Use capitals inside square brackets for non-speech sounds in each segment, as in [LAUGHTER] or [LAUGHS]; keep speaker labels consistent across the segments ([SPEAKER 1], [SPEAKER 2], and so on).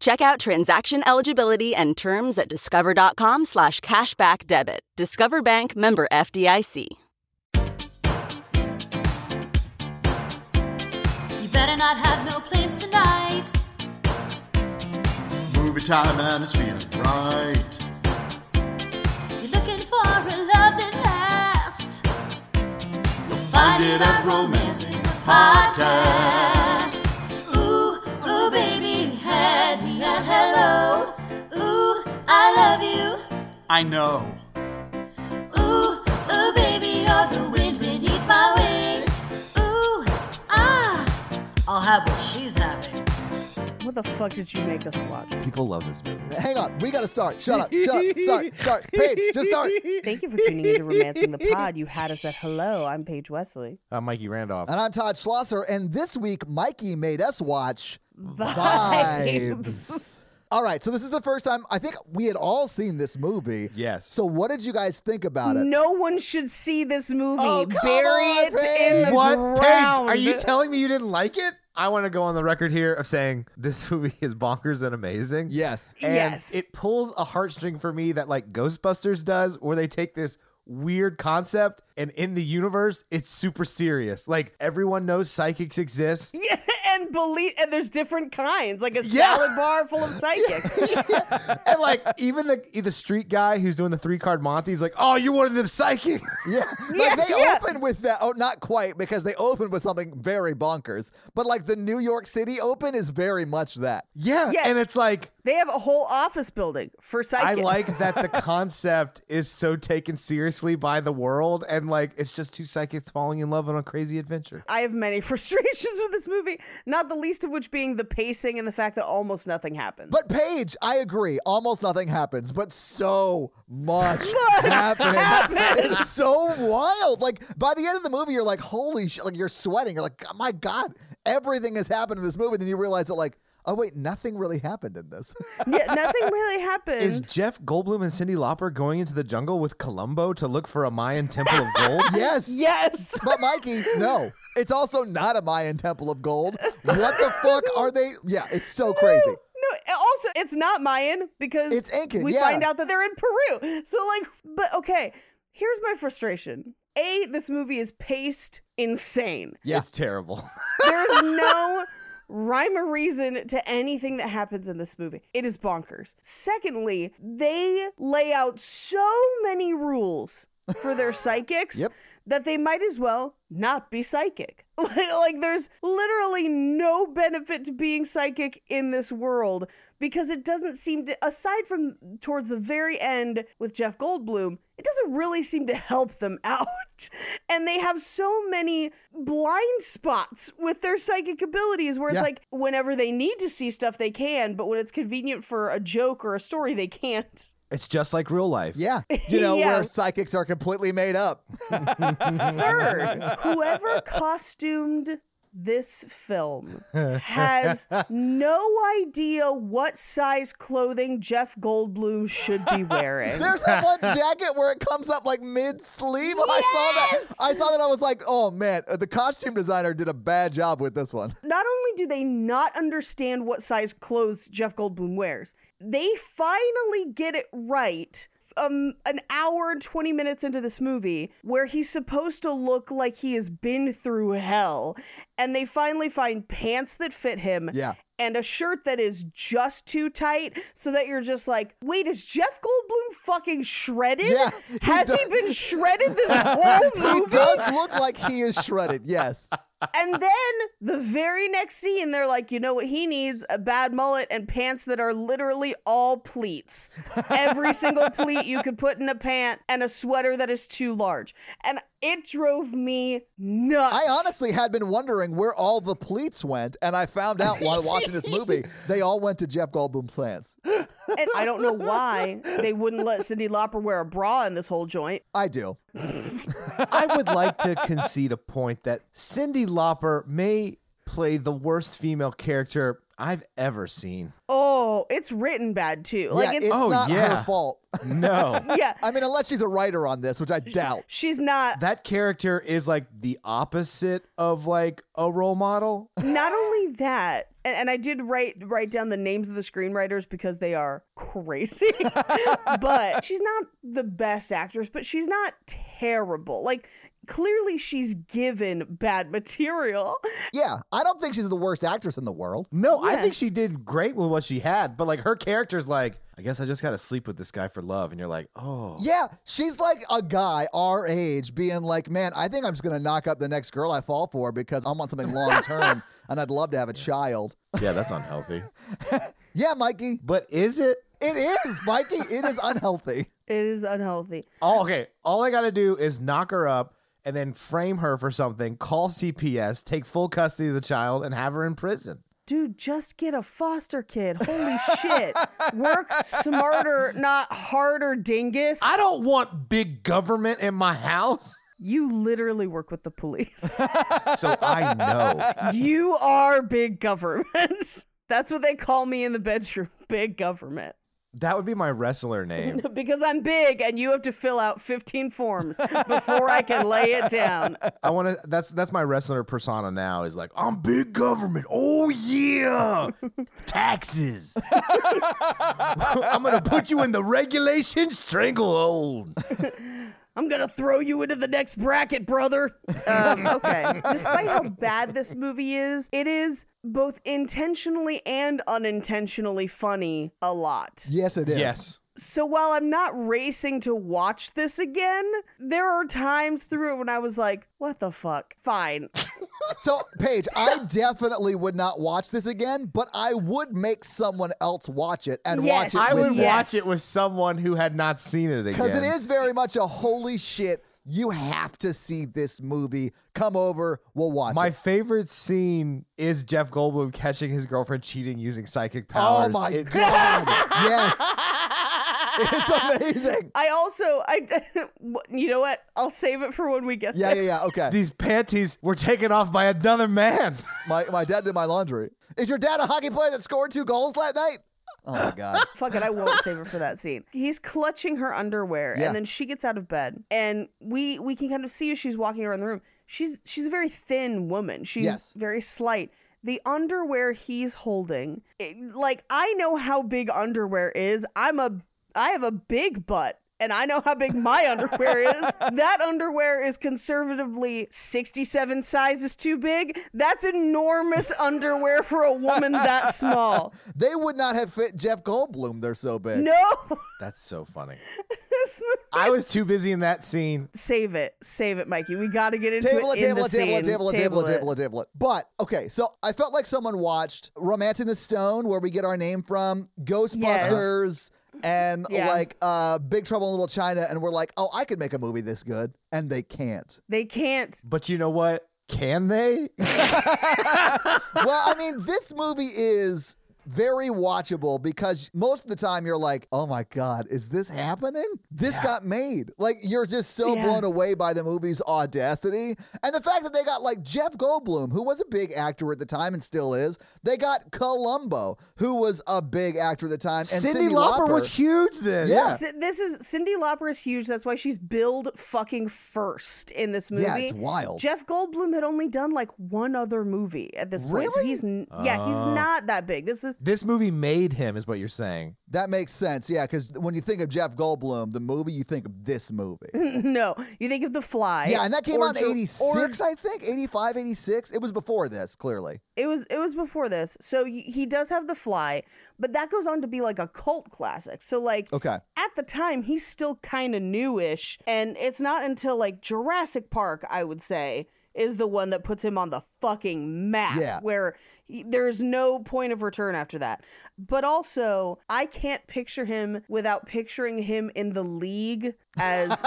[SPEAKER 1] Check out transaction eligibility and terms at discover.com slash cashback debit. Discover Bank member FDIC.
[SPEAKER 2] You better not have no plans tonight.
[SPEAKER 3] Movie time and it's feeling right.
[SPEAKER 2] You're looking for a love that lasts.
[SPEAKER 3] You'll find it at Romancing the Podcast.
[SPEAKER 2] Ooh, ooh, baby, you had me at hello. Ooh, I love you.
[SPEAKER 3] I know.
[SPEAKER 2] Ooh, ooh, baby, you're the wind beneath my wings. Ooh, ah, I'll have what she's having.
[SPEAKER 4] What the fuck did you make us watch?
[SPEAKER 5] People love this movie. Hang on, we gotta start. Shut up. Shut up. Start. Start. Paige, just start. And
[SPEAKER 4] Thank you for tuning in to Romancing the Pod. You had us at hello. I'm Paige Wesley.
[SPEAKER 6] I'm Uh, Mikey Randolph.
[SPEAKER 5] I'm Todd Schlosser, and this week Mikey made us watch Vibes. All right, so this is the first time I think we had all seen this movie.
[SPEAKER 6] Yes.
[SPEAKER 5] So what did you guys think about it?
[SPEAKER 4] No one should see this movie.
[SPEAKER 5] Oh, come
[SPEAKER 4] Bury
[SPEAKER 5] on,
[SPEAKER 4] it
[SPEAKER 5] Paige.
[SPEAKER 4] in the
[SPEAKER 6] what Paige,
[SPEAKER 4] ground. [LAUGHS]
[SPEAKER 6] Are you telling me you didn't like it? I want to go on the record here of saying this [LAUGHS] movie is bonkers and amazing.
[SPEAKER 5] Yes.
[SPEAKER 6] And
[SPEAKER 4] Yes.
[SPEAKER 6] It pulls a heartstring for me that like Ghostbusters does, where they take this weird concept and in the universe it's super serious. Like everyone knows psychics exist.
[SPEAKER 4] yeah, and believe and there's different kinds, like a
[SPEAKER 6] Yeah.
[SPEAKER 4] salad bar full
[SPEAKER 6] [LAUGHS]
[SPEAKER 4] of psychics.
[SPEAKER 6] and like even the the street guy who's doing the three card Monty is like, oh, you're one of them psychics.
[SPEAKER 5] Yeah. [LAUGHS] Like they open with that. Oh, not quite, because they open with something very bonkers. But like the New York City open is very much that.
[SPEAKER 6] [LAUGHS] yeah.
[SPEAKER 4] Yeah.
[SPEAKER 6] And it's like
[SPEAKER 4] They have a whole office building for
[SPEAKER 6] I
[SPEAKER 4] psychics.
[SPEAKER 6] like that the concept is so taken seriously by the world, and like it's just two psychics falling in love on a crazy adventure.
[SPEAKER 4] I have many [LAUGHS] frustrations with this movie, not the least of which being the pacing and the fact that almost nothing happens.
[SPEAKER 5] But Paige, I agree. Almost nothing happens, but so [LAUGHS] much happens. It's so wild. Like by the end of the movie, you're like, holy shit! Like you're sweating. You're like, "Oh my god, everything has happened in this movie. And then you realize that, like, oh wait, nothing really happened in this. [LAUGHS]
[SPEAKER 4] yeah, nothing really happened.
[SPEAKER 6] [LAUGHS] Is Jeff Goldblum and Cindy Lauper going into the jungle with Columbo to look for a Mayan temple of [LAUGHS] gold?
[SPEAKER 5] yes.
[SPEAKER 4] yes.
[SPEAKER 5] But Mikey, no. It's also not a Mayan temple of gold. What the fuck are they? Yeah, it's so [LAUGHS] crazy.
[SPEAKER 4] No, and also it's not Mayan because
[SPEAKER 5] It's Incan,
[SPEAKER 4] We
[SPEAKER 5] yeah.
[SPEAKER 4] find out that they're in Peru. So like, but okay, here's my frustration. A, this movie is paced insane.
[SPEAKER 6] Yeah. It's terrible.
[SPEAKER 4] There's
[SPEAKER 5] [LAUGHS]
[SPEAKER 4] no rhyme or reason to anything that happens in this movie. It is bonkers. Secondly, they lay out so many rules for
[SPEAKER 5] [LAUGHS]
[SPEAKER 4] their psychics
[SPEAKER 5] Yep.
[SPEAKER 4] that they might as well not be psychic. [LAUGHS] like, like, there's literally no benefit to being psychic in this world because it doesn't seem to, aside from towards the very end with Jeff Goldblum, it doesn't really seem to help them [LAUGHS] out. And they have so many blind spots with their psychic abilities where it's
[SPEAKER 5] Yeah.
[SPEAKER 4] like whenever they need to see stuff, they can, but when it's convenient for a joke or a story, they can't.
[SPEAKER 6] It's just like real life.
[SPEAKER 5] Yeah. You know,
[SPEAKER 4] Yeah.
[SPEAKER 5] where psychics are completely made up.
[SPEAKER 4] Third, whoever costumed this film has no idea what size clothing Jeff Goldblum should be wearing.
[SPEAKER 5] There's that one jacket where it comes up like mid sleeve. I saw that. I saw that. I was like, oh man, the costume designer did a bad job with this one.
[SPEAKER 4] Not only do they not understand what size clothes Jeff Goldblum wears, they finally get it right um an hour and 20 minutes into this movie where he's supposed to look like he has been through hell and they finally find pants that fit him
[SPEAKER 5] Yeah.
[SPEAKER 4] and a shirt that is just too tight so that you're just like wait is jeff goldblum fucking shredded
[SPEAKER 5] Yeah, he
[SPEAKER 4] has he
[SPEAKER 5] does-
[SPEAKER 4] been shredded
[SPEAKER 5] [LAUGHS]
[SPEAKER 4] this whole
[SPEAKER 5] He
[SPEAKER 4] movie
[SPEAKER 5] does look like he is shredded. Yes.
[SPEAKER 4] and then the very next scene, they're like, you know what he needs? A bad mullet and pants that are literally all pleats.
[SPEAKER 5] [LAUGHS]
[SPEAKER 4] Every single pleat you could put in a pant and a sweater that is too large. And it drove me nuts.
[SPEAKER 5] I honestly had been wondering where all the pleats went, and I found out while watching this movie, they all went to Jeff Goldblum's pants.
[SPEAKER 4] and I don't know why they wouldn't let Cindy Lauper wear a bra in this whole joint.
[SPEAKER 5] I do.
[SPEAKER 6] I would like to concede a point that Cindy Lauper may play the worst female character I've ever seen.
[SPEAKER 4] Oh, it's written bad too. Like
[SPEAKER 5] yeah,
[SPEAKER 4] it's, [LAUGHS]
[SPEAKER 5] it's
[SPEAKER 6] Oh,
[SPEAKER 5] not
[SPEAKER 6] yeah.
[SPEAKER 5] her fault.
[SPEAKER 6] No.
[SPEAKER 4] yeah.
[SPEAKER 5] I mean, unless she's a writer on this, which
[SPEAKER 4] [LAUGHS]
[SPEAKER 5] I doubt.
[SPEAKER 4] She's not
[SPEAKER 6] That character is like the opposite of like a role model.
[SPEAKER 4] not only that and, and i did write write down the names of the screenwriters because they are crazy [LAUGHS] but she's not the best actress but she's not terrible like clearly she's given bad material
[SPEAKER 5] Yeah, I don't think she's the worst actress in the world.
[SPEAKER 6] No, I
[SPEAKER 4] Yeah.
[SPEAKER 6] think she did great with what she had, but like her character's like, I guess I just got to sleep with this guy for love. And you're like, oh. [LAUGHS]
[SPEAKER 5] Yeah, she's like a guy our age being like, man, I think I'm just going to knock up the next girl I fall for because I'm on something
[SPEAKER 6] [LAUGHS]
[SPEAKER 5] long term and I'd love to have a child.
[SPEAKER 6] Yeah, that's unhealthy.
[SPEAKER 5] Yeah, Mikey,
[SPEAKER 6] but is it?
[SPEAKER 5] it is. Mikey, it is unhealthy.
[SPEAKER 4] it is unhealthy
[SPEAKER 6] Oh, okay. All I got to do is knock her up and then frame her for something, call CPS, take full custody of the child, and have her in prison.
[SPEAKER 4] dude just get a foster kid holy
[SPEAKER 6] [LAUGHS]
[SPEAKER 4] shit work smarter not harder dingus
[SPEAKER 6] I don't want big government in my house. [LAUGHS]
[SPEAKER 4] you literally work with the police
[SPEAKER 6] So I know.
[SPEAKER 4] [LAUGHS] you are big government [LAUGHS] that's what they call me in the bedroom [LAUGHS] big government
[SPEAKER 6] That would be my wrestler name.
[SPEAKER 4] because I'm big and you have to fill out 15 forms before I can lay it down.
[SPEAKER 6] I want to. That's that's my wrestler persona now. Is like I'm big government. Oh yeah, [LAUGHS] taxes. [LAUGHS] I'm gonna put you in the regulation stranglehold.
[SPEAKER 4] I'm going to throw you into the next bracket, brother. Um, okay. Despite how bad this movie is, it is both intentionally and unintentionally funny a lot.
[SPEAKER 5] Yes, it is.
[SPEAKER 6] Yes.
[SPEAKER 4] So while I'm not racing to watch this again, there are times through it when I was like, what the fuck? Fine.
[SPEAKER 5] So, Paige, I definitely would not watch this again, but I would make someone else watch it and
[SPEAKER 4] Yes,
[SPEAKER 5] watch it
[SPEAKER 6] I would
[SPEAKER 5] with
[SPEAKER 4] Yes.
[SPEAKER 6] watch it with someone who had not seen it again.
[SPEAKER 5] because it is very much a holy shit. You have to see this movie. Come over, we'll watch
[SPEAKER 6] My
[SPEAKER 5] it.
[SPEAKER 6] favorite scene is Jeff Goldblum catching his girlfriend cheating using psychic powers.
[SPEAKER 5] Oh my
[SPEAKER 6] It-
[SPEAKER 5] god! yes, it's amazing.
[SPEAKER 4] I also, I, [LAUGHS] you know what? I'll save it for when we get
[SPEAKER 5] Yeah,
[SPEAKER 4] there.
[SPEAKER 5] yeah, yeah. Okay.
[SPEAKER 6] These panties were taken off by another man.
[SPEAKER 5] My my dad did my laundry. Is your dad a hockey player that scored two goals last night? Oh my god.
[SPEAKER 4] Fuck it, I won't save it for that scene. He's clutching her underwear,
[SPEAKER 5] Yeah.
[SPEAKER 4] and then she gets out of bed, and we we can kind of see as she's walking around the room. She's she's a very thin woman. She's
[SPEAKER 5] Yes.
[SPEAKER 4] very slight. The underwear he's holding, it- like I know how big underwear is. I'm a I have a big butt. And I know how big
[SPEAKER 5] [LAUGHS]
[SPEAKER 4] my underwear is. That underwear is conservatively 67 sizes too big. That's enormous underwear for a woman that
[SPEAKER 5] [LAUGHS]
[SPEAKER 4] small.
[SPEAKER 5] [LAUGHS] they would not have fit Jeff Goldblum. They're so big.
[SPEAKER 4] No. [LAUGHS]
[SPEAKER 6] That's so funny.
[SPEAKER 4] This movie-
[SPEAKER 6] I was too busy in that scene.
[SPEAKER 4] save it, save it, Mikey. We got to get into
[SPEAKER 5] Table
[SPEAKER 4] it.
[SPEAKER 5] it,
[SPEAKER 4] in
[SPEAKER 5] table
[SPEAKER 4] the
[SPEAKER 5] it, table
[SPEAKER 4] scene.
[SPEAKER 5] it, table it, table
[SPEAKER 4] Table
[SPEAKER 5] it, table it, table it. But okay, so I felt like someone watched Romancing the Stone, where we get our name from, Ghostbusters, and
[SPEAKER 4] Yeah.
[SPEAKER 5] like uh, Big Trouble in Little China, and we're like, oh, I could make a movie this good, and they can't.
[SPEAKER 4] They can't.
[SPEAKER 6] But you know what? Can they?
[SPEAKER 5] well, I mean, this movie is very watchable because most of the time you're like, "Oh my god, is this happening? This got made." Like you're just so
[SPEAKER 4] Yeah.
[SPEAKER 5] blown away by the movie's audacity and the fact that they got like Jeff Goldblum, who was a big actor at the time and still is. They got Columbo, who was a big actor at the time, and
[SPEAKER 6] Cindy,
[SPEAKER 5] Cindy,
[SPEAKER 6] Lauper was huge then.
[SPEAKER 5] Yeah.
[SPEAKER 4] C- This is Cindy Lauper is huge. That's why she's billed fucking first in this movie.
[SPEAKER 5] Yeah, it's wild.
[SPEAKER 4] Jeff Goldblum had only done like one other movie at this point. So
[SPEAKER 5] Really?
[SPEAKER 4] he's n- yeah, he's not that big. This is is [LAUGHS]
[SPEAKER 6] This movie made him, is what you're saying.
[SPEAKER 5] That makes sense, yeah, because when you think of Jeff Goldblum, the movie, you think of this movie.
[SPEAKER 4] no. You think of The Fly.
[SPEAKER 5] yeah, and that
[SPEAKER 4] Mm,
[SPEAKER 5] came
[SPEAKER 4] or
[SPEAKER 5] out in
[SPEAKER 4] Ju- or
[SPEAKER 5] 86, I think. 85, 86. It was before this, clearly.
[SPEAKER 4] It was it was before this. So y- he does have The Fly, but that goes on to be like a cult classic. So like
[SPEAKER 5] Okay.
[SPEAKER 4] at the time he's still kind of newish and it's not until like Jurassic Park, I would say, is the one that puts him on the fucking map
[SPEAKER 5] Yeah.
[SPEAKER 4] where he- there's no point of return after that. But also, I can't picture him without picturing him in the league
[SPEAKER 5] [LAUGHS]
[SPEAKER 4] as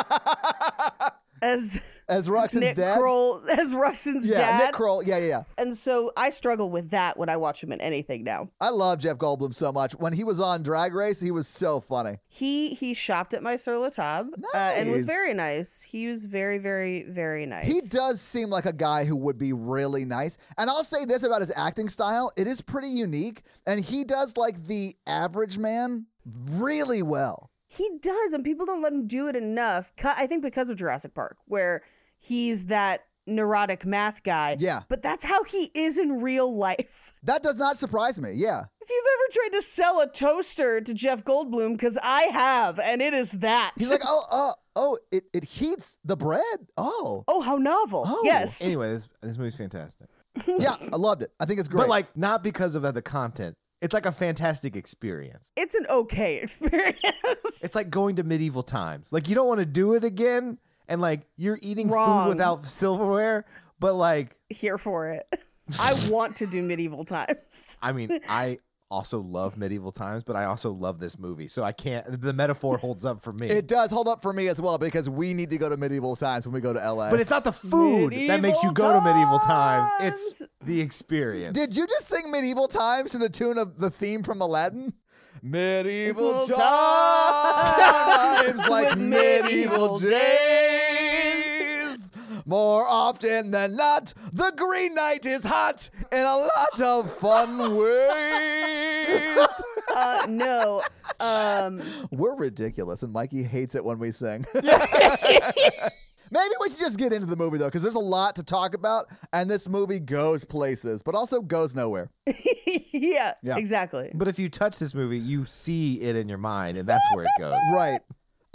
[SPEAKER 4] as
[SPEAKER 5] As Roxanne's
[SPEAKER 4] Nick
[SPEAKER 5] dad?
[SPEAKER 4] Kroll as Rustin's
[SPEAKER 5] yeah,
[SPEAKER 4] dad.
[SPEAKER 5] Nick Kroll. Yeah, yeah, yeah.
[SPEAKER 4] And so I struggle with that when I watch him in anything now.
[SPEAKER 5] I love Jeff Goldblum so much. When he was on Drag Race, he was so funny.
[SPEAKER 4] He he shopped at my Sur La Table uh, and was
[SPEAKER 5] Nice.
[SPEAKER 4] very nice. He was very very very nice.
[SPEAKER 5] He does seem like a guy who would be really nice. And I'll say this about his acting style it is pretty unique, and he does like the average man really well.
[SPEAKER 4] He does, and people don't let him do it enough. cu- I think because of Jurassic Park, where he's that neurotic math guy.
[SPEAKER 5] Yeah.
[SPEAKER 4] but that's how he is in real life. [LAUGHS]
[SPEAKER 5] That does not surprise me. Yeah.
[SPEAKER 4] If you've ever tried to sell a toaster to Jeff Goldblum, because I have, and it is that.
[SPEAKER 5] He's
[SPEAKER 4] [LAUGHS]
[SPEAKER 5] like, oh, uh, oh, it, it heats the bread. Oh.
[SPEAKER 4] oh, how novel!
[SPEAKER 5] Oh,
[SPEAKER 4] yes,
[SPEAKER 6] Anyway, this, this movie's fantastic.
[SPEAKER 5] Yeah, I loved it. I think it's great.
[SPEAKER 6] But like, not because of the content. It's like a fantastic experience.
[SPEAKER 4] it's an okay [LAUGHS] experience.
[SPEAKER 6] It's like going to medieval times. Like you don't want to do it again, and like you're eating
[SPEAKER 4] Wrong.
[SPEAKER 6] food without silverware. But like,
[SPEAKER 4] here for it. [LAUGHS] I want to do medieval times.
[SPEAKER 6] I mean, I also love medieval times, but I also love this movie, so I can't. The metaphor holds up for me.
[SPEAKER 5] It does hold up for me as well because we need to go to medieval times when we go to LA.
[SPEAKER 6] but it's not the food that makes you go to medieval times. It's
[SPEAKER 4] Medieval
[SPEAKER 6] the experience.
[SPEAKER 5] Did you just sing medieval times to the tune of the theme from Aladdin? Medieval
[SPEAKER 4] Medieval
[SPEAKER 5] times, [LAUGHS] like
[SPEAKER 4] With
[SPEAKER 5] medieval
[SPEAKER 4] medieval
[SPEAKER 5] days. More often than not, the Green Knight is hot in a lot of fun [LAUGHS] ways.
[SPEAKER 4] Uh, no, um, [LAUGHS]
[SPEAKER 5] We're ridiculous, and Mikey hates it when we [LAUGHS] sing. Maybe we should just get into the movie though, because there's a lot to talk about, and this movie goes places, but also goes nowhere.
[SPEAKER 4] yeah,
[SPEAKER 5] Yeah.
[SPEAKER 4] exactly.
[SPEAKER 6] But if you touch this movie, you see it in your mind, and that's where it goes.
[SPEAKER 5] Right.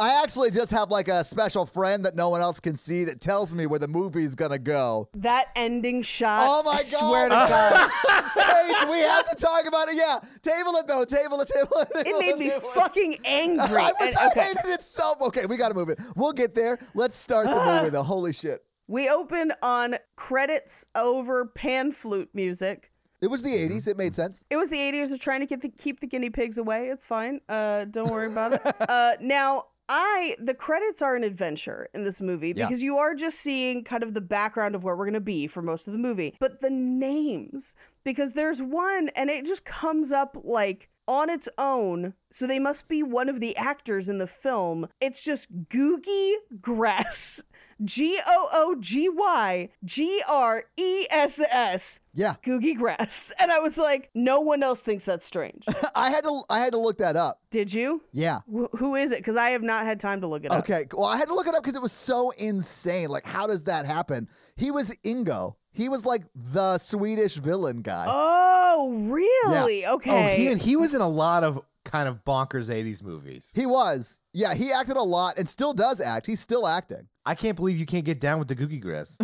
[SPEAKER 5] I actually just have like a special friend that no one else can see that tells me where the movie's gonna go.
[SPEAKER 4] That ending shot.
[SPEAKER 5] Oh my
[SPEAKER 4] I
[SPEAKER 5] god!
[SPEAKER 4] Swear to
[SPEAKER 5] [LAUGHS]
[SPEAKER 4] God,
[SPEAKER 5] Paige, we have to talk about it. Yeah, table it though. Table it. Table it.
[SPEAKER 4] it
[SPEAKER 5] table
[SPEAKER 4] made me
[SPEAKER 5] table it.
[SPEAKER 4] fucking angry.
[SPEAKER 5] [LAUGHS] I was.
[SPEAKER 4] And-
[SPEAKER 5] I
[SPEAKER 4] okay.
[SPEAKER 5] hated it so. Okay, we gotta move it. We'll get there. Let's start the movie though. Holy shit!
[SPEAKER 4] We open on credits over pan flute music.
[SPEAKER 5] It was the '80s. It made sense.
[SPEAKER 4] It was the 80s of trying to get the, keep the guinea pigs away. It's fine. Uh, don't worry about it. Uh, now, I the credits are an adventure in this movie
[SPEAKER 5] Yeah.
[SPEAKER 4] because you are just seeing kind of the background of where we're going to be for most of the movie, but the names because there's one and it just comes up like on its own. So they must be one of the actors in the film. It's just Googie Grass. G O O G Y G R E S S.
[SPEAKER 5] Yeah,
[SPEAKER 4] Googie Grass. [LAUGHS] And I was like, no one else thinks that's
[SPEAKER 6] [LAUGHS]
[SPEAKER 4] strange.
[SPEAKER 5] [LAUGHS] I had to. I had to look that up.
[SPEAKER 4] Did you?
[SPEAKER 5] Yeah.
[SPEAKER 4] Wh- who is it? Because I have not had time to look it up.
[SPEAKER 5] Okay. Well, I had to look it up because it was so insane. Like, how does that happen? He was Ingo. He was like the Swedish villain guy.
[SPEAKER 4] Oh, really? Okay.
[SPEAKER 6] Oh, he and he was in a lot of kind of bonkers '80s movies.
[SPEAKER 5] He was. Yeah, he acted a lot and still does act. He's still acting.
[SPEAKER 6] I can't believe you can't get down with the Googie Grass.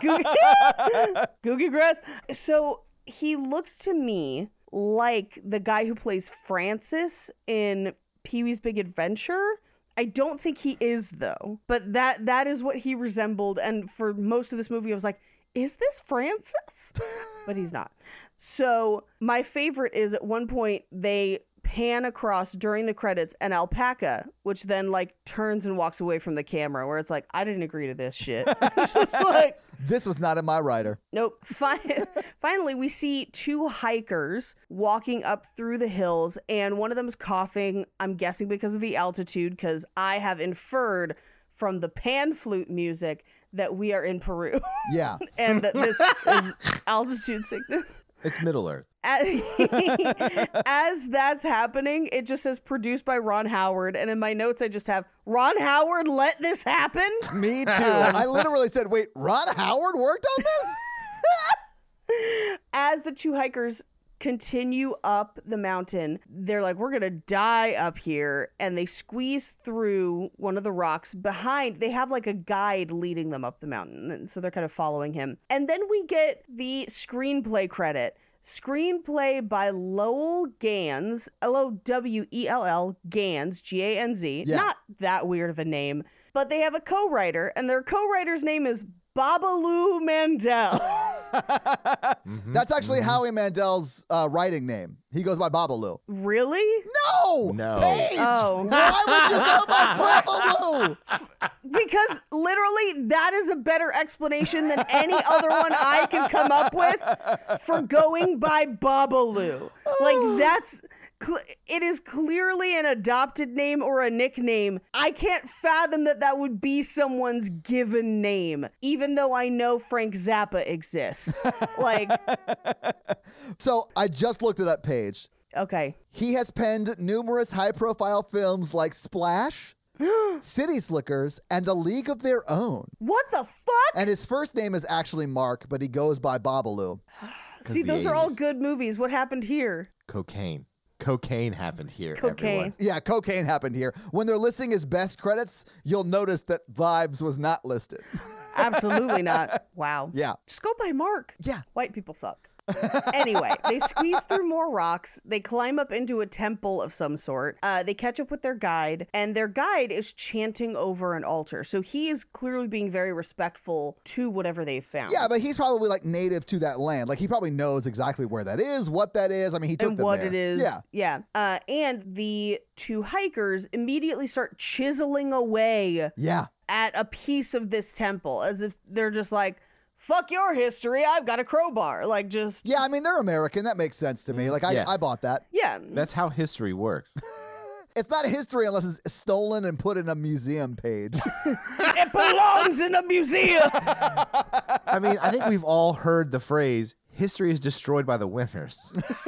[SPEAKER 4] [LAUGHS] Googie-, Googie Grass. So he looked to me like the guy who plays Francis in Pee Wee's Big Adventure. I don't think he is though, but that that is what he resembled. And for most of this movie, I was like, is this Francis? but he's not. So my favorite is at one point they pan across during the credits an alpaca, which then like turns and walks away from the camera, where it's like, I didn't agree to this shit. [LAUGHS] it's just like
[SPEAKER 5] This was not in my rider.
[SPEAKER 4] Nope. [LAUGHS] Fin- Finally, we see two hikers walking up through the hills, and one of them's coughing. I'm guessing because of the altitude, because I have inferred from the pan flute music that we are in Peru [LAUGHS]
[SPEAKER 5] Yeah.
[SPEAKER 4] and that this is altitude sickness.
[SPEAKER 6] It's Middle Earth.
[SPEAKER 4] As, [LAUGHS] as that's happening, it just says produced by Ron Howard. And in my notes, I just have Ron Howard let this happen.
[SPEAKER 5] Me too. I literally said, wait, Ron Howard worked on this?
[SPEAKER 4] as the two hikers continue up the mountain. They're like, we're going to die up here. And they squeeze through one of the rocks behind. They have like a guide leading them up the mountain. And so they're kind of following him. And then we get the screenplay credit. Screenplay by Lowell Gans, L O W E L L Gans, G A N Z.
[SPEAKER 5] Yeah.
[SPEAKER 4] Not that weird of a name, but they have a co writer, and their co writer's name is Babalu Mandel. [LAUGHS]
[SPEAKER 5] That's actually Howie Mandel's uh, writing name. He goes by Babalu.
[SPEAKER 4] really?
[SPEAKER 5] No,
[SPEAKER 6] No.
[SPEAKER 5] Paige.
[SPEAKER 4] Oh.
[SPEAKER 5] Why would you go by Babalu?
[SPEAKER 4] Because literally, that is a better explanation than any other one I can come up with for going by Babalu. Like, that's. cl- It is clearly an adopted name or a nickname. I can't fathom that that would be someone's given name, even though I know Frank Zappa exists. like,
[SPEAKER 5] So I just looked it up, Paige.
[SPEAKER 4] okay.
[SPEAKER 5] He has penned numerous high profile films like Splash,
[SPEAKER 4] [GASPS]
[SPEAKER 5] City Slickers, and A League of Their Own.
[SPEAKER 4] What the fuck?
[SPEAKER 5] And his first name is actually Mark, but he goes by Babalu.
[SPEAKER 4] See,
[SPEAKER 6] the
[SPEAKER 4] those are all
[SPEAKER 6] 80s.
[SPEAKER 4] good movies. What happened here?
[SPEAKER 6] Cocaine. Cocaine happened here,
[SPEAKER 4] Cocaine.
[SPEAKER 6] everyone.
[SPEAKER 5] Yeah, cocaine happened here. When they're listing his best credits, you'll notice that Vibes was
[SPEAKER 4] [LAUGHS]
[SPEAKER 5] not listed.
[SPEAKER 4] Absolutely not.
[SPEAKER 5] [LAUGHS]
[SPEAKER 4] Wow.
[SPEAKER 5] Yeah.
[SPEAKER 4] Just go by Mark.
[SPEAKER 5] Yeah.
[SPEAKER 4] White people
[SPEAKER 5] [LAUGHS]
[SPEAKER 4] suck. anyway, they squeeze through more rocks. They climb up into a temple of some sort. Uh, they catch up with their guide, and their guide is chanting over an altar. So he is clearly being very respectful to whatever they found.
[SPEAKER 5] Yeah, but he's probably like native to that land. Like he probably knows exactly where that is, what that is. I mean, he took
[SPEAKER 4] and
[SPEAKER 5] them
[SPEAKER 4] what
[SPEAKER 5] there.
[SPEAKER 4] it is.
[SPEAKER 5] Yeah.
[SPEAKER 4] Yeah. Uh, and the two hikers immediately start chiseling away
[SPEAKER 5] Yeah.
[SPEAKER 4] at a piece of this temple as if they're just like, fuck your history. I've got a crowbar. Like, just.
[SPEAKER 5] Yeah, I mean, they're American. That makes sense to me. Like I,
[SPEAKER 6] Yeah.
[SPEAKER 5] I bought that.
[SPEAKER 4] Mm, Yeah.
[SPEAKER 6] That's how history works.
[SPEAKER 5] It's not history unless it's stolen and put in a museum
[SPEAKER 4] [LAUGHS]
[SPEAKER 5] page.
[SPEAKER 4] [LAUGHS] it belongs in a museum.
[SPEAKER 6] I mean, I think we've all heard the phrase history is destroyed by the winners.
[SPEAKER 4] [LAUGHS]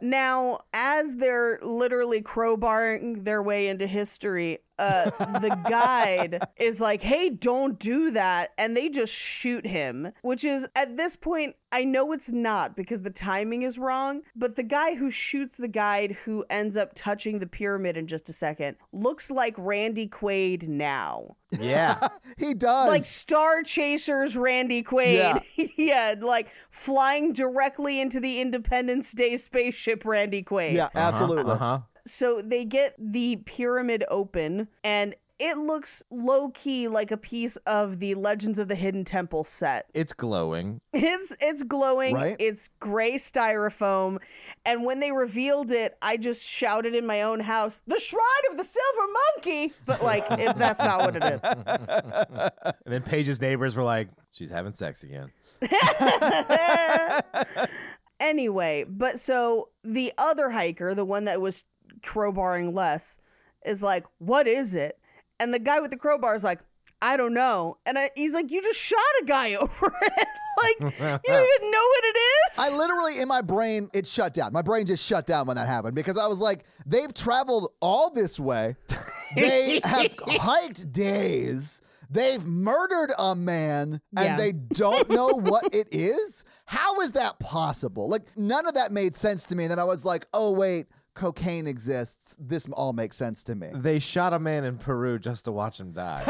[SPEAKER 4] now, as they're literally crowbarring their way into history, uh, [LAUGHS] the guide is like, hey, don't do that. And they just shoot him, which is at this point, I know it's not because the timing is wrong. But the guy who shoots the guide who ends up touching the pyramid in just a second looks like Randy Quaid now.
[SPEAKER 6] yeah.
[SPEAKER 5] he does.
[SPEAKER 4] like Star Chasers Randy Quaid. [LAUGHS] Yeah. like flying directly into the Independence Day spaceship Randy Quaid.
[SPEAKER 5] yeah, absolutely.
[SPEAKER 6] Uh huh.
[SPEAKER 4] So they get the pyramid open and it looks low key like a piece of the Legends of the Hidden Temple set. [LAUGHS]
[SPEAKER 6] It's glowing.
[SPEAKER 4] It's it's glowing.
[SPEAKER 5] Right?
[SPEAKER 4] It's gray styrofoam, and when they revealed it, I just shouted in my own house, "The Shrine of the Silver Monkey!" But like, it, that's not what it is.
[SPEAKER 6] And then Paige's neighbors were like, she's having sex again.
[SPEAKER 4] anyway, but so the other hiker, the one that was crowbarring less, is like, "What is it?" And the guy with the crowbar is like, "I don't know." And I, he's like, "You just shot a guy [LAUGHS] over it. like, you don't even know what it is."
[SPEAKER 5] I literally, in my brain, it shut down. My brain just shut down when that happened because I was like, they've traveled all this way. They have hiked days. They've murdered a man and
[SPEAKER 4] Yeah.
[SPEAKER 5] they don't know what it is? How is that possible? Like, none of that made sense to me. And then I was like, oh, wait, cocaine exists. This all makes sense to me.
[SPEAKER 6] They shot a man in Peru just to watch him die.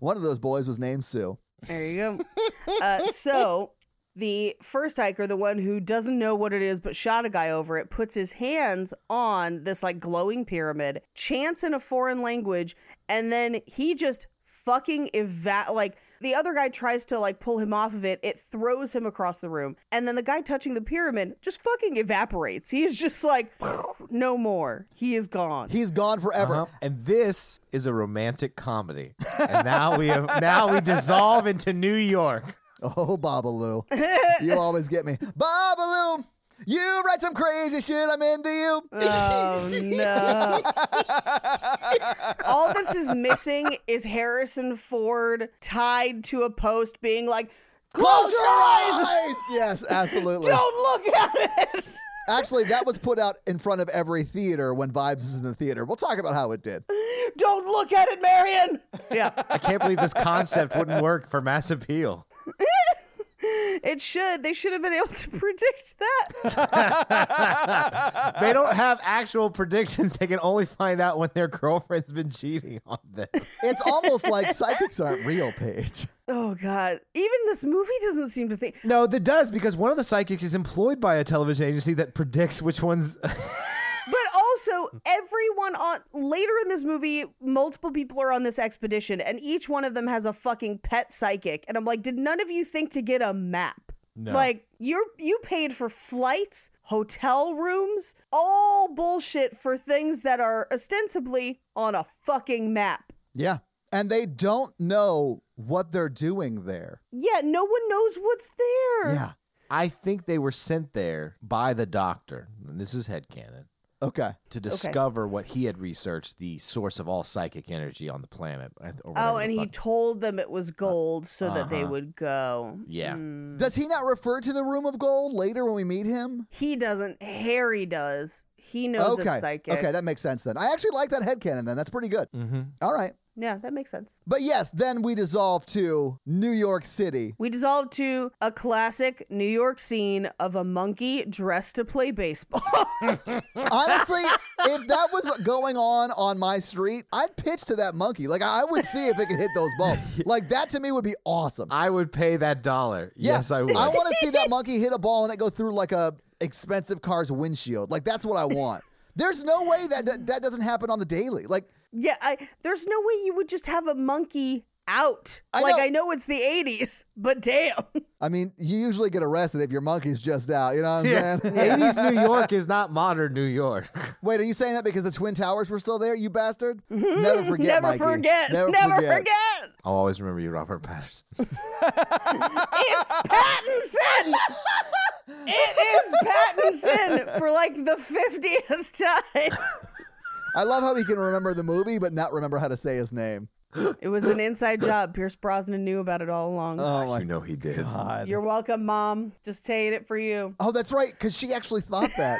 [SPEAKER 5] One of those boys was named Sue.
[SPEAKER 4] There you go. uh, so the first hiker, the one who doesn't know what it is but shot a guy over it, puts his hands on this like glowing pyramid, chants in a foreign language, and then he just fucking eva like the other guy tries to like pull him off of it it throws him across the room and then the guy touching the pyramid just fucking evaporates he is just like [LAUGHS] no more he is gone
[SPEAKER 5] He's gone forever.
[SPEAKER 6] Uh-huh. And this is a romantic comedy. And now we [LAUGHS] have, now we dissolve into New York.
[SPEAKER 5] Oh, [LAUGHS] Babalu. you always get me. Babalu, you write some crazy shit. I'm into you.
[SPEAKER 4] Oh
[SPEAKER 5] [LAUGHS]
[SPEAKER 4] no. All this is missing is Harrison Ford tied to a post being like,
[SPEAKER 5] Close your eyes! yes, absolutely.
[SPEAKER 4] don't look at it. [LAUGHS]
[SPEAKER 5] Actually, that was put out in front of every theater when Vibes was in the theater. We'll talk about how it did.
[SPEAKER 4] Don't look at it, Marion. Yeah.
[SPEAKER 6] I can't believe this concept wouldn't work for mass appeal.
[SPEAKER 4] [LAUGHS] It should. They should have been able to [LAUGHS] predict that.
[SPEAKER 6] They don't have actual predictions. They can only find out when their girlfriend's been cheating on them.
[SPEAKER 5] It's almost [LAUGHS] like psychics aren't real, Paige.
[SPEAKER 4] Oh God. Even this movie doesn't seem to think.
[SPEAKER 6] No, that does because one of the psychics is employed by a television agency that predicts which ones. [LAUGHS]
[SPEAKER 4] But also, everyone on later in this movie, multiple people are on this expedition, and each one of them has a fucking pet psychic. And I'm like, did none of you think to get a map?
[SPEAKER 6] No.
[SPEAKER 4] Like you're you paid for flights, hotel rooms, all bullshit for things that are ostensibly on a fucking map.
[SPEAKER 5] Yeah. And they don't know what they're doing there.
[SPEAKER 4] Yeah, no one knows what's there.
[SPEAKER 5] Yeah.
[SPEAKER 6] I think they were sent there by the doctor. And this is headcanon.
[SPEAKER 5] Okay.
[SPEAKER 6] To discover what he had researched, the source of all psychic energy on the planet. or
[SPEAKER 4] Oh,
[SPEAKER 6] whatever the
[SPEAKER 4] and he
[SPEAKER 6] fuck- Uh,
[SPEAKER 4] told them it was gold so that they
[SPEAKER 6] uh-huh.
[SPEAKER 4] would go.
[SPEAKER 6] Yeah.
[SPEAKER 5] Does he not refer to the room of gold later when we meet him?
[SPEAKER 4] He doesn't. Harry does. He knows
[SPEAKER 5] okay.
[SPEAKER 4] it's psychic.
[SPEAKER 5] Okay, that makes sense then. I actually like that headcanon then. That's pretty good.
[SPEAKER 6] Mm-hmm.
[SPEAKER 5] All right.
[SPEAKER 4] yeah, that makes sense.
[SPEAKER 5] But yes, then we dissolve to New York City.
[SPEAKER 4] We dissolve to a classic New York scene of a monkey dressed to play baseball. [LAUGHS]
[SPEAKER 5] Honestly, if that was going on on my street, I'd pitch to that monkey. Like, I would see if it could hit those
[SPEAKER 6] [LAUGHS]
[SPEAKER 5] balls. Like, that to me would be awesome.
[SPEAKER 6] I would pay that dollar.
[SPEAKER 5] Yeah,
[SPEAKER 6] Yes, I would.
[SPEAKER 5] I want to see
[SPEAKER 4] [LAUGHS]
[SPEAKER 5] that monkey hit a ball and it go through like a expensive car's windshield. Like, that's what I want. There's no way that that, that doesn't happen on the daily. Like,
[SPEAKER 4] yeah, I, there's no way you would just have a monkey out.
[SPEAKER 5] I
[SPEAKER 4] like
[SPEAKER 5] know.
[SPEAKER 4] I know it's the 80s, but damn. [LAUGHS]
[SPEAKER 5] I mean, you usually get arrested if your monkey's just out. You know what
[SPEAKER 6] [LAUGHS]
[SPEAKER 5] I'm
[SPEAKER 6] Yeah. [LAUGHS]
[SPEAKER 5] saying?
[SPEAKER 6] 80s New York is not modern New York.
[SPEAKER 5] Wait, are you saying that because the Twin Towers were still there, you
[SPEAKER 4] [LAUGHS]
[SPEAKER 5] bastard? Never forget,
[SPEAKER 4] Never
[SPEAKER 5] Mikey.
[SPEAKER 4] forget. Never, forget.
[SPEAKER 6] [LAUGHS] I'll always remember you, Robert [LAUGHS] Patterson.
[SPEAKER 5] [LAUGHS]
[SPEAKER 4] It's Pattinson. it is Pattinson for like the 50th
[SPEAKER 5] [LAUGHS]
[SPEAKER 4] time.
[SPEAKER 5] I love how he can remember the movie but not remember how to say his name.
[SPEAKER 4] It was an inside job. Pierce Brosnan knew about it all along.
[SPEAKER 5] Oh my
[SPEAKER 6] you know he did.
[SPEAKER 5] god.
[SPEAKER 4] You're welcome, Mom. Just saying it for you.
[SPEAKER 5] Oh, that's right, because she actually thought
[SPEAKER 4] [LAUGHS]
[SPEAKER 5] that.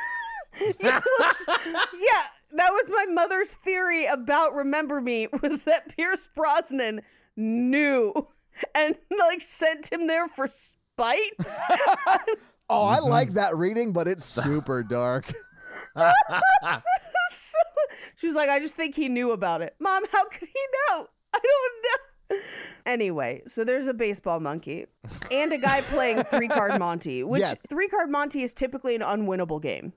[SPEAKER 4] Yeah, that was my mother's theory about Remember Me [LAUGHS] was that Pierce Brosnan knew and like sent him there for spite.
[SPEAKER 5] oh, I
[SPEAKER 4] Mm-hmm.
[SPEAKER 5] like that reading,
[SPEAKER 4] [LAUGHS]
[SPEAKER 5] but it's super dark.
[SPEAKER 4] so, she's like, I just think he knew about it. Mom, how could he know? I don't know. Anyway, so there's a baseball monkey and a guy playing three card Monty, which
[SPEAKER 5] Yes.
[SPEAKER 4] three card Monty is typically an unwinnable game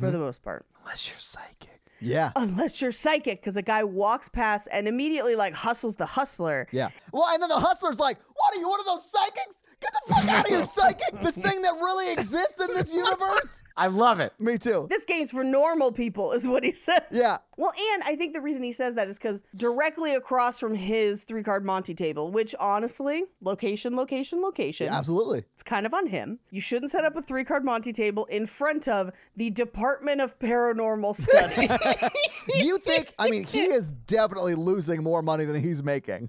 [SPEAKER 4] for the most part.
[SPEAKER 6] Unless you're psychic.
[SPEAKER 5] Yeah.
[SPEAKER 4] Unless you're psychic, because a guy walks past and immediately like hustles the hustler.
[SPEAKER 5] Yeah. Well, and then the hustler's like, What are you, one of those psychics? Get the fuck out of here, psychic! This thing that really exists in this universe?
[SPEAKER 6] I love it.
[SPEAKER 5] Me too.
[SPEAKER 4] This game's for normal people, is what he says.
[SPEAKER 5] Yeah.
[SPEAKER 4] Well, and I think the reason he says that is because directly across from his three card Monty table, which honestly, location, location, location, [LAUGHS]
[SPEAKER 5] Absolutely.
[SPEAKER 4] it's kind of on him. You shouldn't set up a three card Monty table in front of the Department of Paranormal Studies.
[SPEAKER 5] You think, I mean, he is definitely losing more money than he's making.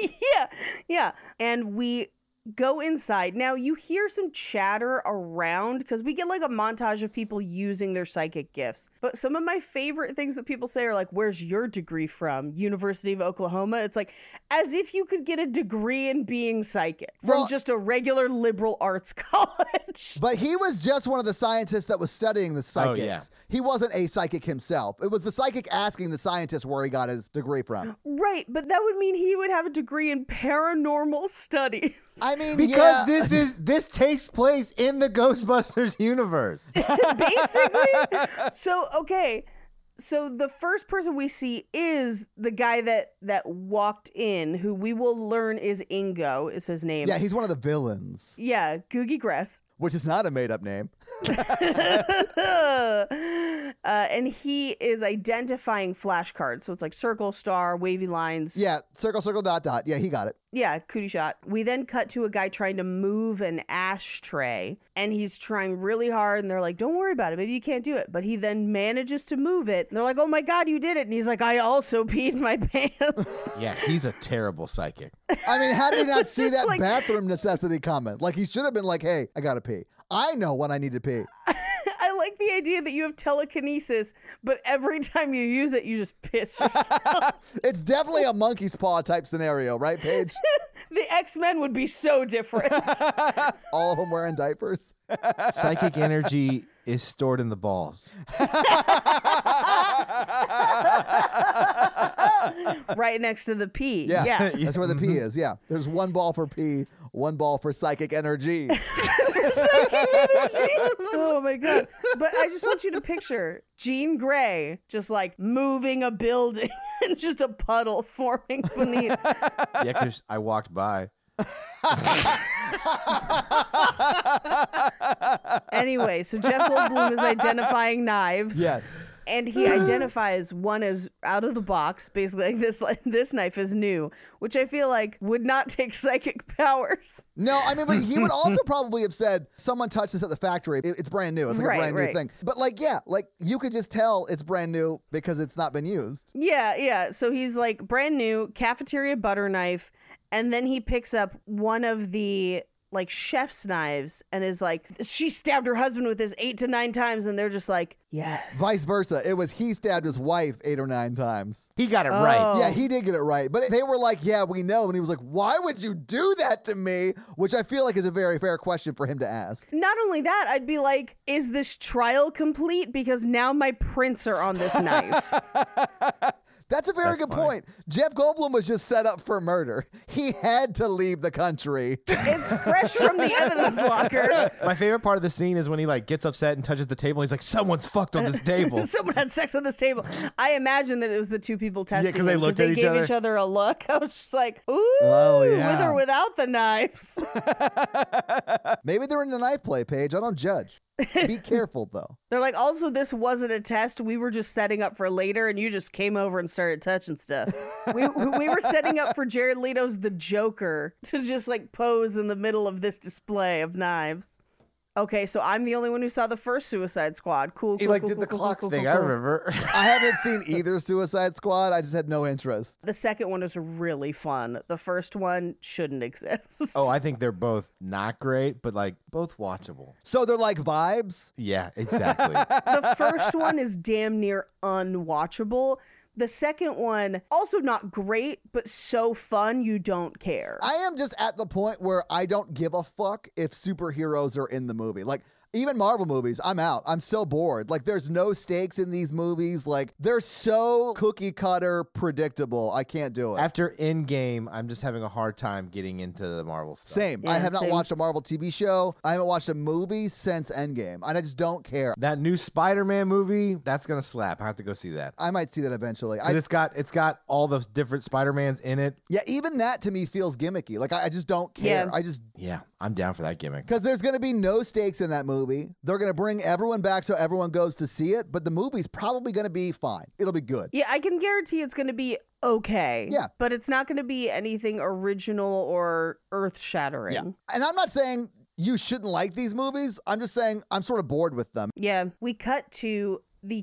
[SPEAKER 4] yeah, yeah. And we go inside. Now you hear some chatter around because we get like a montage of people using their psychic gifts. But some of my favorite things that people say are like, Where's your degree from? University of Oklahoma. It's like as if you could get a degree in being psychic from
[SPEAKER 5] Well-
[SPEAKER 4] just a regular liberal arts [LAUGHS] college.
[SPEAKER 5] But he was just one of the scientists that was studying the psychics.
[SPEAKER 6] yeah.
[SPEAKER 5] He wasn't a psychic himself. It was the psychic asking the scientist where he got his degree from.
[SPEAKER 4] right, but that would mean he would have a degree in paranormal studies.
[SPEAKER 5] I mean,
[SPEAKER 6] Because
[SPEAKER 5] yeah,
[SPEAKER 6] this is this takes place in the Ghostbusters [LAUGHS] universe.
[SPEAKER 4] basically. so okay, so the first person we see is the guy that that walked in, who we will learn is Ingo is his name.
[SPEAKER 5] yeah, he's one of the villains,
[SPEAKER 4] yeah, Googie Grass. [LAUGHS]
[SPEAKER 5] which is not a made-up name.
[SPEAKER 4] uh, and he is identifying flashcards. So it's like circle, star, wavy lines.
[SPEAKER 5] Yeah, circle, circle, dot, dot. Yeah, he got it.
[SPEAKER 4] Yeah, cootie shot. We then cut to a guy trying to move an ashtray and he's trying really hard and they're like, don't worry about it. Maybe you can't do it. But he then manages to move it. And they're like, oh my God, you did it. And he's like, I also [LAUGHS] peed my pants.
[SPEAKER 6] [LAUGHS] Yeah, he's a terrible [LAUGHS] psychic.
[SPEAKER 5] I mean, how did he not
[SPEAKER 4] It's
[SPEAKER 5] see
[SPEAKER 4] just
[SPEAKER 5] that
[SPEAKER 4] like-
[SPEAKER 5] bathroom necessity comment? Like, he should have been like, hey, I got to pee. I know when I need to pee.
[SPEAKER 4] I like the idea that you have telekinesis, but every time you use it, you just piss yourself.
[SPEAKER 5] It's definitely a monkey's paw type scenario, right, Paige?
[SPEAKER 4] the X Men would be so different.
[SPEAKER 5] All of them wearing diapers.
[SPEAKER 6] Psychic energy is stored in the balls.
[SPEAKER 4] right next to the P.
[SPEAKER 5] Yeah.
[SPEAKER 4] yeah.
[SPEAKER 5] [LAUGHS] That's where the P is. Yeah. There's one ball for P, one ball for psychic [LAUGHS] energy.
[SPEAKER 4] oh my god! But I just want you to picture Jean Grey just like moving a building [LAUGHS] and just a puddle forming beneath.
[SPEAKER 6] Yeah, 'cause I walked by.
[SPEAKER 4] anyway, so Jeff Goldblum is identifying knives.
[SPEAKER 5] yes.
[SPEAKER 4] and he identifies one as out of the box basically like this like, this knife is new which i feel like would not take psychic powers
[SPEAKER 5] No, I mean, but he [LAUGHS] would also probably have said, someone touched this at the factory. It- it's brand new. It's like
[SPEAKER 4] Right,
[SPEAKER 5] a brand
[SPEAKER 4] right.
[SPEAKER 5] new thing. But, like, yeah, like you could just tell it's brand new because it's not been used.
[SPEAKER 4] yeah yeah so he's like brand new cafeteria butter knife and then he picks up one of the like chef's knives and is like she stabbed her husband with this eight to nine times and they're just like yes
[SPEAKER 5] Vice versa. It was he stabbed his wife eight or nine times.
[SPEAKER 6] He got it right.
[SPEAKER 5] Yeah, he did get it right. But they were like, yeah, we know. And he was like, why would you do that to me? Which I feel like is a very fair question for him to ask.
[SPEAKER 4] not only that i'd be like is this trial complete because now my prints are on this
[SPEAKER 5] [LAUGHS]
[SPEAKER 4] knife
[SPEAKER 5] That's a very good point. Jeff Goldblum was just set up for murder. [LAUGHS] He had to leave the country.
[SPEAKER 4] it's fresh from the evidence locker
[SPEAKER 6] My favorite part of the scene is when he like gets upset and touches the table. He's like, "Someone's fucked on this
[SPEAKER 4] [LAUGHS]
[SPEAKER 6] table."
[SPEAKER 4] Someone had sex on this table. I imagine that it was the two people testing.
[SPEAKER 6] 'cause they
[SPEAKER 4] him,
[SPEAKER 6] looked at each
[SPEAKER 4] gave
[SPEAKER 6] other. Oh,
[SPEAKER 4] each other a look. [LAUGHS] I was just like, ooh, with
[SPEAKER 5] yeah.
[SPEAKER 4] or without the knives. [LAUGHS]
[SPEAKER 5] Maybe they're in the knife play, Paige. I don't judge. Be careful, though.
[SPEAKER 4] They're like, also, this wasn't a test. We were just setting up for later, and you just came over and started touching
[SPEAKER 6] [LAUGHS]
[SPEAKER 4] stuff. we, we were setting up for Jared Leto's The Joker to just like pose in the middle of this display of knives. Okay, so I'm the only one who saw the first Suicide Squad. Cool.
[SPEAKER 6] He
[SPEAKER 4] cool,
[SPEAKER 6] like
[SPEAKER 4] cool,
[SPEAKER 6] did the
[SPEAKER 4] cool, cool,
[SPEAKER 6] clock
[SPEAKER 4] cool,
[SPEAKER 6] thing.
[SPEAKER 4] cool,
[SPEAKER 6] I
[SPEAKER 4] cool.
[SPEAKER 6] remember.
[SPEAKER 5] I haven't seen either Suicide Squad. I just had no interest.
[SPEAKER 4] The second one is really fun. The first one shouldn't exist.
[SPEAKER 6] oh, [LAUGHS] I think they're both not great, but like both watchable.
[SPEAKER 5] So they're like vibes.
[SPEAKER 6] Yeah, exactly. [LAUGHS]
[SPEAKER 4] the first one is damn near unwatchable. The second one also not great, but so fun you don't care.
[SPEAKER 5] I am just at the point where I don't give a fuck if superheroes are in the movie. Like, even Marvel movies, I'm out. I'm so bored. Like, there's no stakes in these movies. Like, they're so cookie cutter predictable. I can't do it.
[SPEAKER 6] After Endgame, I'm just having a hard time getting into the Marvel stuff.
[SPEAKER 5] Same. I
[SPEAKER 4] Yeah,
[SPEAKER 5] have not
[SPEAKER 4] same.
[SPEAKER 5] watched a Marvel TV show. I haven't watched a movie since Endgame, and I just don't care.
[SPEAKER 6] That new Spider-Man movie, that's gonna slap. I have to go see that.
[SPEAKER 5] I might see that eventually.
[SPEAKER 6] 'Cause
[SPEAKER 5] I,
[SPEAKER 6] it's got it's got all the different Spider-Mans in it.
[SPEAKER 5] yeah, even that to me feels gimmicky. Like I, I just don't care.
[SPEAKER 4] Yeah.
[SPEAKER 5] I just
[SPEAKER 6] Yeah, I'm down for that gimmick.
[SPEAKER 5] because there's going to be no stakes in that movie. They're going to bring everyone back so everyone goes to see it, but the movie's probably going to be fine. It'll be good.
[SPEAKER 4] yeah, I can guarantee it's going to be okay.
[SPEAKER 5] Yeah.
[SPEAKER 4] But it's not going to be anything original or earth shattering. Yeah.
[SPEAKER 5] And I'm not saying you shouldn't like these movies. I'm just saying I'm sort of bored with them.
[SPEAKER 4] We cut to the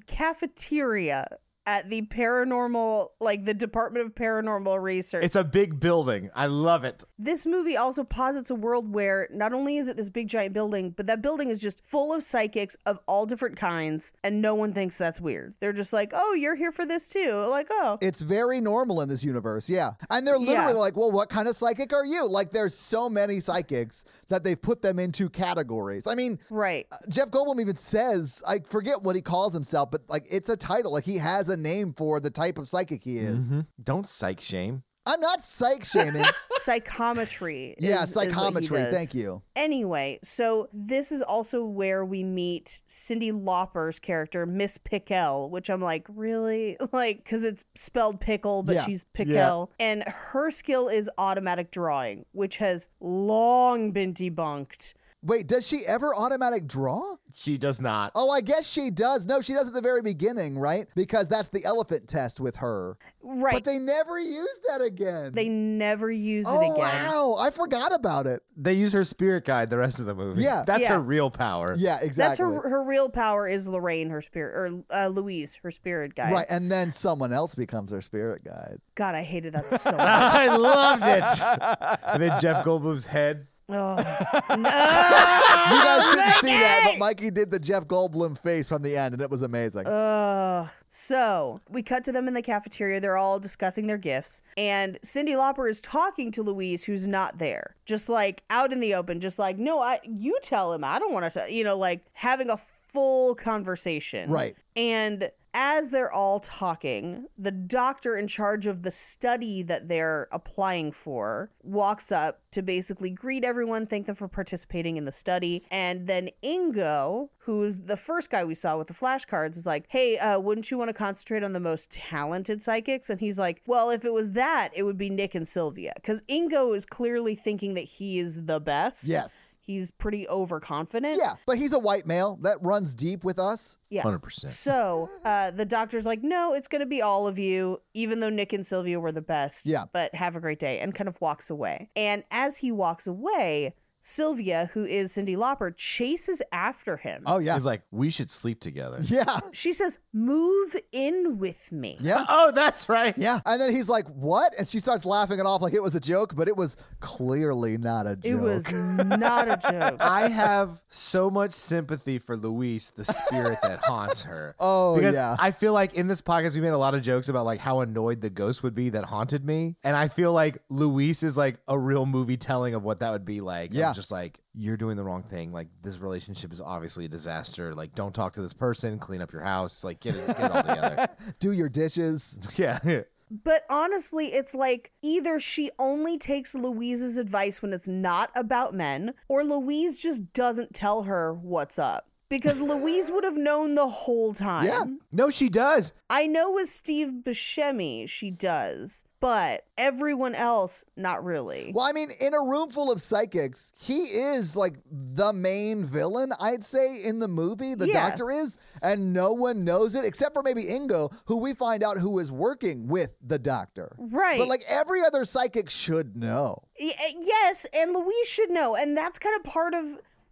[SPEAKER 4] cafeteria at the paranormal, like the Department of Paranormal Research.
[SPEAKER 6] It's a big building. I love it.
[SPEAKER 4] This movie also posits a world where not only is it this big giant building, but that building is just full of psychics of all different kinds, and no one thinks that's weird. They're just like, oh, you're here for this too. Like, oh.
[SPEAKER 5] It's very normal in this universe, yeah. And they're literally
[SPEAKER 4] Yeah.
[SPEAKER 5] like, well, what kind of psychic are you? Like, there's so many psychics that they've put them into categories. I mean, [LAUGHS]
[SPEAKER 4] Right.
[SPEAKER 5] Jeff Goldblum even says, I forget what he calls himself, but like it's a title. Like he has a name for the type of psychic he is.
[SPEAKER 4] Mm-hmm.
[SPEAKER 6] Don't psych shame.
[SPEAKER 5] I'm not
[SPEAKER 4] [LAUGHS]
[SPEAKER 5] psych shaming.
[SPEAKER 4] Psychometry.
[SPEAKER 5] yeah,
[SPEAKER 4] is- is what he
[SPEAKER 5] psychometry.
[SPEAKER 4] does.
[SPEAKER 5] Thank you.
[SPEAKER 4] Anyway, so this is also where we meet Cindy Lauper's character, Miss Pickell, which I'm like, really? [LAUGHS] Like, because it's spelled pickle, but
[SPEAKER 5] Yeah.
[SPEAKER 4] she's Pickell. And her skill is automatic drawing, which has long been debunked.
[SPEAKER 5] Wait, does she ever automatic draw?
[SPEAKER 6] She does not.
[SPEAKER 5] Oh, I guess she does. No, she does at the very beginning, right? Because that's the elephant test with her.
[SPEAKER 4] Right.
[SPEAKER 5] But they never use that again.
[SPEAKER 4] They never use
[SPEAKER 5] oh,
[SPEAKER 4] it again.
[SPEAKER 5] wow. I forgot about it.
[SPEAKER 6] They use her spirit guide the rest of the movie.
[SPEAKER 5] Yeah.
[SPEAKER 6] That's
[SPEAKER 4] Yeah.
[SPEAKER 6] her real power. [LAUGHS]
[SPEAKER 5] Yeah,
[SPEAKER 4] That's
[SPEAKER 5] exactly.
[SPEAKER 4] her her real power is Lorraine, her spirit, or uh, Louise, her spirit guide.
[SPEAKER 5] Right, and then someone else becomes her spirit guide. [LAUGHS]
[SPEAKER 4] God, I hated that so much.
[SPEAKER 6] [LAUGHS] I loved it. and then Jeff Goldblum's head
[SPEAKER 4] Oh,
[SPEAKER 5] You guys didn't see that, but Mikey did the Jeff Goldblum face from the end, and it was amazing.
[SPEAKER 4] Oh, Ugh. so we cut to them in the cafeteria. They're all discussing their gifts. And Cindy Lauper is talking to Louise, who's not there, just like out in the open, just like, no, I, you tell him. I don't want to, you know, like having a full conversation.
[SPEAKER 5] Right.
[SPEAKER 4] And as they're all talking, the doctor in charge of the study that they're applying for walks up to basically greet everyone, thank them for participating in the study. And then Ingo, who's the first guy we saw with the flashcards, is like, Hey, uh, wouldn't you want to concentrate on the most talented psychics? And he's like, Well, if it was that, it would be Nick and Sylvia. Because Ingo is clearly thinking that he is the best.
[SPEAKER 5] Yes.
[SPEAKER 4] He's pretty overconfident.
[SPEAKER 5] Yeah, but he's a white male that runs deep with us.
[SPEAKER 4] Yeah.
[SPEAKER 6] 100%.
[SPEAKER 4] So uh, the doctor's like, no, it's going to be all of you, even though Nick and Sylvia were the best.
[SPEAKER 5] Yeah.
[SPEAKER 4] But have a great day and kind of walks away. And as he walks away, Sylvia, who is Cindy Lauper, chases after him.
[SPEAKER 5] Oh yeah,
[SPEAKER 6] He's like, we should sleep together.
[SPEAKER 5] yeah,
[SPEAKER 4] She says, move in with me.
[SPEAKER 5] yeah.
[SPEAKER 6] [LAUGHS] Oh, that's right.
[SPEAKER 5] Yeah. And then he's like, "What?" And she starts laughing it off like it was a joke, but it was clearly not a joke.
[SPEAKER 4] It was not a joke.
[SPEAKER 5] [LAUGHS]
[SPEAKER 6] I have so much sympathy for Luis, the spirit that haunts her.
[SPEAKER 5] [LAUGHS] Oh,
[SPEAKER 6] because
[SPEAKER 5] yeah.
[SPEAKER 6] I feel like in this podcast we made a lot of jokes about like how annoyed the ghost would be that haunted me, and I feel like Luis is like a real movie telling of what that would be like. I'm
[SPEAKER 5] Yeah.
[SPEAKER 6] just like you're doing the wrong thing. Like this relationship is obviously a disaster. Like don't talk to this person. Clean up your house. Like get it, get it all
[SPEAKER 5] [LAUGHS]
[SPEAKER 6] together. [LAUGHS]
[SPEAKER 5] Do your dishes.
[SPEAKER 6] yeah.
[SPEAKER 4] But honestly, it's like either she only takes Louise's advice when it's not about men, or Louise just doesn't tell her what's up. Because Louise would have known the whole time.
[SPEAKER 5] Yeah.
[SPEAKER 6] No, she does.
[SPEAKER 4] I know with Steve Buscemi, she does, but everyone else, not really.
[SPEAKER 5] Well, I mean, in a room full of psychics, he is like the main villain, I'd say, in the movie. The
[SPEAKER 4] Yeah.
[SPEAKER 5] doctor is, and no one knows it except for maybe Ingo, who we find out who is working with the doctor.
[SPEAKER 4] Right.
[SPEAKER 5] But like every other psychic should know.
[SPEAKER 4] Y- uh, yes, and Louise should know. And that's kind of part of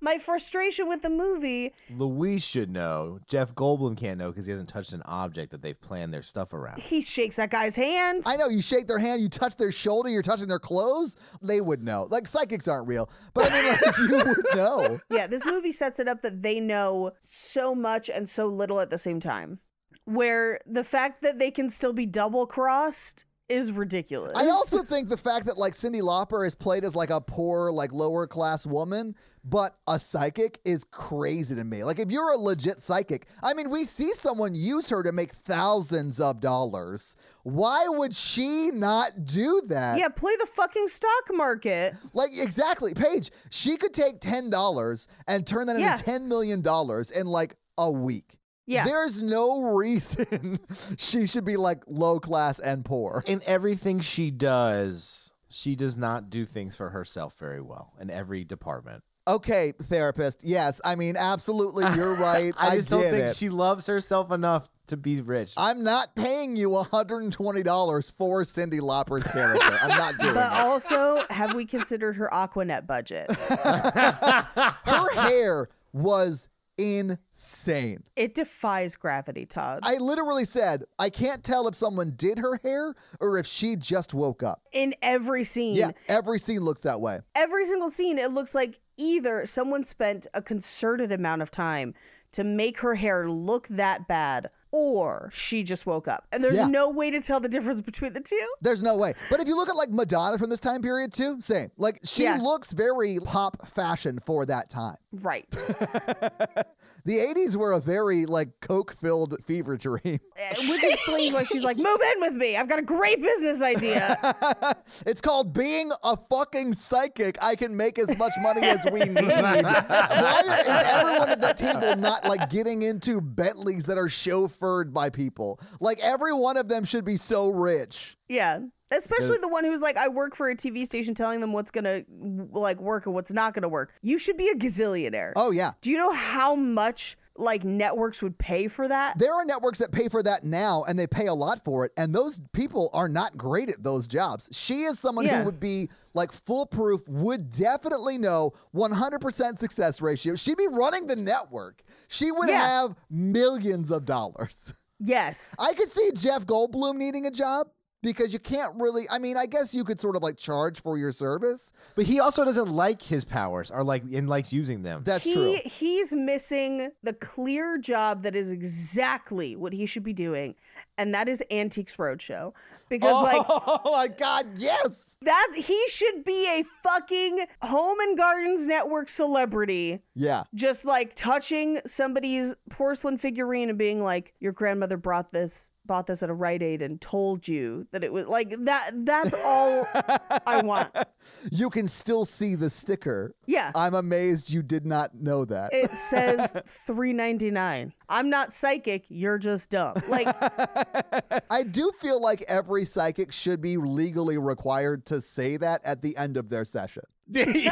[SPEAKER 4] my frustration with the movie.
[SPEAKER 6] Luis should know. Jeff Goldblum can't know because he hasn't touched an object that they've planned their stuff
[SPEAKER 5] [LAUGHS]
[SPEAKER 6] around.
[SPEAKER 4] He shakes that guy's hand.
[SPEAKER 5] I know you shake their hand, you touch their shoulder, you're touching their clothes. They would know. Like psychics aren't real, but I mean, like [LAUGHS] you would know.
[SPEAKER 4] yeah, this movie sets it up that they know so much and so little at the same time. Where the fact that they can still be double crossed is ridiculous.
[SPEAKER 5] I
[SPEAKER 4] [LAUGHS]
[SPEAKER 5] also think the fact that like Cindy Lauper is played as like a poor, like lower class woman, but a psychic is crazy to me. Like if you're a legit psychic, I mean, we see someone use her to make thousands of dollars. Why would she not do that?
[SPEAKER 4] yeah, play the fucking stock market.
[SPEAKER 5] Like exactly, Paige. She could take ten dollars and turn that
[SPEAKER 4] Yeah.
[SPEAKER 5] into ten million dollars in like a week.
[SPEAKER 4] Yeah.
[SPEAKER 5] There's no [LAUGHS] reason she should be like low class and poor.
[SPEAKER 6] in everything she does, she does not do things for herself very well in every department.
[SPEAKER 5] Okay, therapist. Yes, I mean absolutely. You're right. I,
[SPEAKER 6] [LAUGHS] I just
[SPEAKER 5] did
[SPEAKER 6] don't think
[SPEAKER 5] it.
[SPEAKER 6] she loves herself enough to be rich.
[SPEAKER 5] I'm not paying you 120 dollars for Cindy Lauper's character. I'm not
[SPEAKER 6] [LAUGHS]
[SPEAKER 5] doing
[SPEAKER 4] But
[SPEAKER 5] it.
[SPEAKER 4] also, have we considered her Aquanet budget?
[SPEAKER 5] Her hair was insane.
[SPEAKER 4] It defies gravity, Todd.
[SPEAKER 5] I literally said, I can't tell if someone did her hair or if she just woke up.
[SPEAKER 4] In every scene,
[SPEAKER 5] Yeah, every scene looks that way.
[SPEAKER 4] every single scene, it looks like either someone spent a concerted amount of time to make her hair look that bad, or she just woke up. And there's
[SPEAKER 5] Yeah.
[SPEAKER 4] no way to tell the difference between the two.
[SPEAKER 5] There's no way. But if you look at like Madonna from this time period too, same. Like she
[SPEAKER 4] Yeah.
[SPEAKER 5] looks very pop fashion for that time.
[SPEAKER 4] Right.
[SPEAKER 5] The 80s were a very like coke filled fever dream.
[SPEAKER 4] [LAUGHS] Which explains why she's like, move in with me. I've got a great business
[SPEAKER 5] [LAUGHS]
[SPEAKER 4] idea.
[SPEAKER 5] It's called being a fucking psychic. I can make as much money as we need. Why is everyone at the table not like getting into Bentleys that are chauffeured by people? Like every one of them should be so rich.
[SPEAKER 4] yeah. Especially the one who's like, I work for a TV station telling them what's going to like work and what's not going to work. You should be a gazillionaire.
[SPEAKER 5] Oh yeah.
[SPEAKER 4] Do you know how much like networks would pay for that?
[SPEAKER 5] There are networks that pay for that now and they pay a lot for it. And those people are not great at those jobs. She is someone
[SPEAKER 4] Yeah.
[SPEAKER 5] who would be like foolproof, would definitely know 100% success ratio. She'd be running the network. She would
[SPEAKER 4] Yeah.
[SPEAKER 5] have millions of dollars.
[SPEAKER 4] yes.
[SPEAKER 5] I could see Jeff Goldblum needing a job. because you can't really. I mean, I guess you could sort of like charge for your service.
[SPEAKER 6] But he also doesn't like his powers or like and likes using them.
[SPEAKER 5] That's
[SPEAKER 4] he
[SPEAKER 5] true.
[SPEAKER 4] he's missing the clear job that is exactly what he should be doing, and that is Antiques Roadshow. Because like
[SPEAKER 5] [LAUGHS] [LAUGHS] oh my god, yes,
[SPEAKER 4] that's he should be a fucking home and gardens network celebrity.
[SPEAKER 5] yeah,
[SPEAKER 4] Just like touching somebody's porcelain figurine and being like, Your grandmother brought this bought this at a Rite Aid and told you that it was like that that's all I
[SPEAKER 5] [LAUGHS]
[SPEAKER 4] want.
[SPEAKER 5] you can still see the sticker.
[SPEAKER 4] Yeah.
[SPEAKER 5] I'm amazed you did not know that.
[SPEAKER 4] it says 399 i'm not psychic you're just dumb like
[SPEAKER 5] I do feel like every psychic should be legally required to say that at the end of their session.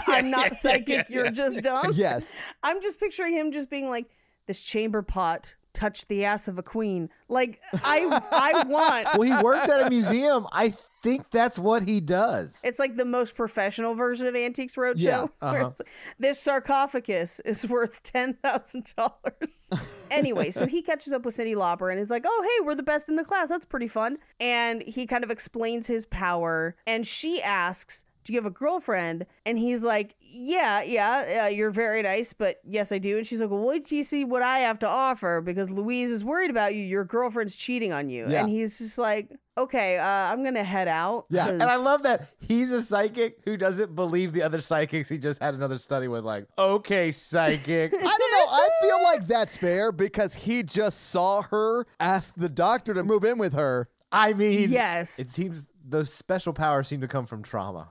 [SPEAKER 4] i'm not psychic you're just dumb
[SPEAKER 5] Yes.
[SPEAKER 4] i'm just picturing him just being like this chamber pot touched the ass of a queen like i i want
[SPEAKER 6] well, he works at a museum. I think that's what he does.
[SPEAKER 4] it's like the most professional version of antiques roadshow
[SPEAKER 5] Yeah,
[SPEAKER 4] [LAUGHS] where it's like, this sarcophagus is worth $10000 anyway so he catches up with cindy lauper and is like oh hey we're the best in the class that's pretty fun and he kind of explains his power and she asks do you have a girlfriend? And he's like, Yeah, yeah, uh, you're very nice, but yes, I do. And she's like, Well, wait till you see what I have to offer because Louise is worried about you. Your girlfriend's cheating on you.
[SPEAKER 5] Yeah.
[SPEAKER 4] And he's just like, Okay, uh, I'm going to head out.
[SPEAKER 5] Yeah,
[SPEAKER 6] And I love that he's a psychic who doesn't believe the other psychics. He just had another study with, like, okay, psychic.
[SPEAKER 5] [LAUGHS] I don't know. I feel like that's fair because he just saw her, asked the doctor to move in with her.
[SPEAKER 6] I mean,
[SPEAKER 4] Yes.
[SPEAKER 6] It seems the special powers seem to come from trauma.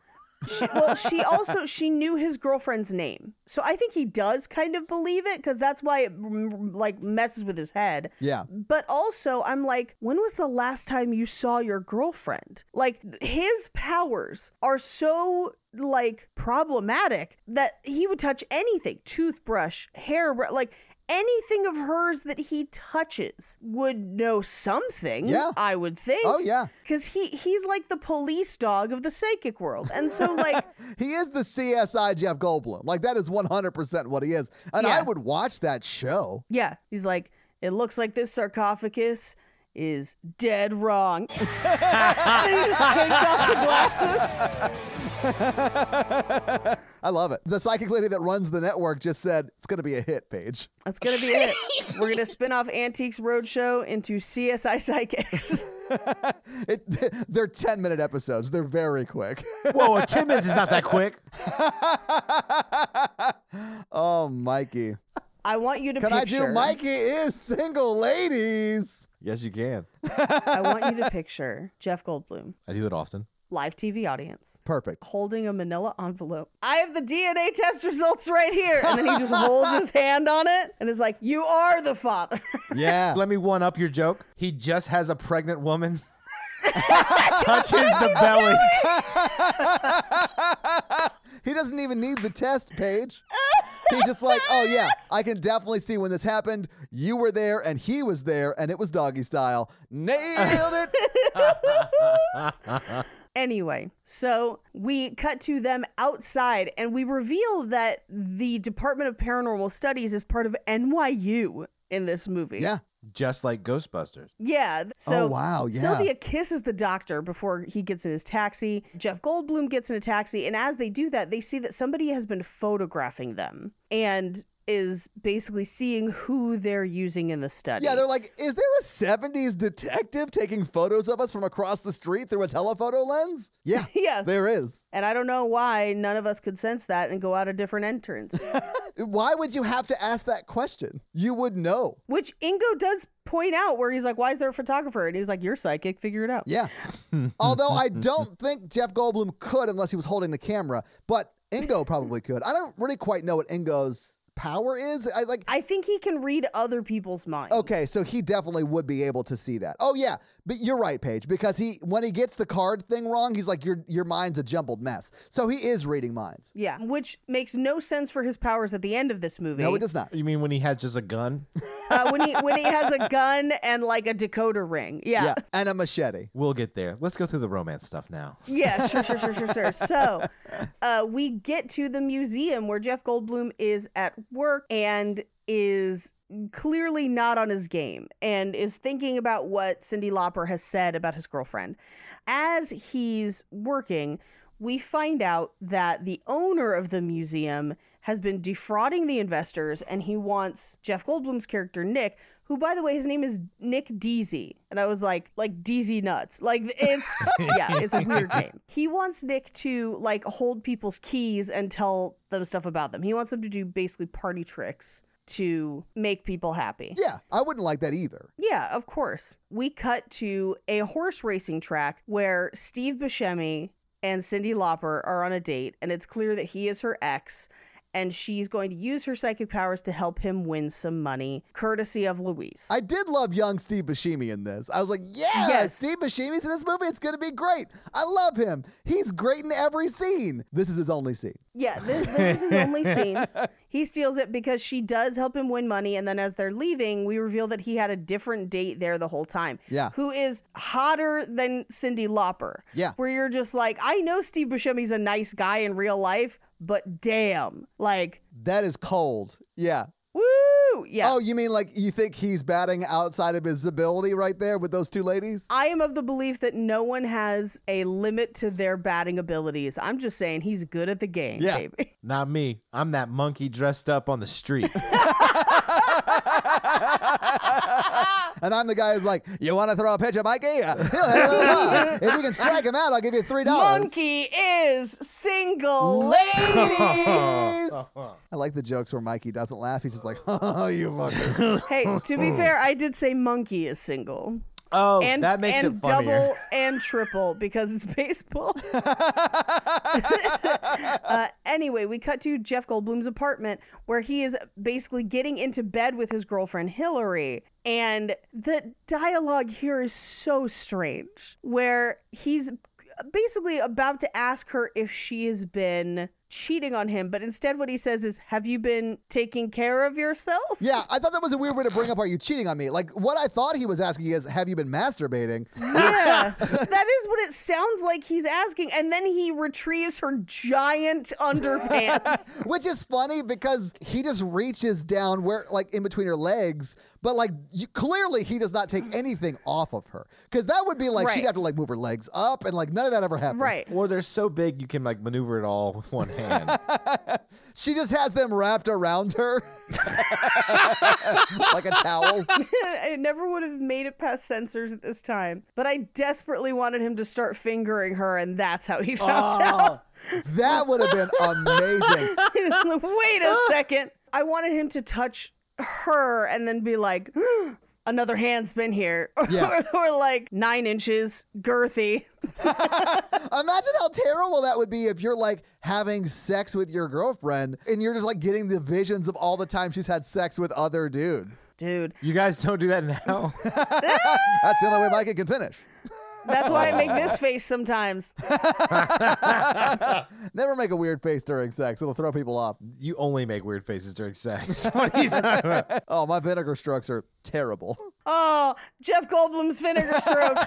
[SPEAKER 4] she, well, she also she knew his girlfriend's name, so I think he does kind of believe it because that's why it mm, like messes with his head.
[SPEAKER 5] Yeah.
[SPEAKER 4] But also, I'm like, when was the last time you saw your girlfriend? Like his powers are so like problematic that he would touch anything, toothbrush, hair, br- like. Anything of hers that he touches would know something.
[SPEAKER 5] Yeah.
[SPEAKER 4] I would [LAUGHS] think.
[SPEAKER 5] Oh, yeah.
[SPEAKER 4] because he he's like the police dog of the psychic world, and
[SPEAKER 5] [LAUGHS]
[SPEAKER 4] so like
[SPEAKER 5] He is the CSI Jeff Goldblum. Like, that is 100% what he is. And I
[SPEAKER 4] Yeah.
[SPEAKER 5] would watch that show.
[SPEAKER 4] Yeah. He's like, it looks like this sarcophagus is dead wrong. [LAUGHS] and he just takes off the glasses.
[SPEAKER 5] I love it. The psychic lady that runs the network just said, it's going to be a hit, Paige.
[SPEAKER 4] That's going to be it. We're going to spin off Antiques Roadshow into CSI Psychics.
[SPEAKER 5] [LAUGHS]
[SPEAKER 4] [LAUGHS]
[SPEAKER 5] It, they're 10 minute episodes, they're very quick. [LAUGHS]
[SPEAKER 6] [LAUGHS] Whoa, 10 minutes is not that quick.
[SPEAKER 5] [LAUGHS] oh, Mikey.
[SPEAKER 4] I want you to
[SPEAKER 5] Can
[SPEAKER 4] picture.
[SPEAKER 5] I do Mikey is single, ladies?
[SPEAKER 6] Yes, you can.
[SPEAKER 4] I want you
[SPEAKER 5] [LAUGHS]
[SPEAKER 4] to picture Jeff Goldblum,
[SPEAKER 6] I do that often.
[SPEAKER 4] live TV audience,
[SPEAKER 5] Perfect.
[SPEAKER 4] holding a manila envelope. I have the DNA test results right here. And then he just holds his hand on it and is like, You are the father. [LAUGHS]
[SPEAKER 5] Yeah.
[SPEAKER 6] Let me one up your joke. He just has a pregnant
[SPEAKER 5] [LAUGHS]
[SPEAKER 6] woman. [LAUGHS] Touches the belly.
[SPEAKER 5] He doesn't even need the test, Paige. He's just like, oh yeah, I can definitely see when this happened. You were there and he was there and it was doggy style. Nailed
[SPEAKER 4] [LAUGHS]
[SPEAKER 5] it.
[SPEAKER 4] Anyway, so we cut to them outside and we reveal that the Department of Paranormal Studies is part of NYU in this movie.
[SPEAKER 5] yeah.
[SPEAKER 6] Just like Ghostbusters.
[SPEAKER 4] Yeah. th- So
[SPEAKER 5] Oh, wow, yeah.
[SPEAKER 4] Sylvia kisses the doctor before he gets in his taxi. Jeff Goldblum gets in a taxi. And as they do that, they see that somebody has been photographing them and is basically seeing who they're using in the study.
[SPEAKER 5] Yeah, they're like, is there a 70s detective taking photos of us from across the street through a telephoto lens? Yeah.
[SPEAKER 4] [LAUGHS] Yeah.
[SPEAKER 5] There is.
[SPEAKER 4] and I don't know why none of us could sense that and go out a different
[SPEAKER 5] [LAUGHS]
[SPEAKER 4] entrance.
[SPEAKER 5] Why would you have to ask that question? You would know.
[SPEAKER 4] Which Ingo does point out where he's like, why is there a photographer? And he's like, you're psychic, figure it out.
[SPEAKER 5] Yeah. Although I don't think Jeff Goldblum could unless he was holding the camera, but Ingo probably could. I don't really quite know what Ingo's power is. I like
[SPEAKER 4] I think he can read other people's minds.
[SPEAKER 5] Okay, so he definitely would be able to see that. Oh yeah, but you're right, Paige, because he when he gets the card thing wrong, he's like your your mind's a jumbled mess. So he is reading minds.
[SPEAKER 4] Yeah. Which makes no sense for his powers at the end of this movie.
[SPEAKER 5] No, it does not.
[SPEAKER 6] You mean when he had just a gun?
[SPEAKER 4] Uh, when he when he has a gun and like a decoder ring. Yeah.
[SPEAKER 5] Yeah, and a machete.
[SPEAKER 6] We'll get there. Let's go through the romance stuff now.
[SPEAKER 4] [LAUGHS] Yeah, sure, sure, sure, sure, sure. So uh, we get to the museum where Jeff Goldblum is at work and is clearly not on his game and is thinking about what Cindy Lauper has said about his girlfriend. As he's working, we find out that the owner of the museum has been defrauding the investors and he wants Jeff Goldblum's character Nick, who by the way his name is Nick Deasy. And I was like like Deasy nuts. Like it's yeah, it's a weird name. He wants Nick to like hold people's keys and tell them stuff about them. He wants them to do basically party tricks to make people happy.
[SPEAKER 5] Yeah, I wouldn't like that either.
[SPEAKER 4] Yeah, of course. We cut to a horse racing track where Steve Buscemi and Cindy Lauper are on a date, and it's clear that he is her ex, and she's going to use her psychic powers to help him win some money, courtesy of Louise.
[SPEAKER 5] I did love young Steve Buscemi in this. I was like, yeah,
[SPEAKER 4] Yes.
[SPEAKER 5] Steve Buscemi's in this movie. It's going to be great. I love him. He's great in every scene. This is his only scene.
[SPEAKER 4] yeah, this, this is his only scene. He steals it because she does help him win money, and then as they're leaving, we reveal that he had a different date there the whole time.
[SPEAKER 5] Yeah.
[SPEAKER 4] Who is hotter than Cindy Lauper.
[SPEAKER 5] Yeah.
[SPEAKER 4] Where you're just like, I know Steve Buscemi's a nice guy in real life, but damn. Like,
[SPEAKER 5] That is cold. Yeah.
[SPEAKER 4] woo! Yeah.
[SPEAKER 5] Oh, you mean like you think he's batting outside of his ability right there with those two ladies?
[SPEAKER 4] I am of the belief that no one has a limit to their batting abilities. I'm just saying he's good at the game,
[SPEAKER 5] Yeah.
[SPEAKER 4] baby.
[SPEAKER 6] Not me. I'm that monkey dressed up on the street.
[SPEAKER 5] And I'm the guy who's like, you want to throw a pitch at Mikey? [LAUGHS] Yeah. He'll hit it in the ball. if you can strike him out, I'll give you $3.
[SPEAKER 4] Monkey is single.
[SPEAKER 5] Ladies! [LAUGHS] I like the jokes where Mikey doesn't laugh. He's just like, [LAUGHS] oh, you fucker.
[SPEAKER 4] hey, to
[SPEAKER 6] [LAUGHS]
[SPEAKER 4] be fair, I did say monkey is single.
[SPEAKER 6] oh,
[SPEAKER 4] And
[SPEAKER 6] that makes
[SPEAKER 4] and
[SPEAKER 6] it funnier.
[SPEAKER 4] double and triple because it's [LAUGHS]
[SPEAKER 6] [LAUGHS]
[SPEAKER 4] baseball. uh, anyway, we cut to Jeff Goldblum's apartment where he is basically getting into bed with his girlfriend Hillary. And the dialogue here is so strange, where he's basically about to ask her if she has been cheating on him, but instead, what he says is, Have you been taking care of yourself?
[SPEAKER 5] Yeah, I thought that was a weird way to bring up, are you cheating on me? Like, what I thought he was asking is, have you been masturbating?
[SPEAKER 4] Yeah, [LAUGHS] that is what it sounds like he's asking. And then he retrieves her giant
[SPEAKER 5] [LAUGHS]
[SPEAKER 4] underpants.
[SPEAKER 5] Which is funny because he just reaches down where, like, in between her legs, but like, you, clearly he does not take anything off of her because that would be like
[SPEAKER 4] Right.
[SPEAKER 5] she'd have to like move her legs up, and like none of that ever happens.
[SPEAKER 4] right. [LAUGHS]
[SPEAKER 6] or they're so big you can like maneuver it all with one hand.
[SPEAKER 5] She just has them wrapped around her [LAUGHS] like a towel.
[SPEAKER 4] it never would have made it past censors at this time. But I desperately wanted him to start fingering her, and that's how he found
[SPEAKER 5] Oh, that would have been amazing.
[SPEAKER 4] out. [LAUGHS] Wait a second. I wanted him to touch her and then be like, [GASPS] another hand's been here. [LAUGHS]
[SPEAKER 5] Yeah.
[SPEAKER 4] or, or like nine inches, girthy. [LAUGHS]
[SPEAKER 5] Imagine how terrible that would be if you're like having sex with your girlfriend and you're just like getting the visions of all the time she's had sex with other dudes.
[SPEAKER 4] Dude,
[SPEAKER 6] you guys don't do that now.
[SPEAKER 5] That's the only way Micah can finish.
[SPEAKER 4] that's why I make this face sometimes.
[SPEAKER 5] Never make a weird face during sex. It'll throw people off.
[SPEAKER 6] you only make weird faces during sex. [LAUGHS] What are you talking about?
[SPEAKER 5] Oh, my vinegar strokes are terrible. [LAUGHS]
[SPEAKER 4] Oh, Jeff Goldblum's vinegar strokes.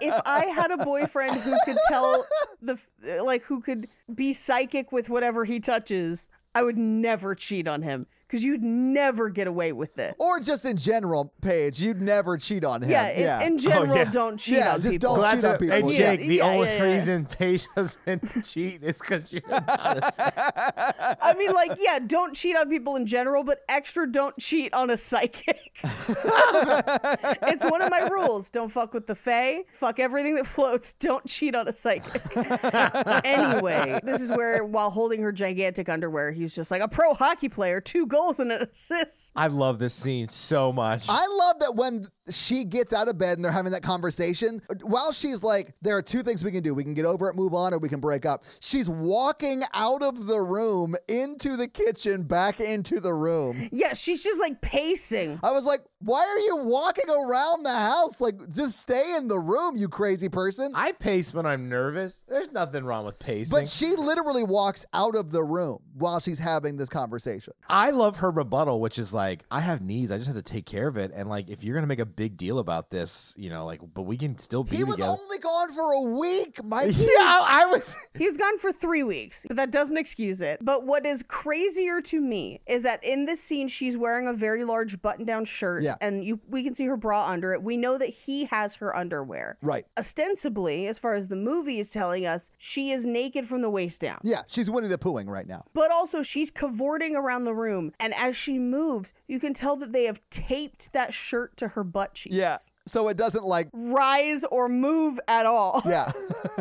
[SPEAKER 4] if I had a boyfriend who could tell the f- like who could be psychic with whatever he touches, I would never cheat on him cuz you'd never get away with it.
[SPEAKER 5] Or just in general, Paige, you'd never cheat on him.
[SPEAKER 4] yeah, in- In, general
[SPEAKER 6] Oh, yeah.
[SPEAKER 4] don't cheat
[SPEAKER 5] Yeah,
[SPEAKER 4] on
[SPEAKER 5] just
[SPEAKER 4] people.
[SPEAKER 5] don't
[SPEAKER 6] Glad
[SPEAKER 5] cheat
[SPEAKER 6] to-
[SPEAKER 5] on [LAUGHS] people.
[SPEAKER 6] Hey
[SPEAKER 5] Yeah,
[SPEAKER 6] Jake, the
[SPEAKER 4] yeah,
[SPEAKER 6] only
[SPEAKER 4] yeah, yeah.
[SPEAKER 6] reason Paige doesn't [LAUGHS] cheat is because you're not a
[SPEAKER 4] I mean like yeah, don't cheat on people in general, but extra don't cheat on a psychic. [LAUGHS] it's one of my rules. Don't fuck with the fae. Fuck everything that floats. Don't cheat on a psychic. [LAUGHS] anyway, this is where, while holding her gigantic underwear, he's just like a pro hockey player, two goals and an assist.
[SPEAKER 6] I love this scene so much.
[SPEAKER 5] I love that when she gets out of bed and they're having that conversation, while she's like, there are two things we can do. We can get over it, move on, or we can break up. She's walking out of the room into the kitchen, back into the room.
[SPEAKER 4] Yeah, she's just like pacing.
[SPEAKER 5] I was like, Why are you walking around the house? Like, just stay in the room, you crazy person.
[SPEAKER 6] I pace when I'm nervous. There's nothing wrong with pacing.
[SPEAKER 5] but she literally walks out of the room while she's having this conversation.
[SPEAKER 6] I love her rebuttal, which is like, I have needs. I just have to take care of it. And like, if you're gonna make a big deal about this, you know, like, but we can still be
[SPEAKER 5] He was
[SPEAKER 6] together.
[SPEAKER 5] only gone for a week,
[SPEAKER 6] [LAUGHS]
[SPEAKER 5] Mikey.
[SPEAKER 6] yeah, I
[SPEAKER 5] [LAUGHS]
[SPEAKER 6] was. [LAUGHS]
[SPEAKER 4] He's gone for three weeks, but that doesn't excuse it. But what is crazier to me is that in this scene, she's wearing a very large button-down shirt,
[SPEAKER 5] Yeah.
[SPEAKER 4] and you we can see her bra under it. We know that he has her underwear.
[SPEAKER 5] Right.
[SPEAKER 4] Ostensibly, as far as the movie is telling us, she is naked from the waist down.
[SPEAKER 5] Yeah, she's Winnie the Poohing right now.
[SPEAKER 4] But also, she's cavorting around the room, and as she moves, you can tell that they have taped that shirt to her butt cheeks.
[SPEAKER 5] Yeah. So it doesn't like
[SPEAKER 4] Rise or move at all.
[SPEAKER 5] Yeah. [LAUGHS]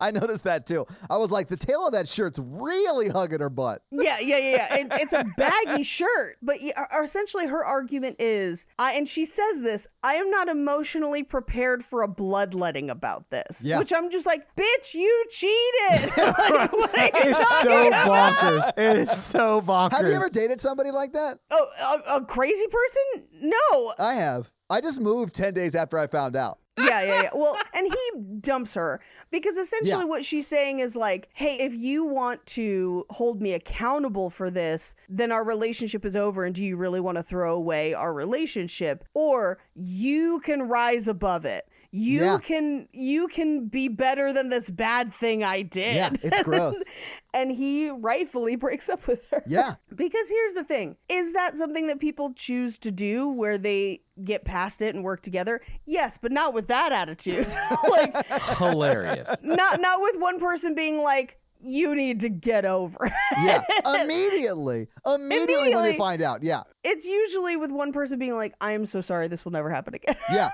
[SPEAKER 5] I noticed that too. I was like, the tail of that shirt's really hugging her butt.
[SPEAKER 4] yeah, yeah, yeah, yeah. It, it's a baggy shirt, but y- uh, essentially her argument is, I, and she says this: I am not emotionally prepared for a bloodletting about this.
[SPEAKER 5] Yeah.
[SPEAKER 4] Which I'm just like, bitch, you cheated. [LAUGHS] Like, what are you
[SPEAKER 6] It's so
[SPEAKER 4] talking about?
[SPEAKER 6] bonkers. It is so bonkers.
[SPEAKER 5] Have you ever [LAUGHS] dated somebody like that?
[SPEAKER 4] Oh, a, a crazy person? No.
[SPEAKER 5] I have. I just moved 10 days after I found out.
[SPEAKER 4] yeah, yeah, yeah.
[SPEAKER 5] [LAUGHS]
[SPEAKER 4] Well, and he dumps her because essentially
[SPEAKER 5] Yeah.
[SPEAKER 4] what she's saying is like, hey, if you want to hold me accountable for this, then our relationship is over. And do you really want to throw away our relationship? Or you can rise above it. You
[SPEAKER 5] Yeah.
[SPEAKER 4] can you can be better than this bad thing I did.
[SPEAKER 5] Yeah, it's gross.
[SPEAKER 4] [LAUGHS] and he rightfully breaks up with her.
[SPEAKER 5] Yeah.
[SPEAKER 4] Because here's the thing is that something that people choose to do where they get past it and work together? Yes, but not with that attitude. [LAUGHS] like,
[SPEAKER 6] Hilarious.
[SPEAKER 4] not, not with one person being like, you need to get over it.
[SPEAKER 5] Yeah. Immediately. Immediately, when
[SPEAKER 4] Immediately.
[SPEAKER 5] they find out. Yeah.
[SPEAKER 4] [LAUGHS] It's usually with one person being like, I am so sorry, this will never happen again.
[SPEAKER 5] Yeah.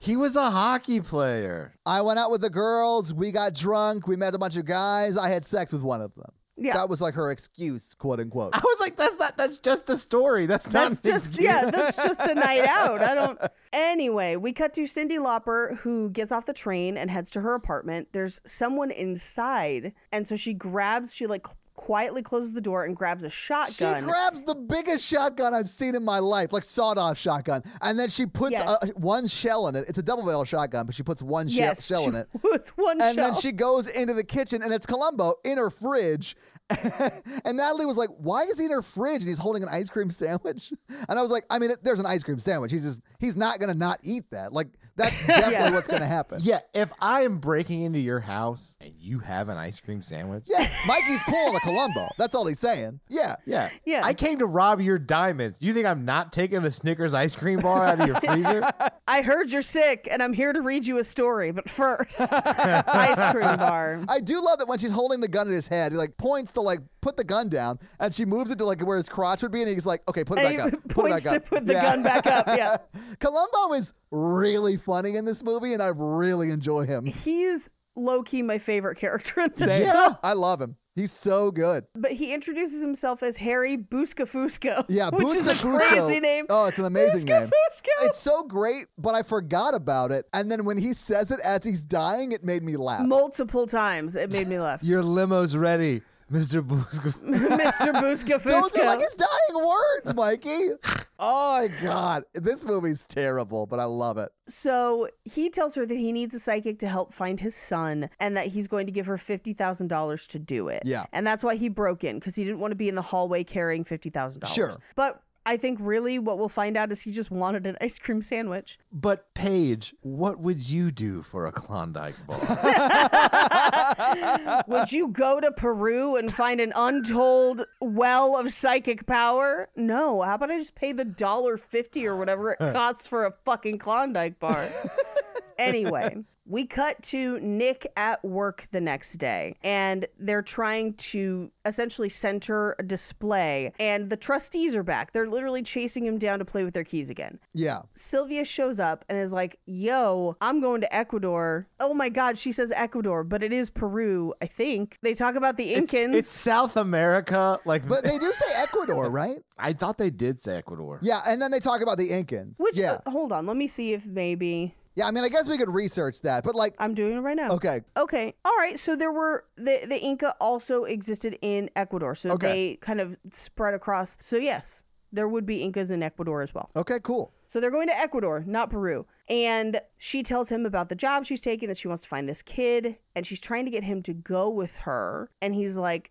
[SPEAKER 6] he was a hockey player.
[SPEAKER 5] I went out with the girls. We got drunk. We met a bunch of guys. I had sex with one of them.
[SPEAKER 4] Yeah.
[SPEAKER 5] That was like her excuse, quote unquote.
[SPEAKER 6] I was like, that's not. That's just the story. That's not.
[SPEAKER 4] That's
[SPEAKER 6] an
[SPEAKER 4] just
[SPEAKER 6] excuse.
[SPEAKER 5] [LAUGHS]
[SPEAKER 4] yeah, that's just a night out. I don't [LAUGHS] Anyway, we cut to Cindy Lauper who gets off the train and heads to her apartment. There's someone inside, and so she grabs she like quietly closes the door and grabs a
[SPEAKER 5] She
[SPEAKER 4] shotgun.
[SPEAKER 5] grabs the biggest shotgun I've seen in my life, like sawed-off shotgun, and then she puts
[SPEAKER 4] Yes.
[SPEAKER 5] a, one shell in it. It's a double barrel shotgun, but she puts one she-
[SPEAKER 4] yes,
[SPEAKER 5] shell
[SPEAKER 4] she- [LAUGHS]
[SPEAKER 5] in it.
[SPEAKER 4] It's one
[SPEAKER 5] And
[SPEAKER 4] shell.
[SPEAKER 5] then she goes into the kitchen, and it's Columbo in her fridge. [LAUGHS] and Natalie was like, "Why is he in her fridge?" And he's holding an ice cream sandwich. [LAUGHS] And I was like, "I mean, it, there's an ice cream sandwich. He's just he's not gonna not eat that. Like
[SPEAKER 4] [LAUGHS]
[SPEAKER 5] that's definitely
[SPEAKER 4] Yeah.
[SPEAKER 5] what's gonna happen."
[SPEAKER 6] Yeah. If I am breaking into your house and you have an ice cream sandwich.
[SPEAKER 5] yeah. Mikey's pulling a Columbo. That's all he's saying. Yeah.
[SPEAKER 6] Yeah.
[SPEAKER 4] Yeah.
[SPEAKER 6] I came to rob your diamonds. You think I'm not taking a Snickers ice cream bar out of your
[SPEAKER 5] [LAUGHS]
[SPEAKER 6] freezer?
[SPEAKER 4] I heard you're sick and I'm here to read you a story, but
[SPEAKER 5] [LAUGHS]
[SPEAKER 4] first ice cream bar.
[SPEAKER 5] I do love that when she's holding the gun at his head, he like points to like put the gun down, and she moves it to like where his crotch would be, and he's like, "Okay, put it
[SPEAKER 4] And [LAUGHS] he
[SPEAKER 5] back up." Put
[SPEAKER 4] points
[SPEAKER 5] it back
[SPEAKER 4] to
[SPEAKER 5] up.
[SPEAKER 4] put the
[SPEAKER 5] Yeah.
[SPEAKER 4] gun back up. Yeah.
[SPEAKER 5] [LAUGHS] Columbo is really funny in this movie, and I really enjoy him.
[SPEAKER 4] He's low key my favorite character in this
[SPEAKER 5] Yeah, I love him. He's so good.
[SPEAKER 4] But he introduces himself as Harry [LAUGHS] Buscafusco.
[SPEAKER 5] Yeah,
[SPEAKER 4] which is a
[SPEAKER 5] Buscafusco.
[SPEAKER 4] crazy name.
[SPEAKER 5] Oh, it's an amazing name.
[SPEAKER 4] Buscafusco.
[SPEAKER 5] It's so great, but I forgot about it. And then when he says it as he's dying, it made me
[SPEAKER 4] [LAUGHS]
[SPEAKER 5] laugh.
[SPEAKER 4] Multiple times it made me
[SPEAKER 5] [LAUGHS]
[SPEAKER 4] laugh. [LAUGHS]
[SPEAKER 6] Your limo's ready, Mr. Boosk.
[SPEAKER 4] Mr. Buscafusco.
[SPEAKER 5] Those are like his dying words, Mikey. [LAUGHS] oh my god, this movie's terrible, but I love it.
[SPEAKER 4] So he tells her that he needs a psychic to help find his son and that he's going to give her $50,000 to do it.
[SPEAKER 5] Yeah.
[SPEAKER 4] And that's why he broke in because he didn't want to be in the hallway carrying $50,000.
[SPEAKER 5] Sure.
[SPEAKER 4] But I think really what we'll find out is he just wanted an ice cream sandwich.
[SPEAKER 6] [LAUGHS] But Paige, what would you do for a Klondike
[SPEAKER 5] [LAUGHS]
[SPEAKER 6] bar?
[SPEAKER 4] Would you go to Peru and find an untold well of psychic power? No. How about I just pay the dollar fifty or whatever it costs for a fucking Klondike bar? anyway, we cut to Nick at work the next day, and they're trying to essentially center a display. And the trustees are back. They're literally chasing him down to play with their keys again.
[SPEAKER 5] Yeah.
[SPEAKER 4] Sylvia shows up and is like, Yo, I'm going to Ecuador. Oh my God, she says Ecuador, but it is Peru, I think. They talk about the Incans.
[SPEAKER 6] it's South America. Like
[SPEAKER 5] But they do say
[SPEAKER 4] [LAUGHS]
[SPEAKER 5] Ecuador, right?
[SPEAKER 6] I thought they did say Ecuador.
[SPEAKER 5] Yeah, and then they talk about the Incans.
[SPEAKER 4] which,
[SPEAKER 5] yeah.
[SPEAKER 4] uh, hold on, let me see if maybe
[SPEAKER 5] yeah, I mean, I guess we could research that, but like,
[SPEAKER 4] I'm doing it right now.
[SPEAKER 5] okay.
[SPEAKER 4] Okay. All right. So there were the the Inca also existed in Ecuador. So
[SPEAKER 5] Okay.
[SPEAKER 4] they kind of spread across. So yes, there would be Incas in Ecuador as well.
[SPEAKER 5] Okay, cool.
[SPEAKER 4] So they're going to Ecuador, not Peru. And she tells him about the job she's taking, that she wants to find this kid, and she's trying to get him to go with her. And he's like,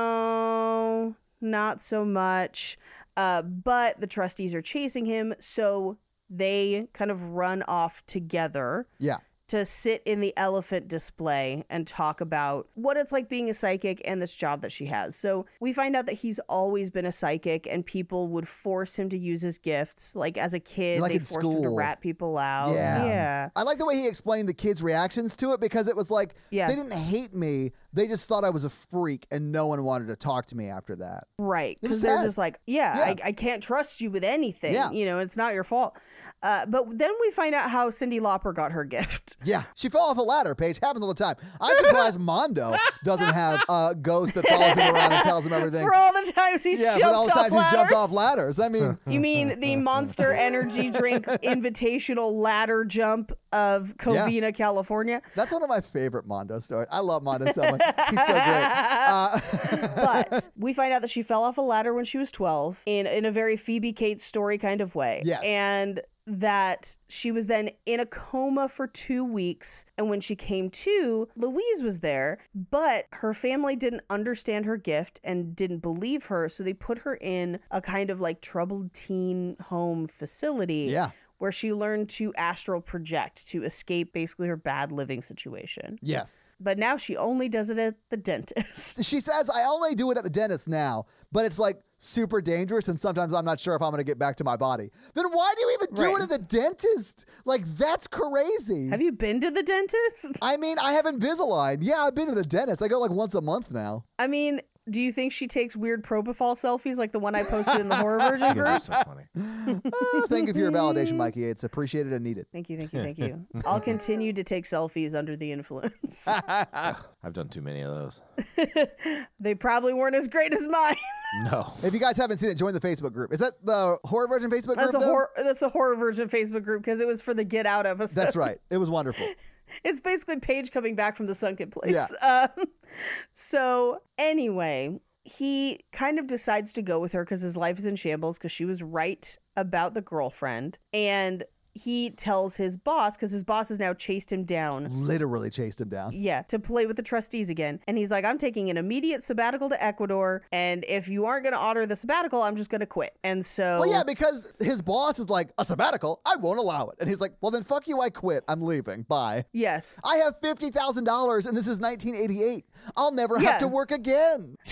[SPEAKER 4] no, not so much. Uh, but the trustees are chasing him. So they kind of run off together
[SPEAKER 5] Yeah.
[SPEAKER 4] to sit in the elephant display and talk about what it's like being a psychic and this job that she has. So we find out that he's always been a psychic and people would force him to use his gifts. Like as a kid,
[SPEAKER 5] Like
[SPEAKER 4] they
[SPEAKER 5] in
[SPEAKER 4] forced him to
[SPEAKER 5] school.
[SPEAKER 4] rat people out.
[SPEAKER 5] Yeah.
[SPEAKER 4] Oh, Yeah.
[SPEAKER 5] I like the way he explained the kids' reactions to it because it was like
[SPEAKER 4] Yeah.
[SPEAKER 5] they didn't hate me; they just thought I was a freak, and no one wanted to talk to me after that.
[SPEAKER 4] Right.
[SPEAKER 5] was
[SPEAKER 4] Because they're
[SPEAKER 5] sad.
[SPEAKER 4] just like, yeah,
[SPEAKER 5] Yeah.
[SPEAKER 4] I, I can't trust you with anything.
[SPEAKER 5] Yeah.
[SPEAKER 4] You know, it's not your fault. Uh, but then we find out how Cindy Lauper got her gift.
[SPEAKER 5] Yeah, she fell off a ladder. Paige happens all the time. I'm
[SPEAKER 4] [LAUGHS]
[SPEAKER 5] surprised Mondo doesn't have a ghost that follows him around and tells him everything.
[SPEAKER 4] For all the times he's
[SPEAKER 5] yeah,
[SPEAKER 4] jumped
[SPEAKER 5] but all the
[SPEAKER 4] off
[SPEAKER 5] times he's jumped
[SPEAKER 4] ladders.
[SPEAKER 5] off ladders.
[SPEAKER 4] [LAUGHS]
[SPEAKER 5] I mean,
[SPEAKER 4] You mean the Monster Energy Drink Invitational ladder jump of Covina, California?
[SPEAKER 5] that's one of my favorite Mondo stories. I love Mondo so much. He's so great.
[SPEAKER 4] [LAUGHS]
[SPEAKER 5] Uh, [LAUGHS]
[SPEAKER 4] But we find out that she fell off a ladder when she was 12 in, in a very Phoebe Cates story kind of way.
[SPEAKER 5] Yes.
[SPEAKER 4] And that she was then in a coma for two weeks. And when she came to, Louise was there, but her family didn't understand her gift and didn't believe her. So they put her in a kind of like troubled teen home facility.
[SPEAKER 5] Yeah.
[SPEAKER 4] where she learned to astral project to escape basically her bad living situation.
[SPEAKER 5] yes.
[SPEAKER 4] But now she only does it at the dentist.
[SPEAKER 5] She says, I only do it at the dentist now, but it's like super dangerous, and sometimes I'm not sure if I'm going to get back to my body. Then why do you even do
[SPEAKER 4] Right.
[SPEAKER 5] it at the dentist? Like, that's crazy.
[SPEAKER 4] Have you been to the dentist? [LAUGHS]
[SPEAKER 5] I mean, I have Invisalign. Yeah, I've been to the dentist. I go like once a month
[SPEAKER 4] [LAUGHS]
[SPEAKER 5] now.
[SPEAKER 4] I mean, do you think she takes weird propofol selfies like the one I posted in the horror version group?
[SPEAKER 6] so funny.
[SPEAKER 5] Thank you for your validation, Mikey. It's appreciated and needed.
[SPEAKER 4] Thank you, thank you, thank you. I'll continue to take selfies under the influence.
[SPEAKER 6] I've done too many of
[SPEAKER 5] [LAUGHS]
[SPEAKER 6] those.
[SPEAKER 4] [LAUGHS] they probably weren't as great as mine.
[SPEAKER 6] No.
[SPEAKER 5] If you guys haven't seen it, join the Facebook group. Is that the horror version Facebook group?
[SPEAKER 4] That's a
[SPEAKER 5] though?
[SPEAKER 4] horror. That's a horror version Facebook group because it was for the Get Out episode. [LAUGHS]
[SPEAKER 5] That's right. It was wonderful.
[SPEAKER 4] it's basically Paige coming back from the sunken place. [LAUGHS] Um, so anyway, he kind of decides to go with her because his life is in shambles because she was right about the girlfriend, and he tells his boss because his boss has now chased him down.
[SPEAKER 5] Literally chased him down.
[SPEAKER 4] Yeah, to play with the trustees again. And he's like, I'm taking an immediate sabbatical to Ecuador. And if you aren't going to honor the sabbatical, I'm just going to quit. And so.
[SPEAKER 5] Well, yeah, because his boss is like, a sabbatical? I won't allow it. And he's like, well, then fuck you. I quit. I'm leaving. Bye.
[SPEAKER 4] Yes.
[SPEAKER 5] I have $50,000 and this is 1988. I'll never
[SPEAKER 4] Yeah.
[SPEAKER 5] have to
[SPEAKER 4] [LAUGHS]
[SPEAKER 5] work again. [LAUGHS]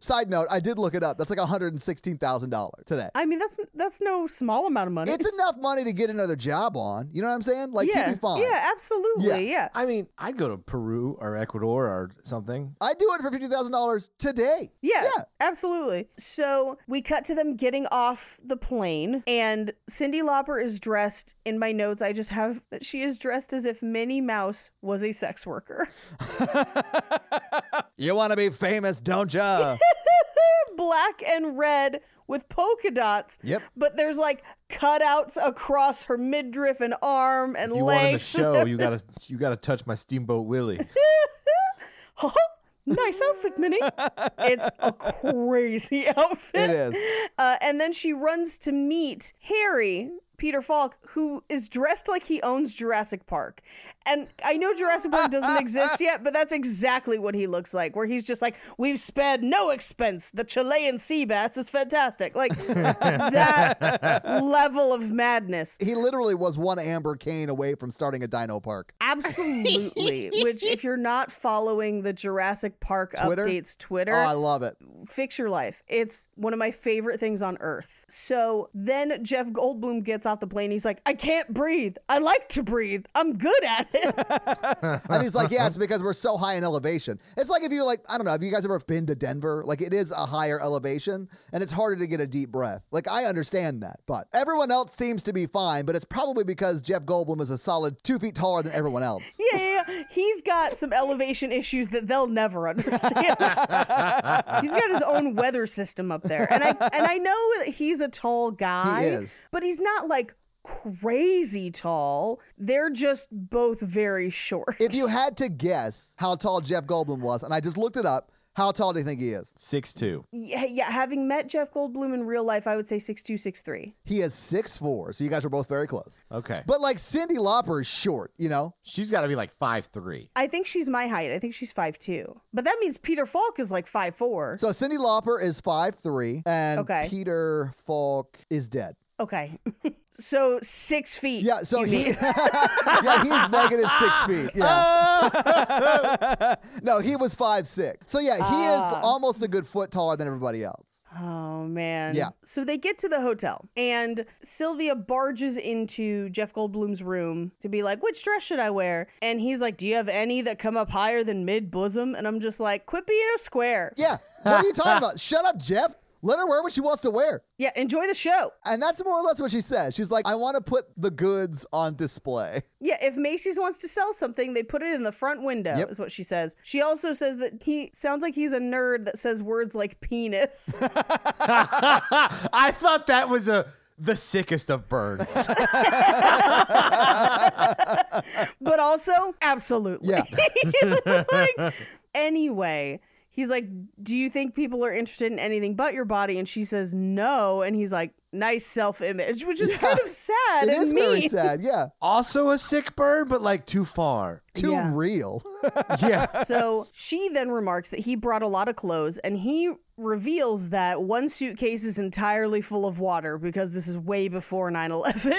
[SPEAKER 5] Side note, I did look it up. That's like $116,000 today.
[SPEAKER 4] I mean, that's that's no small amount of money.
[SPEAKER 5] It's enough money to get another job on. You know what I'm saying? Like,
[SPEAKER 4] yeah.
[SPEAKER 5] he'd be fine.
[SPEAKER 4] Yeah, absolutely.
[SPEAKER 5] Yeah.
[SPEAKER 4] yeah.
[SPEAKER 6] I mean, I'd go to Peru or Ecuador or something.
[SPEAKER 5] I do it for $50,000 today.
[SPEAKER 4] Yeah,
[SPEAKER 5] Yeah.
[SPEAKER 4] absolutely. So we cut to them getting off the plane, and Cindy Lauper is dressed. In my notes, I just have that she is dressed as if Minnie Mouse was a sex worker. [LAUGHS]
[SPEAKER 5] You want to be famous, don't ya?
[SPEAKER 4] Black and red with polka dots.
[SPEAKER 5] Yep.
[SPEAKER 4] But there's like cutouts across her midriff and arm and
[SPEAKER 6] If you wanted the
[SPEAKER 4] legs.
[SPEAKER 6] show, you
[SPEAKER 5] [LAUGHS]
[SPEAKER 6] gotta you gotta touch my steamboat Willie.
[SPEAKER 4] nice outfit, Minnie. it's a crazy [LAUGHS] outfit.
[SPEAKER 5] it is.
[SPEAKER 4] Uh, and then she runs to meet Harry. Peter Falk, who is dressed like he owns Jurassic Park. And I know Jurassic Park doesn't
[SPEAKER 5] [LAUGHS]
[SPEAKER 4] exist yet, but that's exactly what he looks like, where he's just like, We've spared no expense. The Chilean sea bass is fantastic.
[SPEAKER 5] [LAUGHS]
[SPEAKER 4] Like that level of madness.
[SPEAKER 5] [LAUGHS] He literally was one Amber Kane away from starting a dino park. [LAUGHS]
[SPEAKER 4] Absolutely. Which, if you're not following the Jurassic Park
[SPEAKER 5] Twitter?
[SPEAKER 4] updates Twitter,
[SPEAKER 5] Oh, I love it.
[SPEAKER 4] Fix Your Life. It's one of my favorite things on earth. So then Jeff Goldblum gets off the plane. He's like, I can't breathe. I like to breathe. I'm good at it. [LAUGHS]
[SPEAKER 5] And he's like, yeah, it's because we're so high in elevation. It's like if you like, I don't know, have you guys ever been to Denver? Like it is a higher elevation and it's harder to get a deep breath. Like I understand that, but everyone else seems to be fine, but it's probably because Jeff Goldblum is a solid two feet taller than everyone else.
[SPEAKER 4] [LAUGHS] yeah, yeah, yeah. He's got some elevation issues that they'll never [LAUGHS] understand. he's got his own weather system up there. And I and I know that he's a tall guy,
[SPEAKER 5] He is.
[SPEAKER 4] but he's not like crazy tall. They're just both very short. [LAUGHS]
[SPEAKER 5] If you had to guess how tall Jeff Goldblum was, and I just looked it up, How tall do you think he is?
[SPEAKER 7] Six two.
[SPEAKER 4] Yeah, yeah, having met Jeff Goldblum in real life, I would say six two, six three.
[SPEAKER 5] He is six four, so you guys are both very close.
[SPEAKER 7] Okay.
[SPEAKER 5] But like Cindy Lauper is short, you know?
[SPEAKER 7] She's got to be like five three.
[SPEAKER 4] I think she's my height. I think she's five two. But that means Peter Falk is like five four.
[SPEAKER 5] So Cindy Lauper is five three, and
[SPEAKER 4] Okay.
[SPEAKER 5] Peter Falk is dead.
[SPEAKER 4] okay. [LAUGHS] so six feet.
[SPEAKER 5] Yeah, so
[SPEAKER 4] you
[SPEAKER 5] he,
[SPEAKER 4] mean.
[SPEAKER 5] [LAUGHS] yeah, he's negative
[SPEAKER 4] [LAUGHS]
[SPEAKER 5] six feet. Yeah.
[SPEAKER 4] Oh.
[SPEAKER 5] [LAUGHS] no, he was five six. So yeah, he
[SPEAKER 4] Ah.
[SPEAKER 5] is almost a good foot taller than everybody
[SPEAKER 4] [LAUGHS]
[SPEAKER 5] else.
[SPEAKER 4] Oh man.
[SPEAKER 5] Yeah.
[SPEAKER 4] So they get to the hotel and Sylvia barges into Jeff Goldblum's room to be like, which dress should I wear? And he's like, Do you have any that come up higher than mid bosom? And I'm just like, Quit being a square.
[SPEAKER 5] Yeah. What are you talking about? Shut up, Jeff. Let her wear what she wants to wear.
[SPEAKER 4] Yeah, enjoy the show.
[SPEAKER 5] And that's more or less what she said. She's like, I want to put the goods on display.
[SPEAKER 4] Yeah, if Macy's wants to sell something, they put it in the front window,
[SPEAKER 5] Yep.
[SPEAKER 4] is what she says. She also says that he sounds like he's a nerd that says words like penis.
[SPEAKER 7] I thought that was a the sickest of
[SPEAKER 5] [LAUGHS]
[SPEAKER 7] birds.
[SPEAKER 4] but also absolutely.
[SPEAKER 5] Yeah.
[SPEAKER 4] [LAUGHS] Like, anyway, he's like, "Do you think people are interested in anything but your body?" And she says, "No." And he's like, "Nice self-image," which is kind of sad
[SPEAKER 5] It
[SPEAKER 4] and
[SPEAKER 5] is
[SPEAKER 4] mean.
[SPEAKER 5] very
[SPEAKER 4] [LAUGHS]
[SPEAKER 5] sad. [LAUGHS] Yeah.
[SPEAKER 7] also a sick bird, but like too far.
[SPEAKER 5] Too
[SPEAKER 4] Yeah.
[SPEAKER 5] real.
[SPEAKER 7] Yeah.
[SPEAKER 4] So she then remarks that he brought a lot of clothes and he reveals that one suitcase is entirely full of water because this is way before 9-11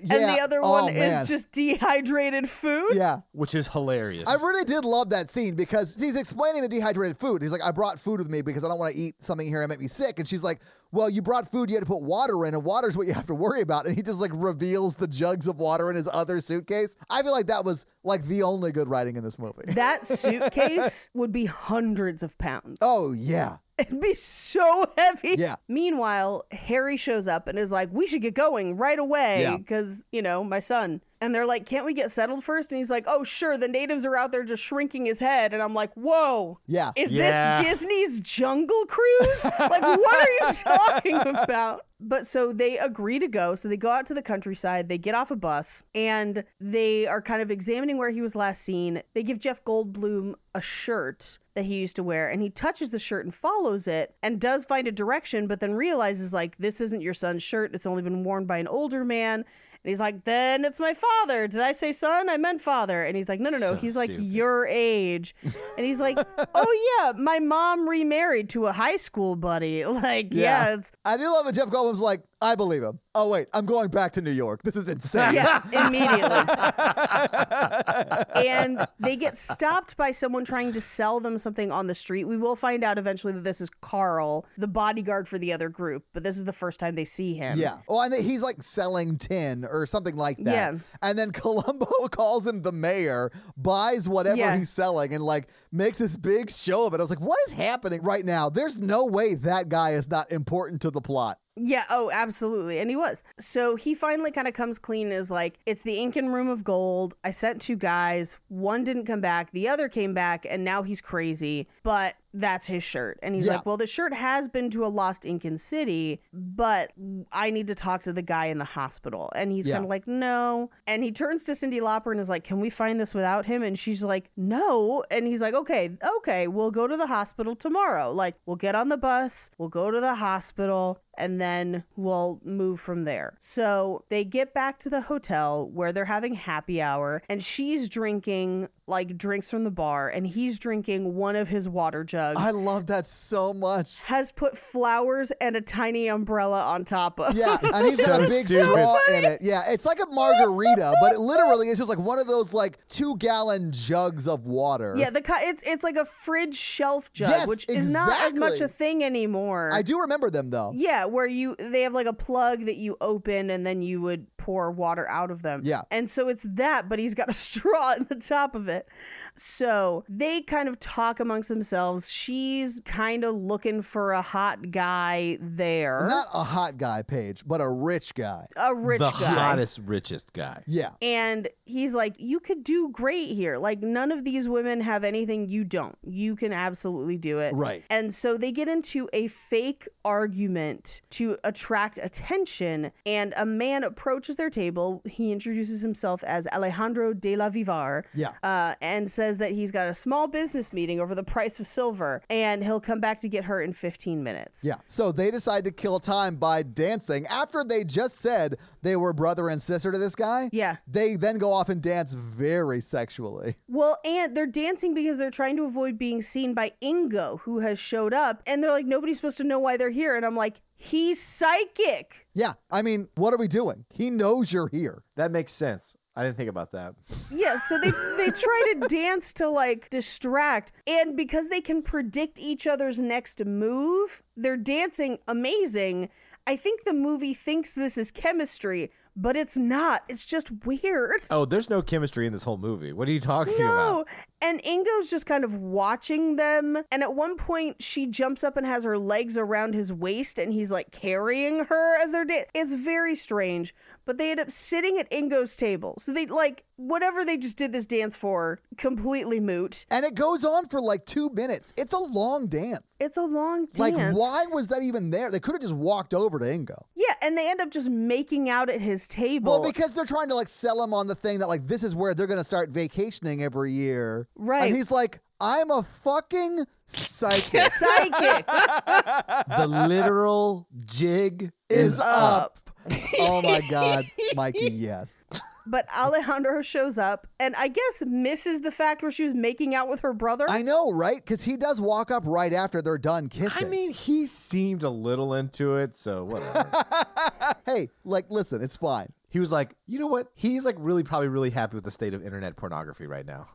[SPEAKER 4] [LAUGHS] and
[SPEAKER 5] yeah.
[SPEAKER 4] the other
[SPEAKER 5] Oh,
[SPEAKER 4] one
[SPEAKER 5] man.
[SPEAKER 4] is just dehydrated food
[SPEAKER 5] [LAUGHS] yeah.
[SPEAKER 7] [LAUGHS] Which is hilarious.
[SPEAKER 5] I really did love that scene because he's explaining the dehydrated food. He's like, I brought food with me because I don't want to eat something here and make me sick. And she's like, Well, you brought food, you had to put water in, and water's what you have to worry about. And he just like reveals the jugs of water in his other suitcase. I feel like that was like the only good writing in this movie.
[SPEAKER 4] that suitcase would be hundreds of pounds
[SPEAKER 5] Oh yeah.
[SPEAKER 4] It'd be so heavy.
[SPEAKER 5] Yeah.
[SPEAKER 4] Meanwhile, Harry shows up and is like, we should get going right away
[SPEAKER 5] Yeah.
[SPEAKER 4] because, you know, my son. And they're like, can't we get settled first? And he's like, oh, sure. The natives are out there just shrinking his head. And I'm like, whoa.
[SPEAKER 5] Yeah.
[SPEAKER 4] Is
[SPEAKER 7] Yeah.
[SPEAKER 4] this Disney's jungle cruise? like, what are you talking about? But so they agree to go. So they go out to the countryside. They get off a bus and they are kind of examining where he was last seen. They give Jeff Goldblum a shirt that he used to wear and he touches the shirt and follows it and does find a direction, but then realizes, like, this isn't your son's shirt. It's only been worn by an older man. And he's like, then it's my father. Did I say son? I meant father. And he's like, no, no, no.
[SPEAKER 7] So
[SPEAKER 4] he's like,
[SPEAKER 7] stupid.
[SPEAKER 4] your age. And he's like, oh, yeah, my mom remarried to a high school buddy. [LAUGHS] Like, yeah, it's,
[SPEAKER 5] I do love that Jeff Goldblum's like, I believe him. Oh wait, I'm going back to New York. This is insane.
[SPEAKER 4] yeah, immediately. and they get stopped by someone trying to sell them something on the street. We will find out eventually that this is Carl, the bodyguard for the other group, but this is the first time they see him.
[SPEAKER 5] Yeah. Oh, and then he's like selling tin or something like that.
[SPEAKER 4] Yeah.
[SPEAKER 5] And then [LAUGHS] Columbo calls him the mayor, buys whatever
[SPEAKER 4] Yeah.
[SPEAKER 5] he's selling, and like makes this big show of it. I was like, what is happening right now? There's no way that guy is not important to the plot.
[SPEAKER 4] Yeah, oh, absolutely. And he was. So he finally kind of comes clean and is like, it's the Incan Room of Gold. I sent two guys. One didn't come back, the other came back, and now he's crazy. But that's his shirt. And he's
[SPEAKER 5] Yeah.
[SPEAKER 4] like, well, the shirt has been to a lost Incan city, but I need to talk to the guy in the hospital. And he's
[SPEAKER 5] Yeah.
[SPEAKER 4] kind of like, no. And he turns to Cindy Lauper and is like, can we find this without him? And she's like, no. And he's like, okay, okay, we'll go to the hospital tomorrow. Like, we'll get on the bus, we'll go to the hospital, and then we'll move from there. So they get back to the hotel where they're having happy hour, and she's drinking like drinks from the bar, and he's drinking one of his water jugs.
[SPEAKER 5] I love that so much.
[SPEAKER 4] has put flowers and a tiny umbrella on top of. [LAUGHS]
[SPEAKER 5] Yeah, and he's got a
[SPEAKER 7] So
[SPEAKER 5] big
[SPEAKER 7] stupid.
[SPEAKER 5] straw in it. Yeah, it's like a margarita, but it literally is just like one of those like two gallon jugs of water.
[SPEAKER 4] Yeah, the ki- it's it's like a fridge shelf jug,
[SPEAKER 5] Yes,
[SPEAKER 4] which is not as much
[SPEAKER 5] exactly.
[SPEAKER 4] a thing anymore.
[SPEAKER 5] I do remember them though.
[SPEAKER 4] Yeah, where you they have like a plug that you open and then you would pour water out of them.
[SPEAKER 5] Yeah.
[SPEAKER 4] And so it's that, but he's got a [LAUGHS] straw in the top of it. So they kind of talk amongst themselves. She's kind of looking for a hot guy there.
[SPEAKER 5] Not a hot guy, Paige, but a rich guy.
[SPEAKER 4] a rich
[SPEAKER 7] the
[SPEAKER 4] guy.
[SPEAKER 7] hottest, richest guy.
[SPEAKER 5] Yeah.
[SPEAKER 4] And he's like, You could do great here. Like, none of these women have anything you don't. You can absolutely do it.
[SPEAKER 5] Right.
[SPEAKER 4] And so they get into a fake argument to attract attention. And a man approaches their table. He introduces himself as Alejandro de la Vivar.
[SPEAKER 5] Yeah.
[SPEAKER 4] Uh, uh, and says that he's got a small business meeting over the price of silver and he'll come back to get her in 15 minutes.
[SPEAKER 5] Yeah. So they decide to kill time by dancing after they just said they were brother and sister to this guy.
[SPEAKER 4] Yeah.
[SPEAKER 5] They then go off and dance very sexually.
[SPEAKER 4] Well, and they're dancing because they're trying to avoid being seen by Ingo, who has showed up. And they're like, nobody's supposed to know why they're here. And I'm like, he's psychic.
[SPEAKER 5] Yeah. I mean, what are we doing? He knows you're here.
[SPEAKER 7] That makes sense. I didn't think about that.
[SPEAKER 4] Yeah, so they they try to dance to like distract, and because they can predict each other's next move, they're dancing amazing. I think the movie thinks this is chemistry, but it's not. It's just weird.
[SPEAKER 7] Oh, there's no chemistry in this whole movie. What are you talking
[SPEAKER 4] No,
[SPEAKER 7] about?
[SPEAKER 4] Oh, and Ingo's just kind of watching them. And at one point, she jumps up and has her legs around his waist, and he's like carrying her as they're dancing. It's very strange. But they end up sitting at Ingo's table, so they like whatever they just did this dance for completely moot.
[SPEAKER 5] And it goes on for like two minutes. It's a long dance.
[SPEAKER 4] It's a long dance.
[SPEAKER 5] Like, why was that even there? They could have just walked over to Ingo.
[SPEAKER 4] Yeah, and they end up just making out at his table.
[SPEAKER 5] Well, because [LAUGHS] they're trying to like sell him on the thing that like this is where they're gonna start vacationing every year.
[SPEAKER 4] Right.
[SPEAKER 5] And he's like, I'm a fucking
[SPEAKER 4] [LAUGHS]
[SPEAKER 5] psychic.
[SPEAKER 4] psychic.
[SPEAKER 7] [LAUGHS] The literal jig
[SPEAKER 5] is up. oh my god, Mikey, yes.
[SPEAKER 4] but Alejandro shows up and I guess misses the fact where she was making out with her brother.
[SPEAKER 5] I know, right? Because he does walk up right after they're done
[SPEAKER 7] I
[SPEAKER 5] kissing.
[SPEAKER 7] mean, he seemed a little into it, so [LAUGHS] whatever.
[SPEAKER 5] hey, like, listen, it's fine.
[SPEAKER 7] he was like, you know what? He's like really, probably really happy with the state of internet pornography right [LAUGHS] now.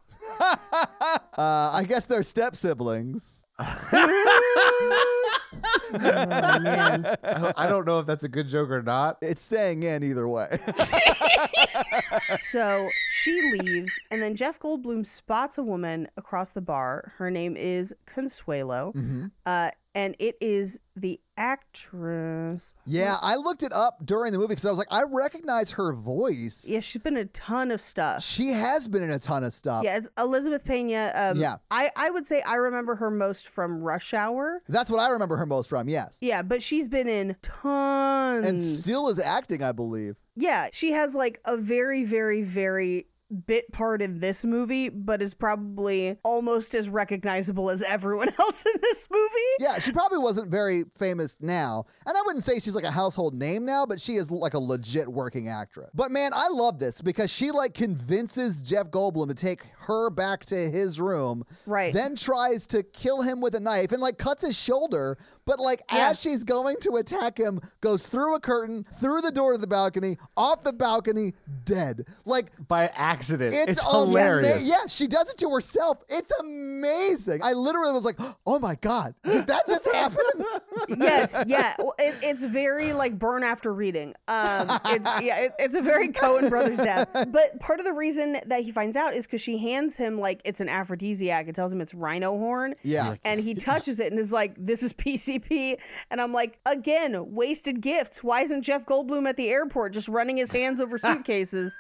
[SPEAKER 5] Uh, I guess they're step siblings.
[SPEAKER 7] I I don't know if that's a good joke or not.
[SPEAKER 5] It's staying in either way. [LAUGHS]
[SPEAKER 4] So she leaves, and then Jeff Goldblum spots a woman across the bar. Her name is Consuelo,
[SPEAKER 5] Mm-hmm.
[SPEAKER 4] uh, and it is the actress.
[SPEAKER 5] yeah, I looked it up during the movie because I was like, I recognize her voice.
[SPEAKER 4] Yeah, she's been in a ton of stuff.
[SPEAKER 5] She has been in a ton of stuff.
[SPEAKER 4] Yeah, it's Elizabeth Pena. Um,
[SPEAKER 5] Yeah.
[SPEAKER 4] I, I would say I remember her most from Rush Hour.
[SPEAKER 5] That's what I remember her most from, yes.
[SPEAKER 4] Yeah, but she's been in tons.
[SPEAKER 5] And still is acting, I believe.
[SPEAKER 4] yeah, she has like a very, very, very bit part in this movie, but is probably almost as recognizable as everyone [LAUGHS] else in this movie.
[SPEAKER 5] Yeah, she probably wasn't very famous now. And I wouldn't say she's like a household name now, but she is like a legit working actress. But man, I love this because she like convinces Jeff Goldblum to take her back to his room.
[SPEAKER 4] Right.
[SPEAKER 5] Then tries to kill him with a knife and like cuts his shoulder, but like as she's going to attack him, goes through a curtain, through the door to the balcony, off the balcony, dead. Like
[SPEAKER 7] By accident, it's,
[SPEAKER 5] ama-
[SPEAKER 7] hilarious.
[SPEAKER 5] yeah, she does it to herself. It's amazing. I literally was like, "Oh my god, did that just happen?"
[SPEAKER 4] yes, yeah. Well, it, it's very like burn after reading. Um, it's yeah, it, it's a very Cohen Brothers death. But part of the reason that he finds out is because she hands him like it's an aphrodisiac. It tells him it's rhino horn.
[SPEAKER 5] Yeah.
[SPEAKER 4] and he touches it and is like, "This is [LAUGHS] PCP." And I'm like, again, wasted gifts. Why isn't Jeff Goldblum at the airport just running his hands over suitcases?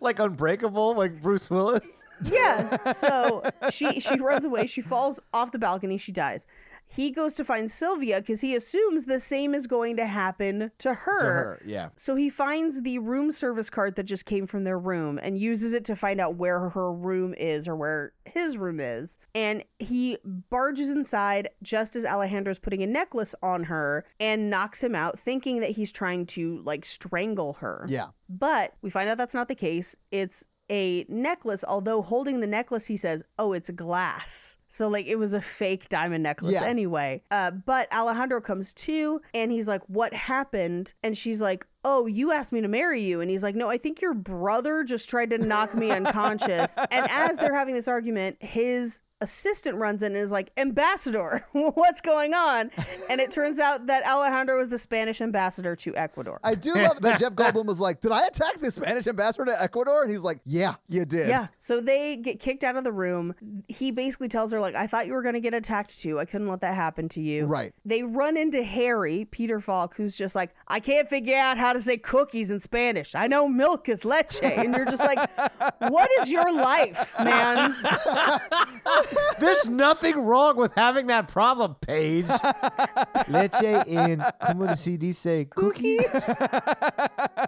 [SPEAKER 7] Like Unbreakable, like Bruce Willis.
[SPEAKER 4] Yeah. So she she runs away. She falls off the balcony. She dies. He goes to find Sylvia because he assumes the same is going to happen to her.
[SPEAKER 7] her, yeah.
[SPEAKER 4] So he finds the room service card that just came from their room and uses it to find out where her room is or where his room is. And he barges inside just as Alejandro's putting a necklace on her and knocks him out, thinking that he's trying to like strangle her.
[SPEAKER 5] Yeah.
[SPEAKER 4] But we find out that's not the case. It's a necklace, although holding the necklace, he says, oh, it's glass. So, like, it was a fake diamond necklace
[SPEAKER 5] Yeah.
[SPEAKER 4] anyway. Uh, but Alejandro comes to and he's like, What happened? And she's like, Oh, you asked me to marry you. And he's like, No, I think your brother just tried to knock me unconscious. And as they're having this argument, his assistant runs in and is like, Ambassador, [LAUGHS] what's going on? And it turns out that Alejandro was the Spanish ambassador to Ecuador.
[SPEAKER 5] I do love that Jeff Goldblum was like, "Did I attack the Spanish ambassador to Ecuador?" And he's like, "Yeah, you did."
[SPEAKER 4] Yeah. So they get kicked out of the room. He basically tells her, like, I thought you were going to get attacked too. I couldn't let that happen to you.
[SPEAKER 5] Right.
[SPEAKER 4] They run into Harry, Peter Falk, who's just like, I can't figure out how how to say cookies in Spanish. I know milk is leche. And you're just like, [LAUGHS] what is your life, man? [LAUGHS]
[SPEAKER 7] There's nothing wrong with having that problem, Paige. Leche in como se dice cookie.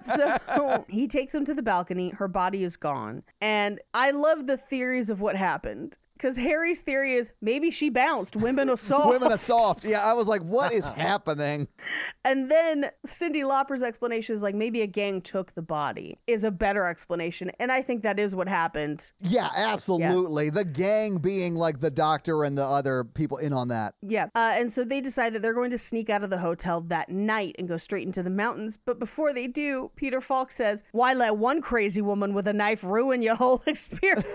[SPEAKER 4] so he takes them to the balcony. Her body is gone. And I love the theories of what happened. Because Harry's theory is maybe she bounced.
[SPEAKER 5] [LAUGHS]
[SPEAKER 4] Women assault. [LAUGHS]
[SPEAKER 5] Women are soft. Yeah, I was like, what is happening?
[SPEAKER 4] And then Cindy Lauper's explanation is like maybe a gang took the body is a better explanation. And I think that is what happened.
[SPEAKER 5] Yeah, absolutely. The gang being like the doctor and the other people in on that.
[SPEAKER 4] Yeah. Uh, and so they decide that they're going to sneak out of the hotel that night and go straight into the mountains. But before they do, Peter Falk says, Why let one crazy woman with a knife ruin your whole [LAUGHS] experience?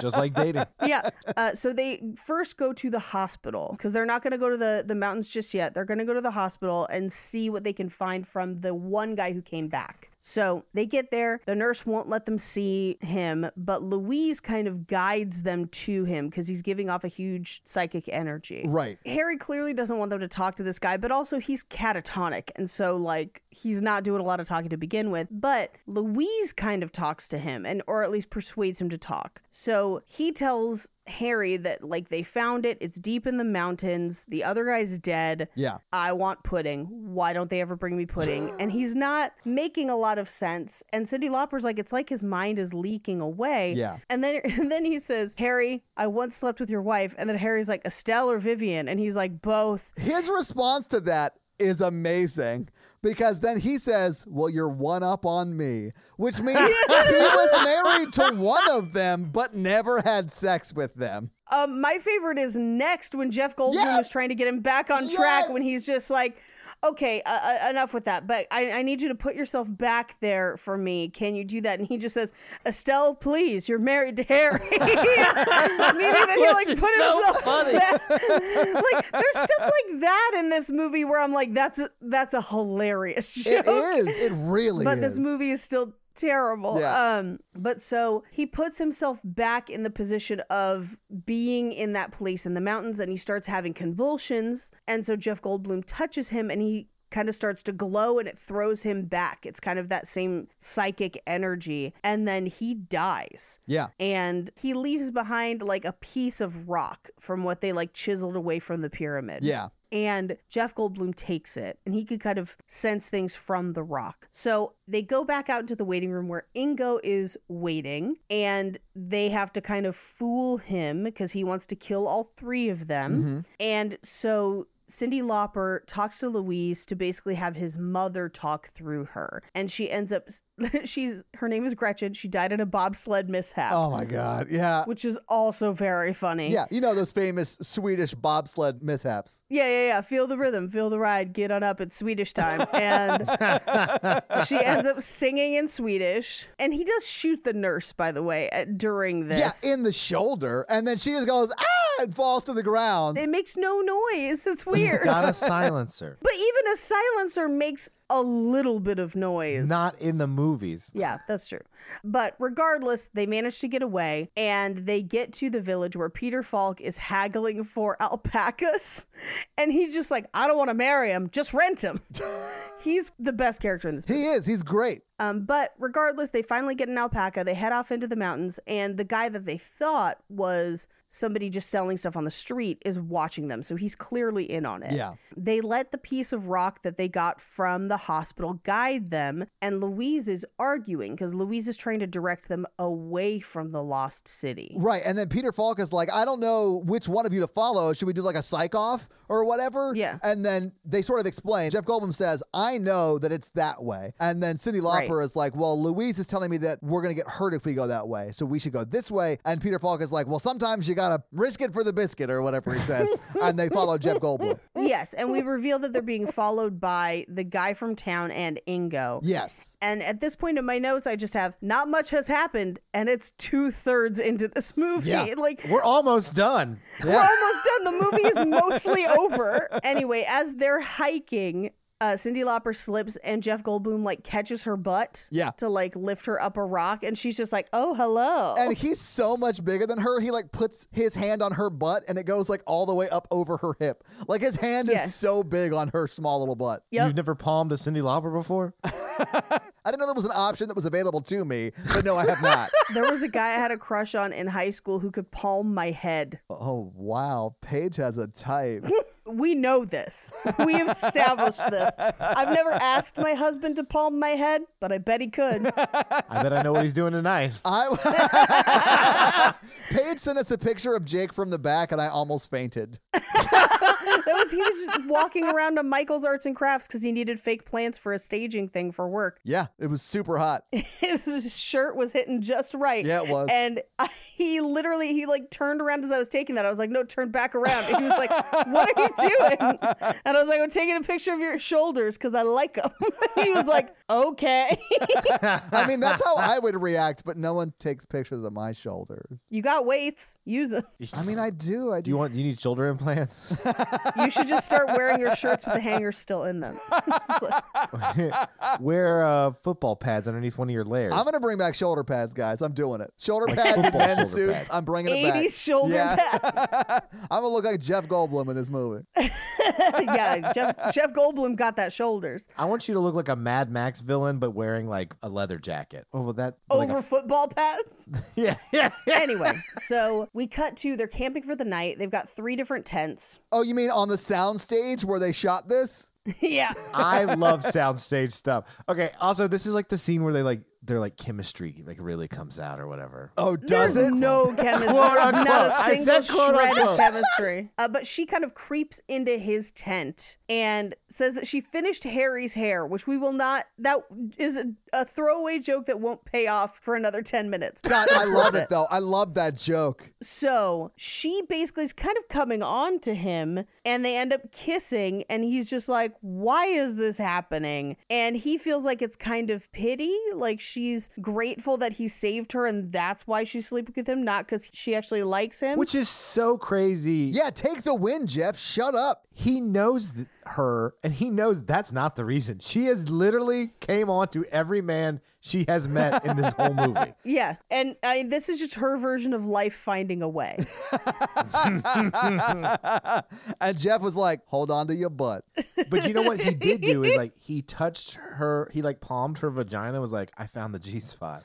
[SPEAKER 6] Just like dating.
[SPEAKER 4] yeah. Uh, so they first go to the hospital because they're not going to go to the, the mountains just yet. They're going to go to the hospital and see what they can find from the one guy who came back. So they get there. The nurse won't let them see him, but Louise kind of guides them to him because he's giving off a huge psychic energy.
[SPEAKER 5] Right.
[SPEAKER 4] Harry clearly doesn't want them to talk to this guy, but also he's catatonic. And so, like, he's not doing a lot of talking to begin with. But Louise kind of talks to him and, or at least persuades him to talk. So he tells Harry that, like, they found it. It's deep in the mountains. The other guy's dead.
[SPEAKER 5] Yeah.
[SPEAKER 4] I want pudding. Why don't they ever bring me pudding? and he's not making a lot of sense. And Cindy Lauper's like, it's like his mind is leaking away.
[SPEAKER 5] Yeah.
[SPEAKER 4] And then [LAUGHS] and then he says, Harry, I once slept with your wife. And then Harry's like, Estelle or Vivian? And he's like, both.
[SPEAKER 5] His response to that is amazing because then he says, Well, you're one up on me, which means he
[SPEAKER 4] [LAUGHS]
[SPEAKER 5] was married to one of them but never had sex with them.
[SPEAKER 4] Um, my favorite is next when Jeff Goldblum
[SPEAKER 5] Yes!
[SPEAKER 4] is trying to get him back on track
[SPEAKER 5] Yes!
[SPEAKER 4] when he's just like, okay, uh, uh, enough with that. But I, I need you to put yourself back there for me. Can you do that? And he just says, Estelle, please, you're married to Harry. [LAUGHS] and then he like
[SPEAKER 7] Which
[SPEAKER 4] put
[SPEAKER 7] is so
[SPEAKER 4] himself
[SPEAKER 7] funny.
[SPEAKER 4] back. [LAUGHS] like there's stuff like that in this movie where I'm like, that's a, that's a hilarious joke
[SPEAKER 5] It is. It really
[SPEAKER 4] but
[SPEAKER 5] is.
[SPEAKER 4] this movie is still terrible
[SPEAKER 5] Yeah.
[SPEAKER 4] um but so he puts himself back in the position of being in that place in the mountains and he starts having convulsions and so jeff goldblum touches him and he kind of starts to glow and it throws him back it's kind of that same psychic energy and then he dies
[SPEAKER 5] yeah.
[SPEAKER 4] and he leaves behind like a piece of rock from what they like chiseled away from the pyramid
[SPEAKER 5] Yeah.
[SPEAKER 4] and Jeff Goldblum takes it and he could kind of sense things from the rock. So they go back out into the waiting room where Ingo is waiting and they have to kind of fool him because he wants to kill all three of them.
[SPEAKER 5] Mm-hmm.
[SPEAKER 4] And so Cindy Lauper talks to Louise to basically have his mother talk through her. And she ends up, [LAUGHS] she's, her name is Gretchen. She died in a bobsled mishap,
[SPEAKER 5] Oh my God. Yeah.
[SPEAKER 4] which is also very funny.
[SPEAKER 5] Yeah. You know those famous Swedish bobsled mishaps.
[SPEAKER 4] Yeah, yeah, yeah. Feel the rhythm, feel the ride, get on up. It's Swedish time. And she ends up singing in Swedish. And he does shoot the nurse, by the way, at, during this.
[SPEAKER 5] Yeah, in the shoulder. And then she just goes, ah, and falls to the ground.
[SPEAKER 4] it makes no noise. It's weird.
[SPEAKER 7] Got a silencer.
[SPEAKER 4] but even a silencer makes a little bit of noise.
[SPEAKER 7] Not in the movies.
[SPEAKER 4] Yeah, that's true. But regardless, they manage to get away and they get to the village where Peter Falk is haggling for alpacas. And he's just like, I don't want to marry him, just rent him. he's the best character in this movie.
[SPEAKER 5] he is. He's great.
[SPEAKER 4] Um, but regardless, they finally get an alpaca. They head off into the mountains, and the guy that they thought was somebody just selling stuff on the street is watching them. So he's clearly in on it.
[SPEAKER 5] Yeah.
[SPEAKER 4] They let the piece of rock that they got from the hospital guide them, and Louise is arguing because Louise is trying to direct them away from the lost city.
[SPEAKER 5] Right. And then Peter Falk is like, I don't know which one of you to follow. Should we do like a psych off or whatever?
[SPEAKER 4] Yeah.
[SPEAKER 5] And then they sort of explain. Jeff Goldblum says, I know that it's that way. And then Cindy Lauper
[SPEAKER 4] Right.
[SPEAKER 5] is like, Well, Louise is telling me that we're going to get hurt if we go that way. So we should go this way. And Peter Falk is like, Well, sometimes you got to risk it for the biscuit or whatever
[SPEAKER 4] [LAUGHS]
[SPEAKER 5] he says. and they follow Jeff Goldblum.
[SPEAKER 4] yes, and we reveal that they're being followed by the guy from town and Ingo.
[SPEAKER 5] Yes.
[SPEAKER 4] And at this point in my notes, I just have not much has happened, and it's two thirds into this movie.
[SPEAKER 5] Yeah.
[SPEAKER 4] Like
[SPEAKER 7] We're almost done.
[SPEAKER 5] [LAUGHS]
[SPEAKER 4] we're almost done. The movie is mostly over. Anyway, as they're hiking, uh, Cindy Lauper slips and Jeff Goldblum like catches her butt
[SPEAKER 5] Yeah.
[SPEAKER 4] to like lift her up a rock, and she's just like, "Oh, hello."
[SPEAKER 5] And he's so much bigger than her. He like puts his hand on her butt and it goes like all the way up over her hip. Like his hand
[SPEAKER 4] Yeah.
[SPEAKER 5] is so big on her small little butt.
[SPEAKER 4] Yep.
[SPEAKER 7] You've never palmed a Cindy Lauper before?
[SPEAKER 5] I didn't know that was an option that was available to me, but no, I have
[SPEAKER 7] [LAUGHS]
[SPEAKER 5] not.
[SPEAKER 4] there was a guy I had a crush on in high school who could palm my head.
[SPEAKER 5] oh wow, Paige has a type.
[SPEAKER 4] We know this. We have established this. I've never asked my husband to palm my head, but I bet he could.
[SPEAKER 7] I bet I know what he's doing [LAUGHS] tonight. [LAUGHS]
[SPEAKER 5] I [LAUGHS] Paige sent us a picture of Jake from the back, and I almost fainted.
[SPEAKER 4] That was he was just walking around to Michael's Arts and Crafts because he needed fake plants for a staging thing for work. [LAUGHS]
[SPEAKER 5] Yeah, it was super hot.
[SPEAKER 4] His shirt was hitting just right.
[SPEAKER 5] Yeah, it was.
[SPEAKER 4] And I, he literally he like turned around as I was taking that. I was like, no, turn back around. And he was like, what are you
[SPEAKER 5] [LAUGHS]
[SPEAKER 4] doing? And I was like, I'm taking a picture of your shoulders because I like them. [LAUGHS] he was like, okay, [LAUGHS]
[SPEAKER 5] I mean, that's how I would react, but no one takes pictures of my shoulders.
[SPEAKER 4] you got weights, use them.
[SPEAKER 5] I mean, I do. I do.
[SPEAKER 7] You want you need shoulder implants? [LAUGHS]
[SPEAKER 4] You should just start wearing your shirts with the hangers still in them. [LAUGHS] Just like-
[SPEAKER 7] Wear uh, football pads underneath one of your layers.
[SPEAKER 5] I'm gonna bring back shoulder pads, guys. I'm doing it. Shoulder pads, and
[SPEAKER 7] football
[SPEAKER 5] men's
[SPEAKER 7] shoulder
[SPEAKER 5] suits.
[SPEAKER 7] pads.
[SPEAKER 5] I'm bringing it back.
[SPEAKER 4] 80s shoulder
[SPEAKER 5] pads. [LAUGHS] I'm gonna look like Jeff Goldblum in this movie.
[SPEAKER 4] yeah, Jeff, Jeff Goldblum got that shoulders
[SPEAKER 7] I want you to look like a Mad Max villain, but wearing like a leather jacket. Oh, well, that like
[SPEAKER 4] over
[SPEAKER 7] a-
[SPEAKER 4] football pads.
[SPEAKER 7] [LAUGHS] yeah, yeah, yeah.
[SPEAKER 4] anyway, so we cut to they're camping for the night. They've got three different tents. [LAUGHS]
[SPEAKER 5] Oh, you mean on the sound stage where they shot this?
[SPEAKER 4] yeah.
[SPEAKER 7] I love soundstage stuff. Okay, also this is like the scene where they like they're like chemistry like really comes out or whatever.
[SPEAKER 5] Oh, does
[SPEAKER 4] There's
[SPEAKER 5] it?
[SPEAKER 4] no chemistry. There's not
[SPEAKER 7] unquote.
[SPEAKER 4] a
[SPEAKER 7] I
[SPEAKER 4] single
[SPEAKER 7] said quote
[SPEAKER 4] shred of
[SPEAKER 7] unquote.
[SPEAKER 4] chemistry. Uh, but she kind of creeps into his tent and says that she finished Harry's hair, which we will not. That is a, a throwaway joke that won't pay off for another ten minutes.
[SPEAKER 5] God, I love it though. I love that joke.
[SPEAKER 4] So she basically is kind of coming on to him and they end up kissing and he's just like, Why is this happening? And he feels like it's kind of pity. Like she's grateful that he saved her and that's why she's sleeping with him, not because she actually likes him.
[SPEAKER 7] Which is so crazy.
[SPEAKER 5] Yeah, take the win, Jeff. Shut up.
[SPEAKER 7] He knows th- her and he knows that's not the reason. She has literally came on to every man she has met in this
[SPEAKER 5] [LAUGHS]
[SPEAKER 7] whole movie.
[SPEAKER 4] yeah. And I mean, this is just her version of life finding a
[SPEAKER 5] [LAUGHS]
[SPEAKER 4] way.
[SPEAKER 5] And Jeff was like, "Hold on to your butt."
[SPEAKER 7] But you know what he did do is like he touched her, he like palmed her vagina was like I found the G spot.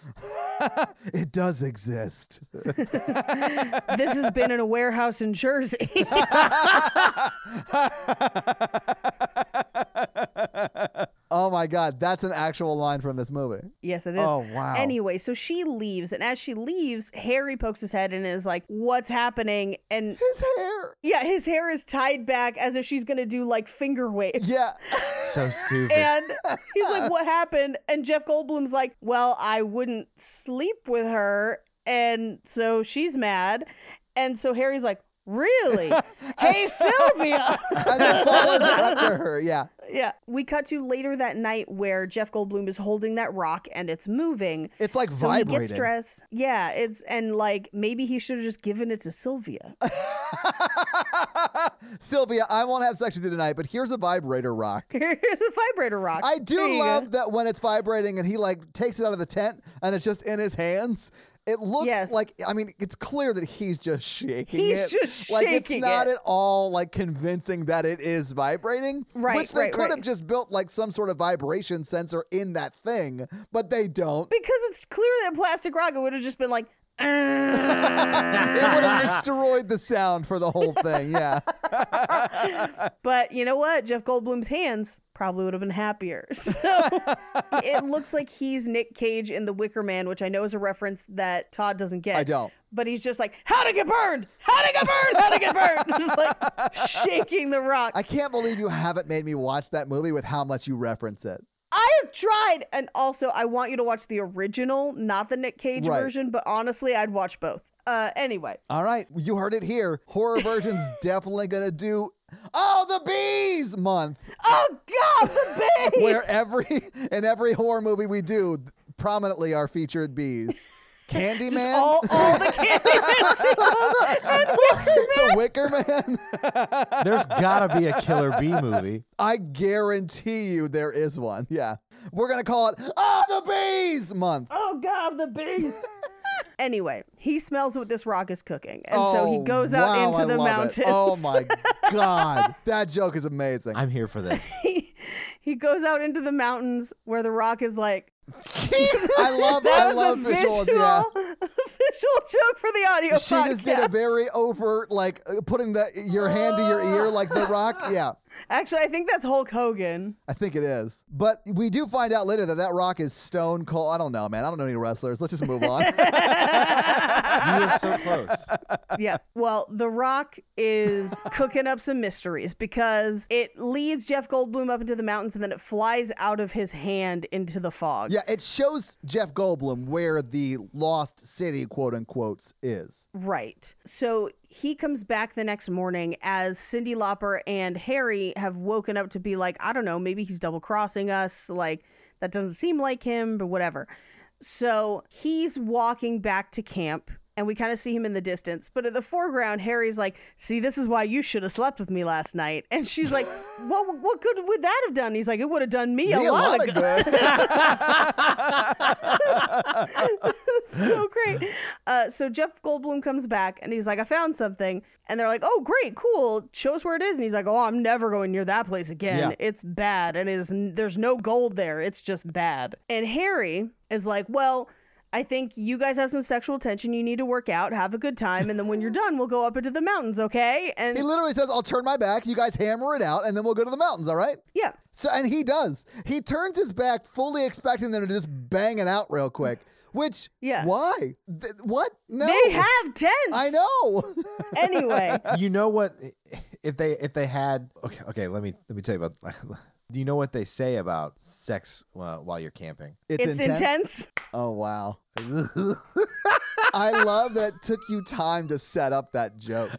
[SPEAKER 5] It does exist. [LAUGHS]
[SPEAKER 4] this has been in a warehouse in Jersey. [LAUGHS]
[SPEAKER 5] Oh my god, that's an actual line from this movie.
[SPEAKER 4] Yes, it is.
[SPEAKER 5] Oh, wow.
[SPEAKER 4] Anyway, so she leaves, and as she leaves, Harry pokes his head in and is like, "What's happening?" And
[SPEAKER 5] His hair.
[SPEAKER 4] yeah, his hair is tied back as if she's gonna do like finger waves.
[SPEAKER 5] Yeah.
[SPEAKER 7] So stupid.
[SPEAKER 4] And he's
[SPEAKER 5] [LAUGHS]
[SPEAKER 4] like, "What happened?" And Jeff Goldblum's like, "Well, I wouldn't sleep with her, and so she's mad." And so Harry's like,
[SPEAKER 5] [LAUGHS]
[SPEAKER 4] "Really? hey, Sylvia." [LAUGHS]
[SPEAKER 5] And then falls after her. Yeah.
[SPEAKER 4] yeah. We cut to later that night where Jeff Goldblum is holding that rock and it's moving.
[SPEAKER 5] It's like
[SPEAKER 4] So he
[SPEAKER 5] vibrating.
[SPEAKER 4] gets dressed. Yeah, it's and like maybe he should have just given it to
[SPEAKER 5] [LAUGHS]
[SPEAKER 4] Sylvia. [LAUGHS]
[SPEAKER 5] Sylvia, I won't have sex with you tonight, but here's a vibrator rock.
[SPEAKER 4] Here's a vibrator rock.
[SPEAKER 5] I do
[SPEAKER 4] There you go.
[SPEAKER 5] love that when it's vibrating and he like takes it out of the tent and it's just in his hands. It looks
[SPEAKER 4] Yes.
[SPEAKER 5] like I mean, it's clear that he's just shaking.
[SPEAKER 4] He's
[SPEAKER 5] it.
[SPEAKER 4] just
[SPEAKER 5] like
[SPEAKER 4] shaking
[SPEAKER 5] it's not
[SPEAKER 4] it.
[SPEAKER 5] at all like convincing that it is vibrating.
[SPEAKER 4] Right,
[SPEAKER 5] Which they
[SPEAKER 4] right,
[SPEAKER 5] could
[SPEAKER 4] right.
[SPEAKER 5] have just built like some sort of vibration sensor in that thing, but
[SPEAKER 4] [LAUGHS]
[SPEAKER 5] they don't.
[SPEAKER 4] because it's clear that plastic rock would have just been like
[SPEAKER 5] it would have destroyed the sound for the whole thing. Yeah.
[SPEAKER 4] but you know what jeff goldblum's hands probably would have been happier [LAUGHS] so it looks like he's nick cage in the wicker man which i know is a reference that todd doesn't get
[SPEAKER 5] I don't.
[SPEAKER 4] but he's just like how to get burned how to get burned how to get burned [LAUGHS] just like shaking the rock
[SPEAKER 5] I can't believe you haven't made me watch that movie with how much you reference it.
[SPEAKER 4] I have tried, and also I want you to watch the original, not the Nick Cage
[SPEAKER 5] Right.
[SPEAKER 4] version. But honestly, I'd watch both. Uh, anyway,
[SPEAKER 5] All right, you heard it here. Horror version's
[SPEAKER 4] [LAUGHS]
[SPEAKER 5] definitely gonna do Oh the Bees month,
[SPEAKER 4] oh god,
[SPEAKER 5] [LAUGHS]
[SPEAKER 4] the bees! [LAUGHS]
[SPEAKER 5] where every in every horror movie we do, prominently are featured bees. Candyman,
[SPEAKER 4] Just
[SPEAKER 5] [LAUGHS]
[SPEAKER 4] all, all the Candyman sequels and Wicker Man.
[SPEAKER 5] the Wicker Man.
[SPEAKER 7] There's gotta be a killer bee movie.
[SPEAKER 5] I guarantee you there is one. Yeah, we're gonna call it Ah the Bees Month.
[SPEAKER 4] Oh God, the beast. anyway, he smells what this rock is cooking, and so he
[SPEAKER 5] Oh,
[SPEAKER 4] goes out
[SPEAKER 5] wow,
[SPEAKER 4] into
[SPEAKER 5] I
[SPEAKER 4] the
[SPEAKER 5] love it.
[SPEAKER 4] mountains.
[SPEAKER 5] Oh my god, that joke is amazing.
[SPEAKER 7] I'm here for this.
[SPEAKER 4] he, [LAUGHS] he goes out into the mountains where the rock is like.
[SPEAKER 5] [LAUGHS] I
[SPEAKER 4] [LAUGHS]
[SPEAKER 5] love.
[SPEAKER 4] That
[SPEAKER 5] I
[SPEAKER 4] was
[SPEAKER 5] love
[SPEAKER 4] a
[SPEAKER 5] visual.
[SPEAKER 4] visual,
[SPEAKER 5] Yeah.
[SPEAKER 4] [LAUGHS] visual joke for the audio.
[SPEAKER 5] [LAUGHS] She just did a
[SPEAKER 4] podcast.
[SPEAKER 5] very overt, like uh, putting the your hand to your ear, like the rock.
[SPEAKER 4] [LAUGHS]
[SPEAKER 5] Yeah,
[SPEAKER 4] Actually, I think that's Hulk Hogan.
[SPEAKER 5] I think it is. But we do find out later that that rock is Stone Cold. I don't know, man. I don't know any wrestlers. Let's just
[SPEAKER 4] [LAUGHS]
[SPEAKER 5] move on.
[SPEAKER 7] You were so close.
[SPEAKER 5] [LAUGHS]
[SPEAKER 4] yeah. Well, The Rock is cooking up some mysteries because it leads Jeff Goldblum up into the mountains and then it flies out of his hand into the fog.
[SPEAKER 5] yeah, it shows Jeff Goldblum where the lost city, quote unquote, is.
[SPEAKER 4] Right. So he comes back the next morning as Cindy Lauper and Harry have woken up to be like, I don't know, maybe he's double crossing us. Like, that doesn't seem like him, but whatever. So he's walking back to camp and we kind of see him in the distance. But in the foreground, Harry's like, See, this is why you should have slept with me last night. And she's [LAUGHS] like, What, what good would that have done? He's like, It would have done me a
[SPEAKER 5] Yeah,
[SPEAKER 4] lot
[SPEAKER 5] of
[SPEAKER 4] of good. [LAUGHS]
[SPEAKER 5] good.
[SPEAKER 4] so great. Uh, so Jeff Goldblum comes back and he's like, I found something. And they're like, oh, great, cool. Show us where it is. And he's like, oh, I'm never going near that place again.
[SPEAKER 5] Yeah.
[SPEAKER 4] It's bad. And it is, there's no gold there. It's just bad. And Harry is like, well, I think you guys have some sexual tension. You need to work out, have a good time. And then
[SPEAKER 5] [LAUGHS]
[SPEAKER 4] when you're done, we'll go up into the mountains, okay? And
[SPEAKER 5] [LAUGHS] he literally says, "I'll turn my back. You guys hammer it out, and then we'll go to the mountains." All right.
[SPEAKER 4] yeah.
[SPEAKER 5] So and he does. He turns his back, fully expecting them to just bang it out real quick. Which
[SPEAKER 4] Yeah.
[SPEAKER 5] why? Th- what? No.
[SPEAKER 4] They have tents.
[SPEAKER 5] I know. [LAUGHS]
[SPEAKER 4] Anyway,
[SPEAKER 6] [LAUGHS]
[SPEAKER 7] You know what? If they if they had okay okay let me let me tell you about.
[SPEAKER 6] [LAUGHS]
[SPEAKER 7] Do you know what they say about sex uh, while you're camping?
[SPEAKER 6] [LAUGHS]
[SPEAKER 4] it's intense.
[SPEAKER 5] Oh wow. [LAUGHS] I love that it took you time to set up that joke.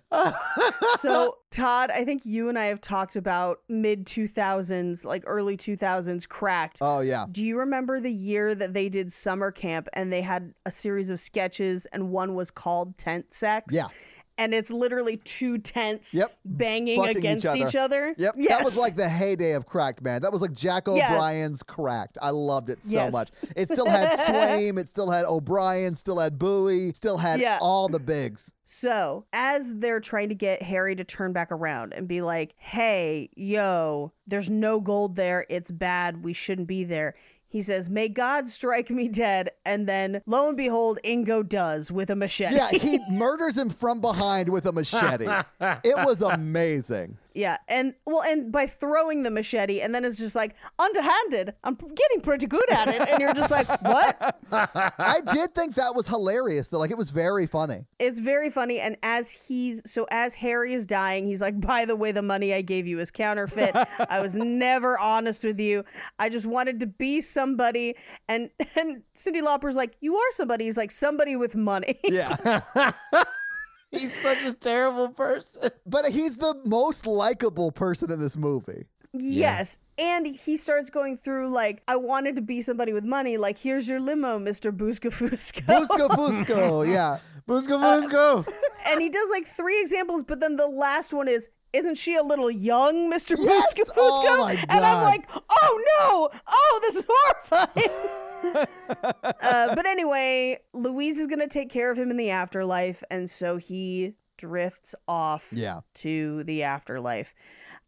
[SPEAKER 4] so todd i think you and i have talked about mid 2000s like early 2000s cracked
[SPEAKER 5] Oh yeah.
[SPEAKER 4] do you remember the year that they did summer camp and they had a series of sketches and one was called tent sex
[SPEAKER 5] Yeah.
[SPEAKER 4] and it's literally two tents
[SPEAKER 5] Yep.
[SPEAKER 4] banging
[SPEAKER 5] Fucking
[SPEAKER 4] against each other,
[SPEAKER 5] Yep. That was
[SPEAKER 4] Yes.
[SPEAKER 5] like the heyday of Cracked, man. That was like Jack
[SPEAKER 4] Yeah.
[SPEAKER 5] O'Brien's Cracked. I loved it so
[SPEAKER 4] Yes.
[SPEAKER 5] much. It still had
[SPEAKER 4] [LAUGHS]
[SPEAKER 5] Swaim, it still had O'Brien, still had Bowie, still had
[SPEAKER 4] Yeah.
[SPEAKER 5] all the bigs.
[SPEAKER 4] So, as they're trying to get Harry to turn back around and be like, hey, yo, there's no gold there. It's bad. We shouldn't be there. He says, may God strike me dead. And then, lo and behold, Ingo does with a machete.
[SPEAKER 5] Yeah,
[SPEAKER 4] [LAUGHS]
[SPEAKER 5] he murders him from behind with a machete. it
[SPEAKER 4] [LAUGHS]
[SPEAKER 5] was amazing.
[SPEAKER 4] Yeah, And, well, and by throwing the machete, and then it's just like, underhanded, I'm p- getting pretty good at it. And you're just like, what?
[SPEAKER 5] I did think that was hilarious though. Like it was very funny.
[SPEAKER 4] It's very funny. And as he's, so as Harry is dying, he's like, by the way, the money I gave you is counterfeit. I was never honest with you. I just wanted to be somebody. And, and Cindy Lauper's like, you are somebody. He's like, somebody with money.
[SPEAKER 5] Yeah.
[SPEAKER 7] He's such a terrible person.
[SPEAKER 5] but he's the most likable person in this movie.
[SPEAKER 4] Yes. And he starts going through like, I wanted to be somebody with money. Like, here's your limo, Mr. Buscafusco.
[SPEAKER 5] Fusco Fusco, yeah.
[SPEAKER 7] Busco Busco.
[SPEAKER 4] and he does like three examples, but then the last one is, isn't she a little young, Mr.
[SPEAKER 5] Yes!
[SPEAKER 4] Buscafusco?
[SPEAKER 5] Oh, my
[SPEAKER 4] And I'm
[SPEAKER 5] God.
[SPEAKER 4] like, oh no! Oh, this is horrifying.
[SPEAKER 5] [LAUGHS]
[SPEAKER 4] uh, but anyway, Louise is gonna take care of him in the afterlife, and so he drifts off
[SPEAKER 5] Yeah.
[SPEAKER 4] to the afterlife.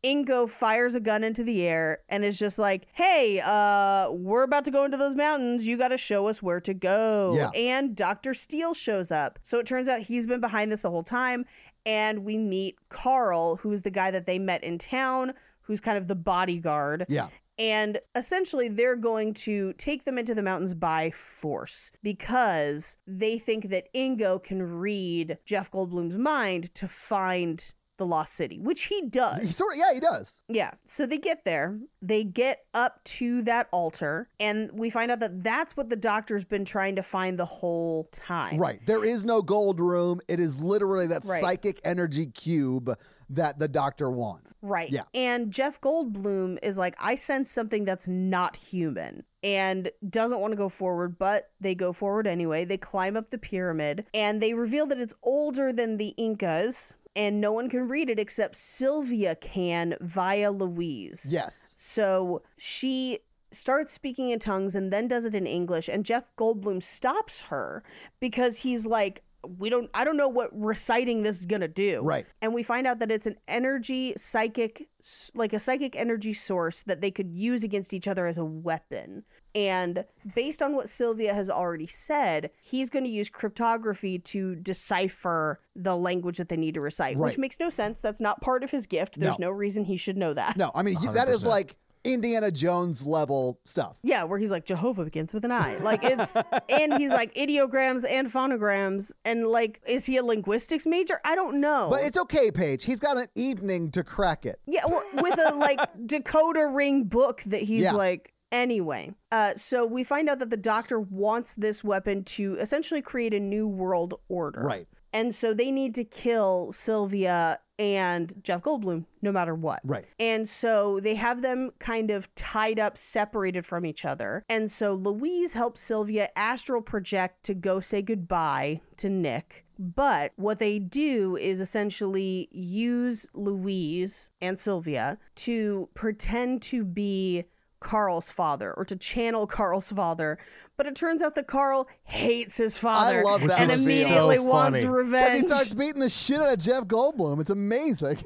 [SPEAKER 4] Ingo fires a gun into the air and is just like, "Hey, uh, we're about to go into those mountains. You got to show us where to go."
[SPEAKER 5] Yeah.
[SPEAKER 4] And Dr. Steele shows up. So it turns out he's been behind this the whole time and we meet Carl, who's the guy that they met in town, who's kind of the bodyguard.
[SPEAKER 5] Yeah.
[SPEAKER 4] And essentially, they're going to take them into the mountains by force because they think that Ingo can read Jeff Goldblum's mind to find the lost city, which he does.
[SPEAKER 5] He sort of, yeah, he does.
[SPEAKER 4] Yeah. So they get there, they get up to that altar, and we find out that that's what the doctor's been trying to find the whole time.
[SPEAKER 5] Right. There is no gold room. It is literally that
[SPEAKER 4] Right.
[SPEAKER 5] psychic energy cube that the doctor wants.
[SPEAKER 4] Right.
[SPEAKER 5] Yeah.
[SPEAKER 4] And Jeff Goldblum is like, I sense something that's not human and doesn't want to go forward, but they go forward anyway. They climb up the pyramid and they reveal that it's older than the Incas and no one can read it except Sylvia can via Louise.
[SPEAKER 5] Yes.
[SPEAKER 4] So she starts speaking in tongues and then does it in English and Jeff Goldblum stops her because he's like we don't I don't know what reciting this is going to do.
[SPEAKER 5] Right.
[SPEAKER 4] And we find out that it's an energy psychic s- like a psychic energy source that they could use against each other as a weapon. And based on what Sylvia has already said, he's going to use cryptography to decipher the language that they need to recite, which
[SPEAKER 5] Right.
[SPEAKER 4] makes no sense. That's not part of his gift. There's no,
[SPEAKER 5] No.
[SPEAKER 4] reason he should know that.
[SPEAKER 5] No, I mean, he- that is like Indiana Jones level stuff.
[SPEAKER 4] Yeah, where he's like Jehovah begins with an I. Like
[SPEAKER 5] [LAUGHS]
[SPEAKER 4] it's and he's like ideograms and phonograms and like is he a linguistics major? I don't know.
[SPEAKER 5] But it's okay, Paige. He's got an evening to crack it.
[SPEAKER 4] yeah, well, with a like
[SPEAKER 5] [LAUGHS]
[SPEAKER 4] decoder ring book that he's
[SPEAKER 5] Yeah.
[SPEAKER 4] like anyway. Uh so we find out that the doctor wants this weapon to essentially create a new world order.
[SPEAKER 5] Right.
[SPEAKER 4] And so they need to kill Sylvia and Jeff Goldblum no matter what.
[SPEAKER 5] Right.
[SPEAKER 4] And so they have them kind of tied up, separated from each other. And so Louise helps Sylvia astral project to go say goodbye to Nick. But what they do is essentially use Louise and Sylvia to pretend to be Carl's father or to channel Carl's father. But it turns out that Carl hates his father
[SPEAKER 5] love that
[SPEAKER 4] and
[SPEAKER 5] reveal.
[SPEAKER 4] immediately
[SPEAKER 7] So
[SPEAKER 4] wants
[SPEAKER 7] funny. 'Cause
[SPEAKER 5] Because
[SPEAKER 4] [LAUGHS]
[SPEAKER 5] he
[SPEAKER 4] revenge.
[SPEAKER 5] starts [LAUGHS] beating the shit out of Jeff Goldblum. It's amazing.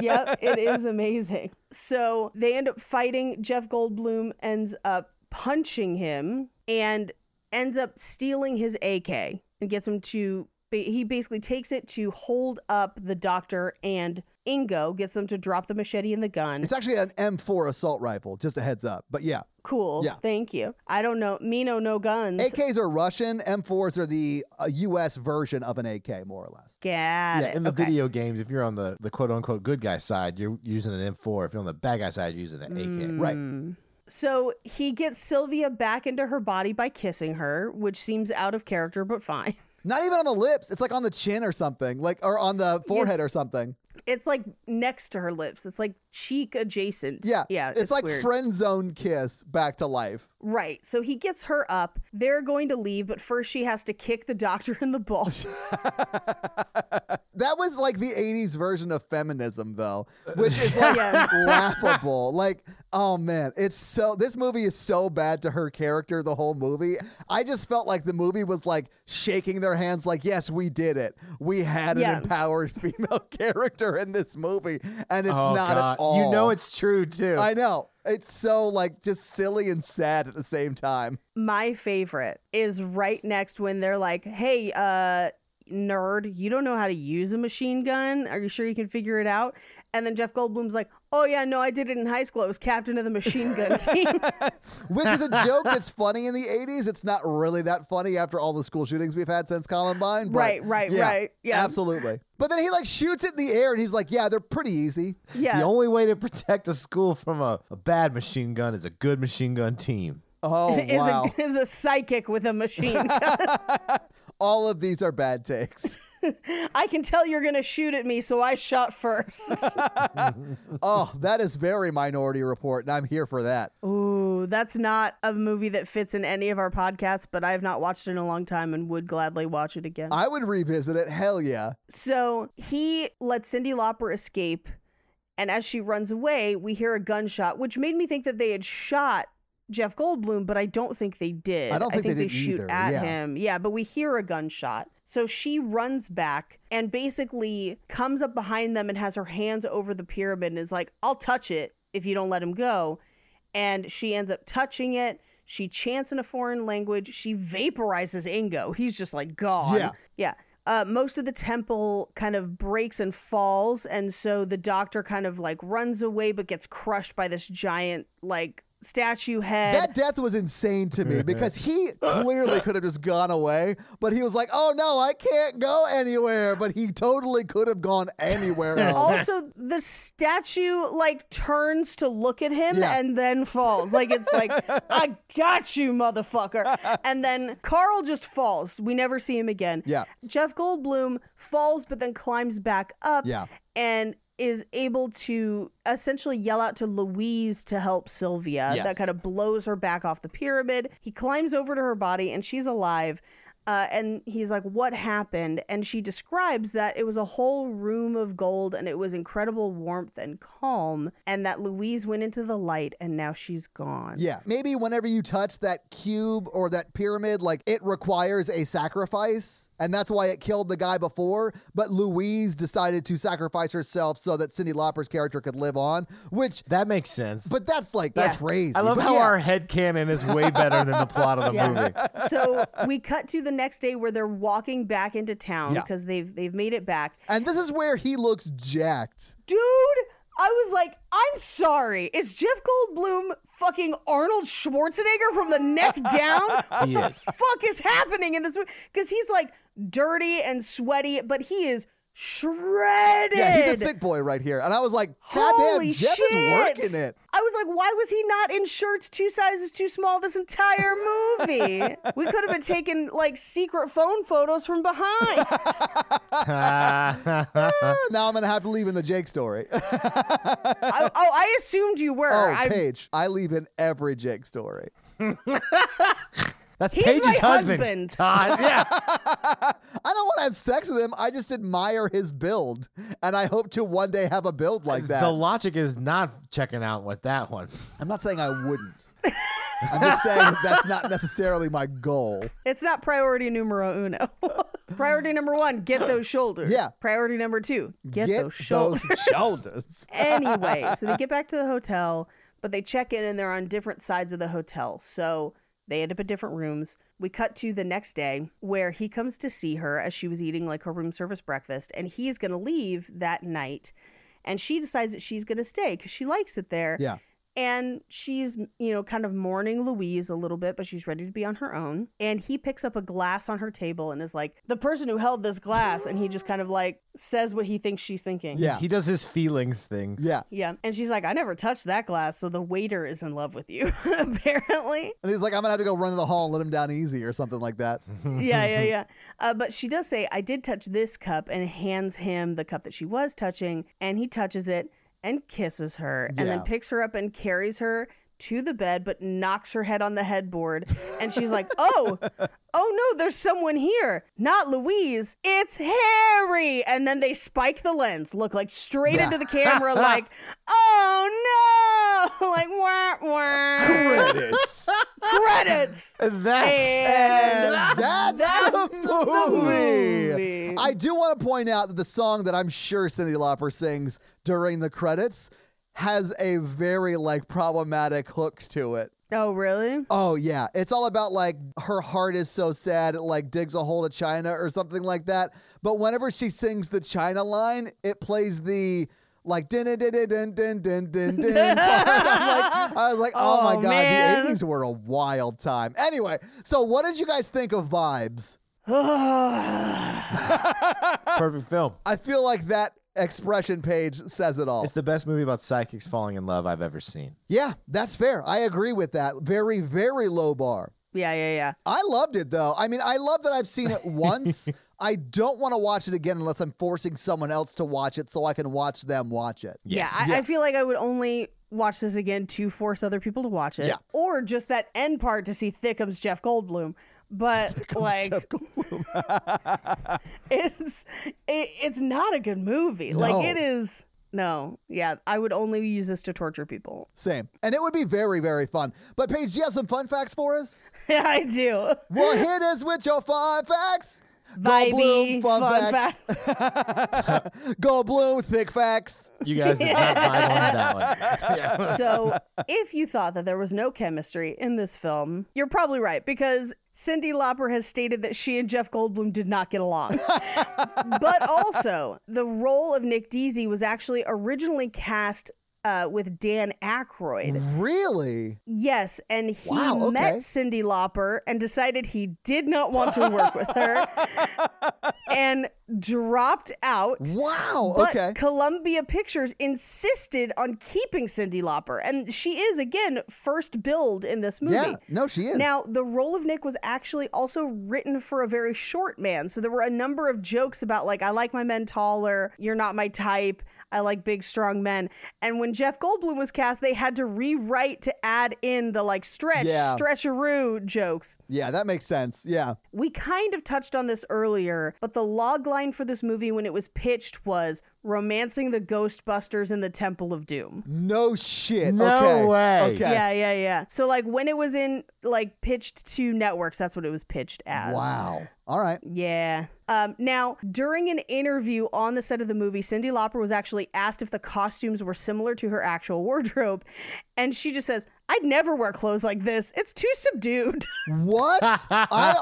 [SPEAKER 4] yep, it is amazing. So they end up fighting. Jeff Goldblum ends up punching him and ends up stealing his AK and gets him to. ba- He basically takes it to hold up the doctor and Ingo, gets them to drop the machete and the gun.
[SPEAKER 5] It's actually an M4 assault rifle, just a heads up. But yeah,
[SPEAKER 4] cool.
[SPEAKER 5] Yeah.
[SPEAKER 4] Thank you. I don't know. Me no no guns.
[SPEAKER 5] AKs are Russian, M4s are the uh, US version of an AK, more or less.
[SPEAKER 4] Got
[SPEAKER 6] Yeah,
[SPEAKER 4] it.
[SPEAKER 6] in the
[SPEAKER 4] Okay.
[SPEAKER 6] video games, if you're on the, the quote unquote good guy side, you're using an M4. If you're on the bad guy side, you're using an AK.
[SPEAKER 7] Mm.
[SPEAKER 5] Right.
[SPEAKER 4] Hmm. So he gets Sylvia back into her body by kissing her, which seems out of character, but fine.
[SPEAKER 5] Not even on the lips. It's like on the chin or something, like or on the forehead
[SPEAKER 4] Yes.
[SPEAKER 5] or something.
[SPEAKER 4] it's like next to her lips. It's like cheek adjacent.
[SPEAKER 5] Yeah.
[SPEAKER 4] yeah.
[SPEAKER 5] It's, like
[SPEAKER 4] weird.
[SPEAKER 5] friend zone kiss back to life.
[SPEAKER 4] right. So he gets her up. They're going to leave, but first she has to kick the doctor in the balls.
[SPEAKER 5] [LAUGHS] That was like the 80s version of feminism, though,
[SPEAKER 6] Uh, [LAUGHS]
[SPEAKER 5] which is like
[SPEAKER 4] Yeah.
[SPEAKER 5] laughable. Like, oh man, it's so, this movie is so bad to her character, the whole movie. I just felt like the movie was like shaking their hands, like, yes, we did it. We had an
[SPEAKER 4] Yeah.
[SPEAKER 5] empowered [LAUGHS] female character in this movie, and it's
[SPEAKER 6] Oh,
[SPEAKER 5] not
[SPEAKER 6] God.
[SPEAKER 5] at all.
[SPEAKER 6] You know it's true, too.
[SPEAKER 5] I know. It's so like just silly and sad at the same time.
[SPEAKER 4] My favorite is right next when they're like, "Hey, uh." Nerd, you don't know how to use a machine gun. Are you sure you can figure it out? And then Jeff Goldblum's like, Oh, yeah, no, I did it in high school. I was captain of the machine
[SPEAKER 5] [LAUGHS]
[SPEAKER 4] gun team. [LAUGHS]
[SPEAKER 5] Which is a joke that's funny in the 80s. It's not really that funny after all the school shootings we've had since Columbine. but
[SPEAKER 4] Right, right,
[SPEAKER 5] yeah,
[SPEAKER 4] right. Yeah.
[SPEAKER 5] Absolutely. But then he like shoots it in the air and he's like, yeah, they're pretty easy.
[SPEAKER 4] yeah.
[SPEAKER 6] The only way to protect a school from a, a bad machine gun is a good machine gun team.
[SPEAKER 4] [LAUGHS] [LAUGHS]
[SPEAKER 5] Oh,
[SPEAKER 4] is,
[SPEAKER 5] wow.
[SPEAKER 4] a, is a psychic with a machine
[SPEAKER 5] [LAUGHS]
[SPEAKER 4] gun.
[SPEAKER 5] all of these are
[SPEAKER 4] [LAUGHS]
[SPEAKER 5] bad takes.
[SPEAKER 4] I can tell you're going to shoot at me, so I shot
[SPEAKER 5] [LAUGHS]
[SPEAKER 4] first.
[SPEAKER 5] oh, that is very Minority Report, and I'm here for that.
[SPEAKER 4] Ooh, that's not a movie that fits in any of our podcasts, but I have not watched it in a long time and would gladly watch it again.
[SPEAKER 5] I would revisit it. Hell yeah.
[SPEAKER 4] so he lets Cindy Lauper escape, and as she runs away, we hear a gunshot, which made me think that they had shot Jeff Goldblum, but I don't think they did.
[SPEAKER 5] I don't think they did
[SPEAKER 4] shoot
[SPEAKER 5] either,
[SPEAKER 4] at
[SPEAKER 5] yeah.
[SPEAKER 4] him. Yeah, but we hear a gunshot. So she runs back and basically comes up behind them and has her hands over the pyramid and is like, I'll touch it if you don't let him go. And she ends up touching it. She chants in a foreign language. She vaporizes Ingo. He's just like gone.
[SPEAKER 5] Yeah.
[SPEAKER 4] Yeah. Uh, most of the temple kind of breaks and falls. And so the doctor kind of like runs away but gets crushed by this giant like statue head.
[SPEAKER 5] That death was insane to me because he clearly could have just gone away, but he was like, "Oh no, I can't go anywhere." But he totally could have gone
[SPEAKER 4] [LAUGHS]
[SPEAKER 5] anywhere [LAUGHS] else.
[SPEAKER 4] also, the statue like turns to look at him
[SPEAKER 5] Yeah.
[SPEAKER 4] and then falls. Like it's like, I got you, motherfucker. And then Carl just falls. We never see him again.
[SPEAKER 5] Yeah.
[SPEAKER 4] Jeff Goldblum falls, but then climbs back up.
[SPEAKER 5] Yeah.
[SPEAKER 4] And is able to essentially yell out to Louise to help Sylvia.
[SPEAKER 5] Yes.
[SPEAKER 4] That kind of blows her back off the pyramid. He climbs over to her body and she's alive. Uh, and he's like, What happened? And she describes that it was a whole room of gold and it was incredible warmth and calm, and that Louise went into the light and now she's gone.
[SPEAKER 5] Yeah. Maybe whenever you touch that cube or that pyramid, like it requires a sacrifice. And that's why it killed the guy before. But Louise decided to sacrifice herself so that Cindy Lauper's character could live on, which,
[SPEAKER 7] That makes sense.
[SPEAKER 5] but that's like crazy.
[SPEAKER 7] I love
[SPEAKER 5] But
[SPEAKER 7] how
[SPEAKER 5] yeah.
[SPEAKER 7] our head canon is way better than the plot
[SPEAKER 6] [LAUGHS]
[SPEAKER 7] of the movie.
[SPEAKER 4] so we cut to the next day where they're walking back into town
[SPEAKER 5] Yeah.
[SPEAKER 4] because they've they've made it back.
[SPEAKER 5] And this is where he looks jacked.
[SPEAKER 4] dude i was like i'm sorry is jeff goldblum fucking arnold schwarzenegger from the neck
[SPEAKER 5] [LAUGHS]
[SPEAKER 4] down what the fuck is happening in this movie because he's like dirty and sweaty but he is shredded
[SPEAKER 5] Yeah, he's a thick boy right here. And I was like, God
[SPEAKER 4] Holy
[SPEAKER 5] damn, Jeff
[SPEAKER 4] shit.
[SPEAKER 5] is working it.
[SPEAKER 4] I was like, why was he not in shirts two sizes too small this entire movie? we could have been taking like secret phone photos from behind.
[SPEAKER 5] [LAUGHS] Now I'm going to have to leave in the Jake story. [LAUGHS]
[SPEAKER 4] I, oh, I assumed you were.
[SPEAKER 5] oh,
[SPEAKER 4] I,
[SPEAKER 5] Paige, I leave in every Jake story.
[SPEAKER 7] That's
[SPEAKER 4] He's
[SPEAKER 7] Paige's
[SPEAKER 4] my
[SPEAKER 7] husband. [LAUGHS]
[SPEAKER 4] husband.
[SPEAKER 7] Todd, yeah.
[SPEAKER 5] I don't want to have sex with him. I just admire his build, and I hope to one day have a build like that.
[SPEAKER 7] The logic is not checking out with that one.
[SPEAKER 5] I'm not saying I wouldn't. I'm just saying that that's not necessarily my goal.
[SPEAKER 4] It's not priority numero uno. [LAUGHS] priority number one, get those shoulders.
[SPEAKER 5] Yeah.
[SPEAKER 4] Priority number two, get, those
[SPEAKER 5] those
[SPEAKER 4] shoulders.
[SPEAKER 5] shoulders.
[SPEAKER 4] anyway, so they get back to the hotel, but they check in and they're on different sides of the hotel. So they end up at different rooms. We cut to the next day where he comes to see her as she was eating like her room service breakfast, and he's going to leave that night. And she decides that she's going to stay because she likes it there.
[SPEAKER 5] Yeah.
[SPEAKER 4] And she's, you know, kind of mourning Louise a little bit, but she's ready to be on her own. And he picks up a glass on her table and is like, the person who held this glass. And he just kind of like says what he thinks she's thinking.
[SPEAKER 5] Yeah.
[SPEAKER 7] He does his feelings thing. [LAUGHS]
[SPEAKER 5] Yeah.
[SPEAKER 4] Yeah. And she's like, I never touched that glass. So the waiter is in love with you, [LAUGHS] apparently.
[SPEAKER 5] And he's like, I'm going to have to go run to the hall and let him down easy or something like that.
[SPEAKER 4] yeah,
[SPEAKER 5] [LAUGHS]
[SPEAKER 4] yeah, yeah. Uh, but she does say, I did touch this cup and hands him the cup that she was touching. And he touches it and kisses her and then
[SPEAKER 5] Yeah.
[SPEAKER 4] picks her up and carries her to the bed, but knocks her head on the headboard. And she's like, [LAUGHS] Oh, oh no, there's someone here. Not Louise. It's Harry. And then they spike the lens, look like straight into the
[SPEAKER 5] [LAUGHS]
[SPEAKER 4] camera, like, Oh no. [LAUGHS] like, wah, wah.
[SPEAKER 5] Credits.
[SPEAKER 4] Credits.
[SPEAKER 7] That's
[SPEAKER 4] And
[SPEAKER 5] And that's,
[SPEAKER 4] that's
[SPEAKER 5] the,
[SPEAKER 4] the
[SPEAKER 5] movie.
[SPEAKER 4] movie.
[SPEAKER 5] I do want to point out that the song that I'm sure Cindy Lauper sings during the credits has a very like problematic hook to it.
[SPEAKER 4] Oh, really?
[SPEAKER 5] Oh yeah, it's all about like her heart is so sad it like digs a hole to China or something like that. But whenever she sings the China line, it plays the like din din din din din din din. din. [LAUGHS] I'm like, I was like, oh, my
[SPEAKER 4] Oh,
[SPEAKER 5] god,
[SPEAKER 4] man.
[SPEAKER 5] the 80s were a wild time. Anyway, so what did you guys think of vibes?
[SPEAKER 7] perfect film.
[SPEAKER 5] I feel like that expression page says it all.
[SPEAKER 7] It's the best movie about psychics falling in love I've ever seen.
[SPEAKER 5] yeah, that's fair. I agree with that. Very very low bar.
[SPEAKER 4] Yeah, yeah, yeah.
[SPEAKER 5] I loved it though. I mean, I love that I've
[SPEAKER 4] [LAUGHS]
[SPEAKER 5] seen it once. I don't want to watch it again unless I'm forcing someone else to watch it so I can watch them watch it.
[SPEAKER 4] Yeah, I, I feel like I would only watch this again to force other people to watch it,
[SPEAKER 5] Yeah.
[SPEAKER 4] or just that end part to see Thickums Jeff Goldblum. But like,
[SPEAKER 5] [LAUGHS]
[SPEAKER 4] [LAUGHS] it's it, it's not a good movie.
[SPEAKER 5] No.
[SPEAKER 4] Like it is. No, yeah, I would only use this to torture people. [LAUGHS]
[SPEAKER 5] Same. And it would be very, very fun. But Paige, do you have some fun facts for us?
[SPEAKER 4] Yeah, I do.
[SPEAKER 5] Well, hit us with your fun facts.
[SPEAKER 4] Vibey,
[SPEAKER 5] Goldblum, fun,
[SPEAKER 4] fun
[SPEAKER 5] facts. Go Bloom, thick facts.
[SPEAKER 7] You guys did
[SPEAKER 4] [LAUGHS]
[SPEAKER 7] not vibe on that [LAUGHS] one.
[SPEAKER 5] [LAUGHS]
[SPEAKER 4] so if you thought that there was no chemistry in this film, you're probably right because Cindy Lauper has stated that she and Jeff Goldblum did not get
[SPEAKER 5] [LAUGHS]
[SPEAKER 4] along. but also, the role of Nick Deasy was actually originally cast uh, with Dan Aykroyd.
[SPEAKER 5] Really?
[SPEAKER 4] Yes, and he
[SPEAKER 5] Mm. Wow, okay.
[SPEAKER 4] met Cindy Lauper and decided he did not want to work with her
[SPEAKER 5] [LAUGHS]
[SPEAKER 4] and dropped out.
[SPEAKER 5] Wow.
[SPEAKER 4] But
[SPEAKER 5] okay.
[SPEAKER 4] Columbia Pictures insisted on keeping Cindy Lauper, and she is again first billed in this movie.
[SPEAKER 5] Yeah. No, she is.
[SPEAKER 4] Now, the role of Nick was actually also written for a very short man. So there were a number of jokes about, like, I like my men taller, you're not my type, I like big, strong men. And when Jeff Goldblum was cast, they had to rewrite to add in the, like, stretch,
[SPEAKER 5] Yeah.
[SPEAKER 4] stretcheroo jokes.
[SPEAKER 5] yeah, that makes sense. Yeah.
[SPEAKER 4] We kind of touched on this earlier, but the log line for this movie when it was pitched was romancing the Ghostbusters in the Temple of Doom.
[SPEAKER 5] No shit.
[SPEAKER 7] No
[SPEAKER 5] okay.
[SPEAKER 7] way.
[SPEAKER 5] Okay.
[SPEAKER 4] Yeah, yeah, yeah. So like when it was in like pitched to networks, that's what it was pitched as.
[SPEAKER 5] Wow. All right.
[SPEAKER 4] Yeah. Um, now, during an interview on the set of the movie, Cindy Lauper was actually asked if the costumes were similar to her actual wardrobe, and she just says, "I'd never wear clothes like this. It's too subdued." [LAUGHS]
[SPEAKER 5] What? I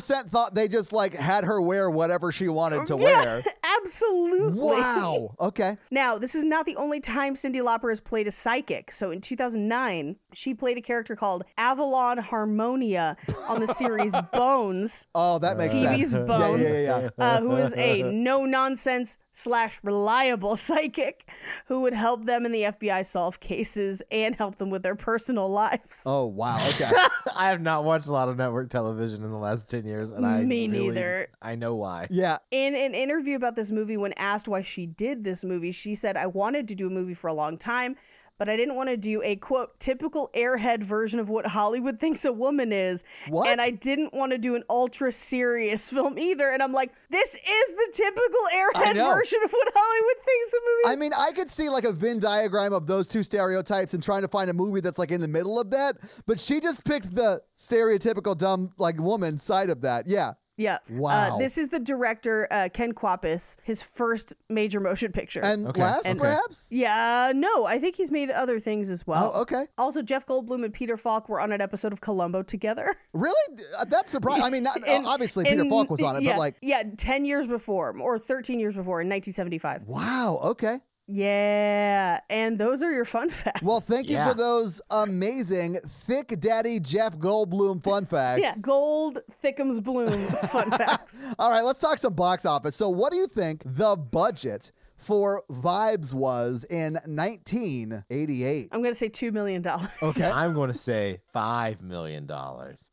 [SPEAKER 5] 100% thought they just like had her wear whatever she wanted to wear.
[SPEAKER 4] Absolutely.
[SPEAKER 5] Wow.
[SPEAKER 4] [LAUGHS]
[SPEAKER 5] Okay.
[SPEAKER 4] Now, this is not the only time Cindy Lauper has played a psychic. So in 2009, she played a character called Avalon Harmonia on the series Bones,
[SPEAKER 5] Oh, that makes
[SPEAKER 4] TV's
[SPEAKER 5] sense.
[SPEAKER 4] Bones.
[SPEAKER 5] Yeah, yeah, yeah.
[SPEAKER 4] uh, who is a no nonsense slash reliable [LAUGHS] psychic who would help them in the FBI solve cases and help them with their personal lives.
[SPEAKER 5] Oh, wow.
[SPEAKER 4] [LAUGHS]
[SPEAKER 5] Okay.
[SPEAKER 7] I have not watched a lot of network television in the last 10 years. And I
[SPEAKER 4] Me
[SPEAKER 7] really-
[SPEAKER 4] neither.
[SPEAKER 7] I know why.
[SPEAKER 5] Yeah.
[SPEAKER 4] In an interview about this movie, when asked why she did this movie, she said, I wanted to do a movie for a long time, but I didn't want to do a quote, typical airhead version of what Hollywood [LAUGHS] thinks a woman is.
[SPEAKER 5] What?
[SPEAKER 4] And I didn't want to do an ultra serious [LAUGHS] film either. And I'm like, this is the typical airhead
[SPEAKER 5] know.
[SPEAKER 4] version of what Hollywood thinks a movie is.
[SPEAKER 5] I mean, I could see like a Venn diagram of those two stereotypes and trying to find a movie that's like in the middle of that, but she just picked the stereotypical dumb like woman side of that. Yeah.
[SPEAKER 4] yeah.
[SPEAKER 5] Wow.
[SPEAKER 4] Uh, this is the director, uh, Ken Quapis, his first major motion picture.
[SPEAKER 5] And last, perhaps?
[SPEAKER 4] Yeah, no, I think he's made other things as well.
[SPEAKER 5] Oh, okay.
[SPEAKER 4] Also, Jeff Goldblum and Peter Falk were on an episode of Columbo together.
[SPEAKER 5] Really? Uh, That's surprising. [LAUGHS] I mean, not,
[SPEAKER 4] [LAUGHS]
[SPEAKER 5] uh,
[SPEAKER 4] In-
[SPEAKER 5] obviously Peter
[SPEAKER 4] in-
[SPEAKER 5] Falk was on it,
[SPEAKER 4] yeah,
[SPEAKER 5] but like,
[SPEAKER 4] yeah, ten years before or thirteen years before in 1975.
[SPEAKER 5] wow. Okay.
[SPEAKER 4] Yeah, and those are your fun facts.
[SPEAKER 5] Well, thank you
[SPEAKER 7] Yeah.
[SPEAKER 5] for those amazing thick daddy Jeff Goldblum fun
[SPEAKER 4] [LAUGHS] [LAUGHS]
[SPEAKER 5] facts.
[SPEAKER 4] yeah, gold thickums bloom
[SPEAKER 5] [LAUGHS]
[SPEAKER 4] fun facts.
[SPEAKER 5] All right, let's talk some box office. So, what do you think the budget for Vibes was in 1988?
[SPEAKER 4] I'm gonna say two million dollars.
[SPEAKER 7] I'm going to say $5 million.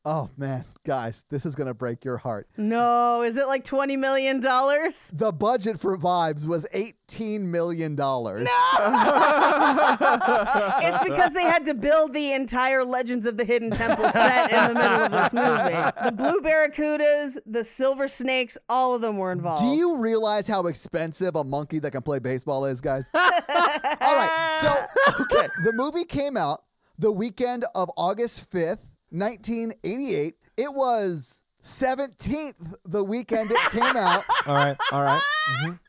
[SPEAKER 5] Oh man, guys, this is gonna break your heart.
[SPEAKER 4] No, is it like twenty million dollars?
[SPEAKER 5] The budget for Vibes was 18 million dollars.
[SPEAKER 4] It's because they had to build the entire Legends of the Hidden Temple set in the middle of this movie. The blue barracudas, the silver snakes, all of them were involved.
[SPEAKER 5] Do you realize how expensive a monkey that can play baseball is, guys? All right. So, okay, the movie came out the weekend of August 5th, 1988. It was 17th the weekend it came out.
[SPEAKER 7] All right. All right.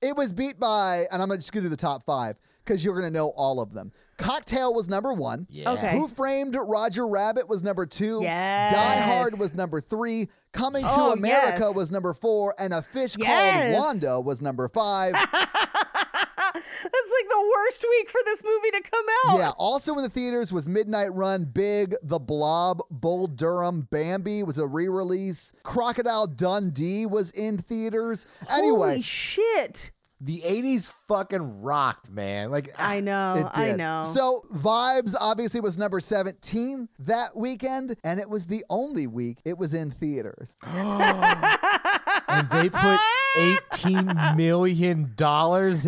[SPEAKER 5] It was beat by, and I'm just going to do the top five because you're going to know all of them. Cocktail was number one.
[SPEAKER 7] Yeah.
[SPEAKER 4] Okay.
[SPEAKER 5] Who Framed Roger Rabbit was number two. Die
[SPEAKER 4] Yes.
[SPEAKER 5] Hard was number three. Coming to
[SPEAKER 4] Oh,
[SPEAKER 5] America
[SPEAKER 4] yes.
[SPEAKER 5] was number four. And A Fish
[SPEAKER 4] Yes.
[SPEAKER 5] Called Wanda was number
[SPEAKER 4] [LAUGHS]
[SPEAKER 5] five.
[SPEAKER 4] [LAUGHS] That's like the worst week for this movie to come out.
[SPEAKER 5] yeah. Also in the theaters was Midnight Run, Big, The Blob, Bull Durham, Bambi was a re release. Crocodile Dundee was in theaters. Anyway,
[SPEAKER 4] Holy shit.
[SPEAKER 7] [LAUGHS] The 80s fucking rocked, man. Like, ah,
[SPEAKER 4] I know.
[SPEAKER 5] It
[SPEAKER 4] I
[SPEAKER 5] did.
[SPEAKER 4] know.
[SPEAKER 5] So Vibes obviously was number 17 that weekend, and it was the only week it was in theaters.
[SPEAKER 7] and they put $18 million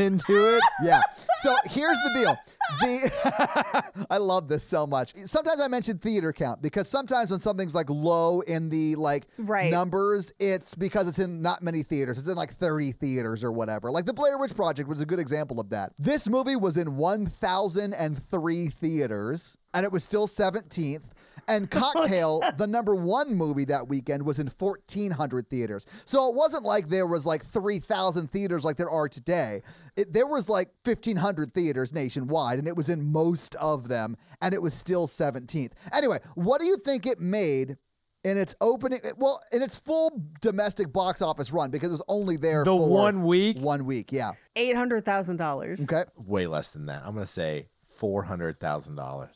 [SPEAKER 7] into it.
[SPEAKER 6] [LAUGHS]
[SPEAKER 5] Yeah. So here's the deal. The [LAUGHS] I love this so much. Sometimes I mention theater count because sometimes when something's like low in the like
[SPEAKER 4] Right.
[SPEAKER 5] numbers, it's because it's in not many theaters. It's in like 30 theaters or whatever. Like the Blair Witch Project was a good example of that. This movie was in 1003 theaters and it was still 17th. And Cocktail, the number one movie that weekend, was in 1,400 theaters. So it wasn't like there was like 3,000 theaters like there are today. It, there was like 1,500 theaters nationwide, and it was in most of them, and it was still 17th. Anyway, what do you think it made in its opening? it- Well, in its full domestic box office run, because it was only there
[SPEAKER 7] The
[SPEAKER 5] for
[SPEAKER 7] one week?
[SPEAKER 5] One week, yeah.
[SPEAKER 4] $800,000.
[SPEAKER 5] Okay.
[SPEAKER 7] Way less than that. I'm going to say
[SPEAKER 6] four hundred thousand dollars.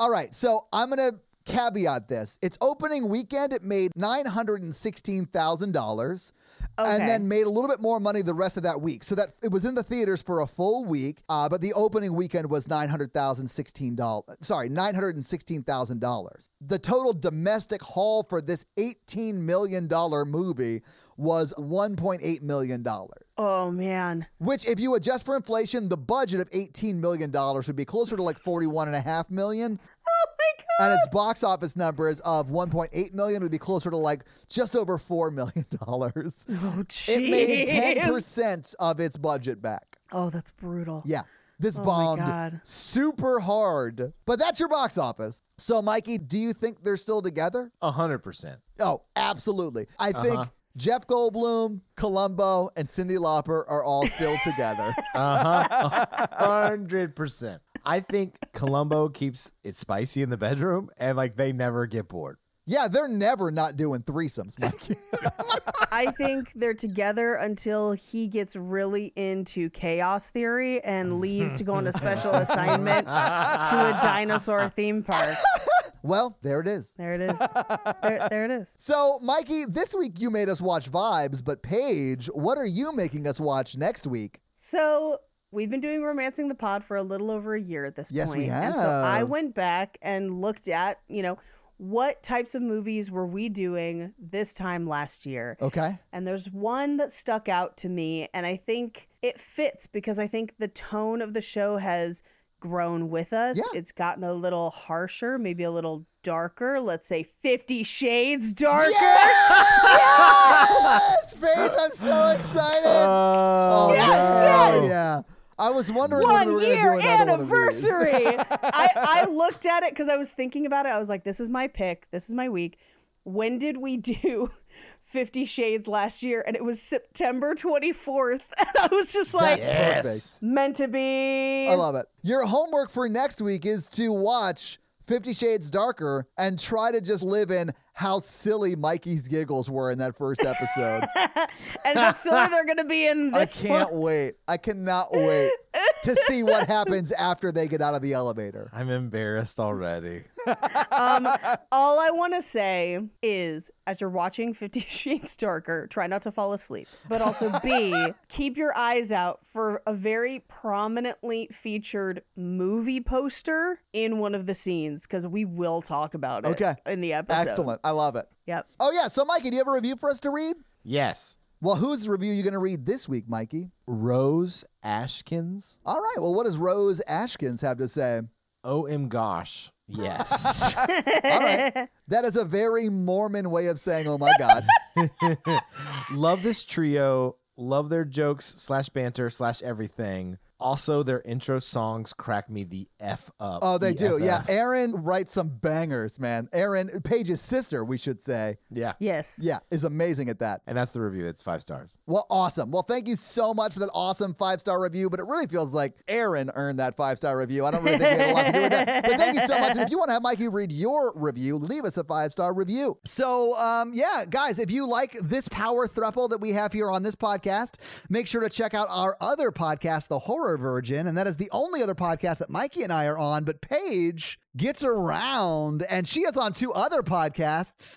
[SPEAKER 5] All right, so I'm gonna caveat this. Its opening weekend, it made nine hundred and sixteen thousand dollars.
[SPEAKER 4] Okay.
[SPEAKER 5] And then made a little bit more money the rest of that week, so that it was in the theaters for a full week. Uh, but the opening weekend was nine hundred thousand sixteen dollars. Sorry, nine hundred and sixteen thousand dollars. The total domestic haul for this eighteen million dollar movie was one point eight million dollars.
[SPEAKER 4] Oh man.
[SPEAKER 5] Which, if you adjust for inflation, the budget of eighteen million dollars would be closer to like forty-one and a half million.
[SPEAKER 4] Oh my god.
[SPEAKER 5] And its box office numbers of 1.8 million would be closer to like just over four million dollars.
[SPEAKER 4] Oh
[SPEAKER 5] It made
[SPEAKER 4] jeez.
[SPEAKER 5] 10% of its budget back.
[SPEAKER 4] Oh, that's brutal.
[SPEAKER 5] Yeah. This
[SPEAKER 4] Oh my
[SPEAKER 5] bombed
[SPEAKER 4] God.
[SPEAKER 5] super hard. But that's your box office. So Mikey, do you think they're still together?
[SPEAKER 6] hundred percent.
[SPEAKER 5] Oh, absolutely. I think Jeff Goldblum, Columbo, and Cindy Lauper are all still together.
[SPEAKER 6] Hundred percent. I think Columbo keeps it spicy in the bedroom, and like they never get bored.
[SPEAKER 5] Yeah, they're never not doing threesomes, Mikey. [LAUGHS]
[SPEAKER 4] I think they're together until he gets really into chaos theory and leaves to go on a
[SPEAKER 5] [LAUGHS]
[SPEAKER 4] special assignment to a dinosaur theme park.
[SPEAKER 5] well, there it is.
[SPEAKER 4] There it is. There, there it is.
[SPEAKER 5] So, Mikey, this week you made us watch Vibes, but Paige, what are you making us watch next week?
[SPEAKER 4] So we've been doing romancing the pod for a little over a year at this
[SPEAKER 5] Yes,
[SPEAKER 4] point.
[SPEAKER 5] we
[SPEAKER 4] And so I
[SPEAKER 5] have.
[SPEAKER 4] went back and looked at, you know, what types of movies were we doing this time last year? [LAUGHS]
[SPEAKER 5] Okay.
[SPEAKER 4] And there's one that stuck out to me, and I think it fits because I think the tone of the show has grown with us.
[SPEAKER 5] Yeah.
[SPEAKER 4] It's gotten a little harsher, maybe a little darker, let's say 50 shades darker.
[SPEAKER 5] Yes, Paige, I'm so excited. oh,
[SPEAKER 4] Yes,
[SPEAKER 5] no.
[SPEAKER 4] yes.
[SPEAKER 5] yeah. I was wondering when we
[SPEAKER 4] One
[SPEAKER 5] were
[SPEAKER 4] year
[SPEAKER 5] gonna do another one of these.
[SPEAKER 4] anniversary. I, I looked at it because I was thinking about it. I was like, this is my pick. This is my week. When did we [LAUGHS] do 50 Shades last year? And it was September 24th. [LAUGHS] And I was just like,
[SPEAKER 5] [LAUGHS] That's perfect.
[SPEAKER 4] meant to be.
[SPEAKER 5] I love it. Your homework for next week is to watch Fifty Shades Darker and try to just live in how silly Mikey's giggles were in that first
[SPEAKER 4] [LAUGHS]
[SPEAKER 5] episode.
[SPEAKER 4] and how silly they're going to be in
[SPEAKER 5] [LAUGHS] I
[SPEAKER 4] this
[SPEAKER 5] can't
[SPEAKER 4] one.
[SPEAKER 5] wait. I cannot wait to see
[SPEAKER 4] [LAUGHS]
[SPEAKER 5] what happens after they get out of the elevator.
[SPEAKER 6] I'm embarrassed
[SPEAKER 7] [LAUGHS]
[SPEAKER 6] already.
[SPEAKER 4] All I want to say is, as you're watching Fifty [LAUGHS] Shades Darker, try not to fall asleep, but also
[SPEAKER 5] [LAUGHS]
[SPEAKER 4] B, keep your eyes out for a very prominently featured movie poster in one of the scenes because we will talk about it
[SPEAKER 5] Okay.
[SPEAKER 4] in the episode.
[SPEAKER 5] Excellent. I love it.
[SPEAKER 4] Yep.
[SPEAKER 5] Oh, yeah. So, Mikey, do you have a review for us to read?
[SPEAKER 6] Yes,
[SPEAKER 5] Well, whose review are you going to read this week, Mikey?
[SPEAKER 6] Rose Ashkins.
[SPEAKER 5] All right. Well, what does Rose Ashkins have to say?
[SPEAKER 6] Oh, m gosh.
[SPEAKER 7] [LAUGHS]
[SPEAKER 6] Yes.
[SPEAKER 5] All right. that is a very Mormon way of saying, oh, my
[SPEAKER 4] [LAUGHS]
[SPEAKER 5] God.
[SPEAKER 6] love this trio. Love their jokes slash banter slash everything. Also, their intro songs crack me the f up.
[SPEAKER 5] Oh, they do. Yeah.
[SPEAKER 6] EFF.
[SPEAKER 5] Aaron writes some bangers, man. Aaron, Paige's sister, we should say.
[SPEAKER 6] yeah.
[SPEAKER 4] Yes.
[SPEAKER 5] Yeah, is amazing at that.
[SPEAKER 6] And that's the review. It's five stars.
[SPEAKER 5] Well, awesome. Well, thank you so much for that awesome five star review. But it really feels like Aaron earned that five star review. I don't really think we had a lot to do with that. But thank you so much. And if you want to have Mikey read your review, leave us a five star review. So, um, yeah, guys, if you like this power thruple that we have here on this podcast, make sure to check out our other podcast, The Horror Virgin. And that is the only other podcast that Mikey and I are on. But Paige gets around, and she is on two other podcasts.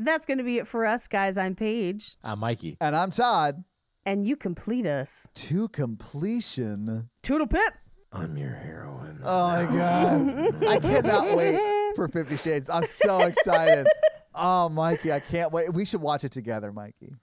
[SPEAKER 4] That's going to be it for us, guys. I'm Paige,
[SPEAKER 6] I'm Ah, Mikey.
[SPEAKER 5] And I'm Todd.
[SPEAKER 4] and you complete us.
[SPEAKER 5] To completion.
[SPEAKER 4] Toodle pip. [LAUGHS]
[SPEAKER 6] I'm your heroine.
[SPEAKER 5] Oh my god. [LAUGHS] I cannot wait for 50 Shades. I'm so [LAUGHS] excited. Oh, Mikey, I can't wait. We should watch it together, Mikey.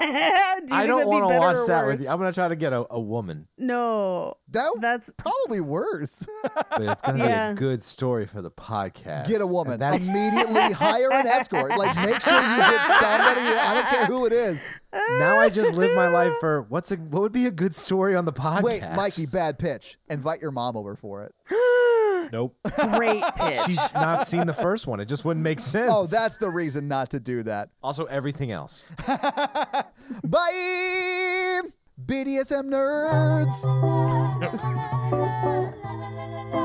[SPEAKER 4] Do you I
[SPEAKER 6] I
[SPEAKER 4] think
[SPEAKER 6] don't
[SPEAKER 4] that'd be
[SPEAKER 6] want to
[SPEAKER 4] better
[SPEAKER 6] watch
[SPEAKER 4] or
[SPEAKER 6] that
[SPEAKER 4] worse?
[SPEAKER 6] with you. I'm gonna try to get a, a woman,
[SPEAKER 4] No,
[SPEAKER 5] That w-
[SPEAKER 4] that's
[SPEAKER 5] probably worse.
[SPEAKER 6] but it's gonna
[SPEAKER 4] Yeah.
[SPEAKER 6] be a good story for the podcast.
[SPEAKER 5] Get a woman.
[SPEAKER 6] And that's
[SPEAKER 5] Immediately hire an escort. Like, make sure you get somebody. I don't care who it is.
[SPEAKER 6] now I just live my life for
[SPEAKER 5] [LAUGHS]
[SPEAKER 6] what's a, what would be a good story on the podcast.
[SPEAKER 5] Wait, Mikey, bad pitch. Invite your mom over for it.
[SPEAKER 6] Nope.
[SPEAKER 4] great pitch.
[SPEAKER 6] She's not seen the first one. It just wouldn't make sense. [LAUGHS]
[SPEAKER 5] Oh, that's the reason not to do that. [LAUGHS]
[SPEAKER 6] also everything else.
[SPEAKER 5] Bye, BDSM nerds.
[SPEAKER 2] la la la la la la.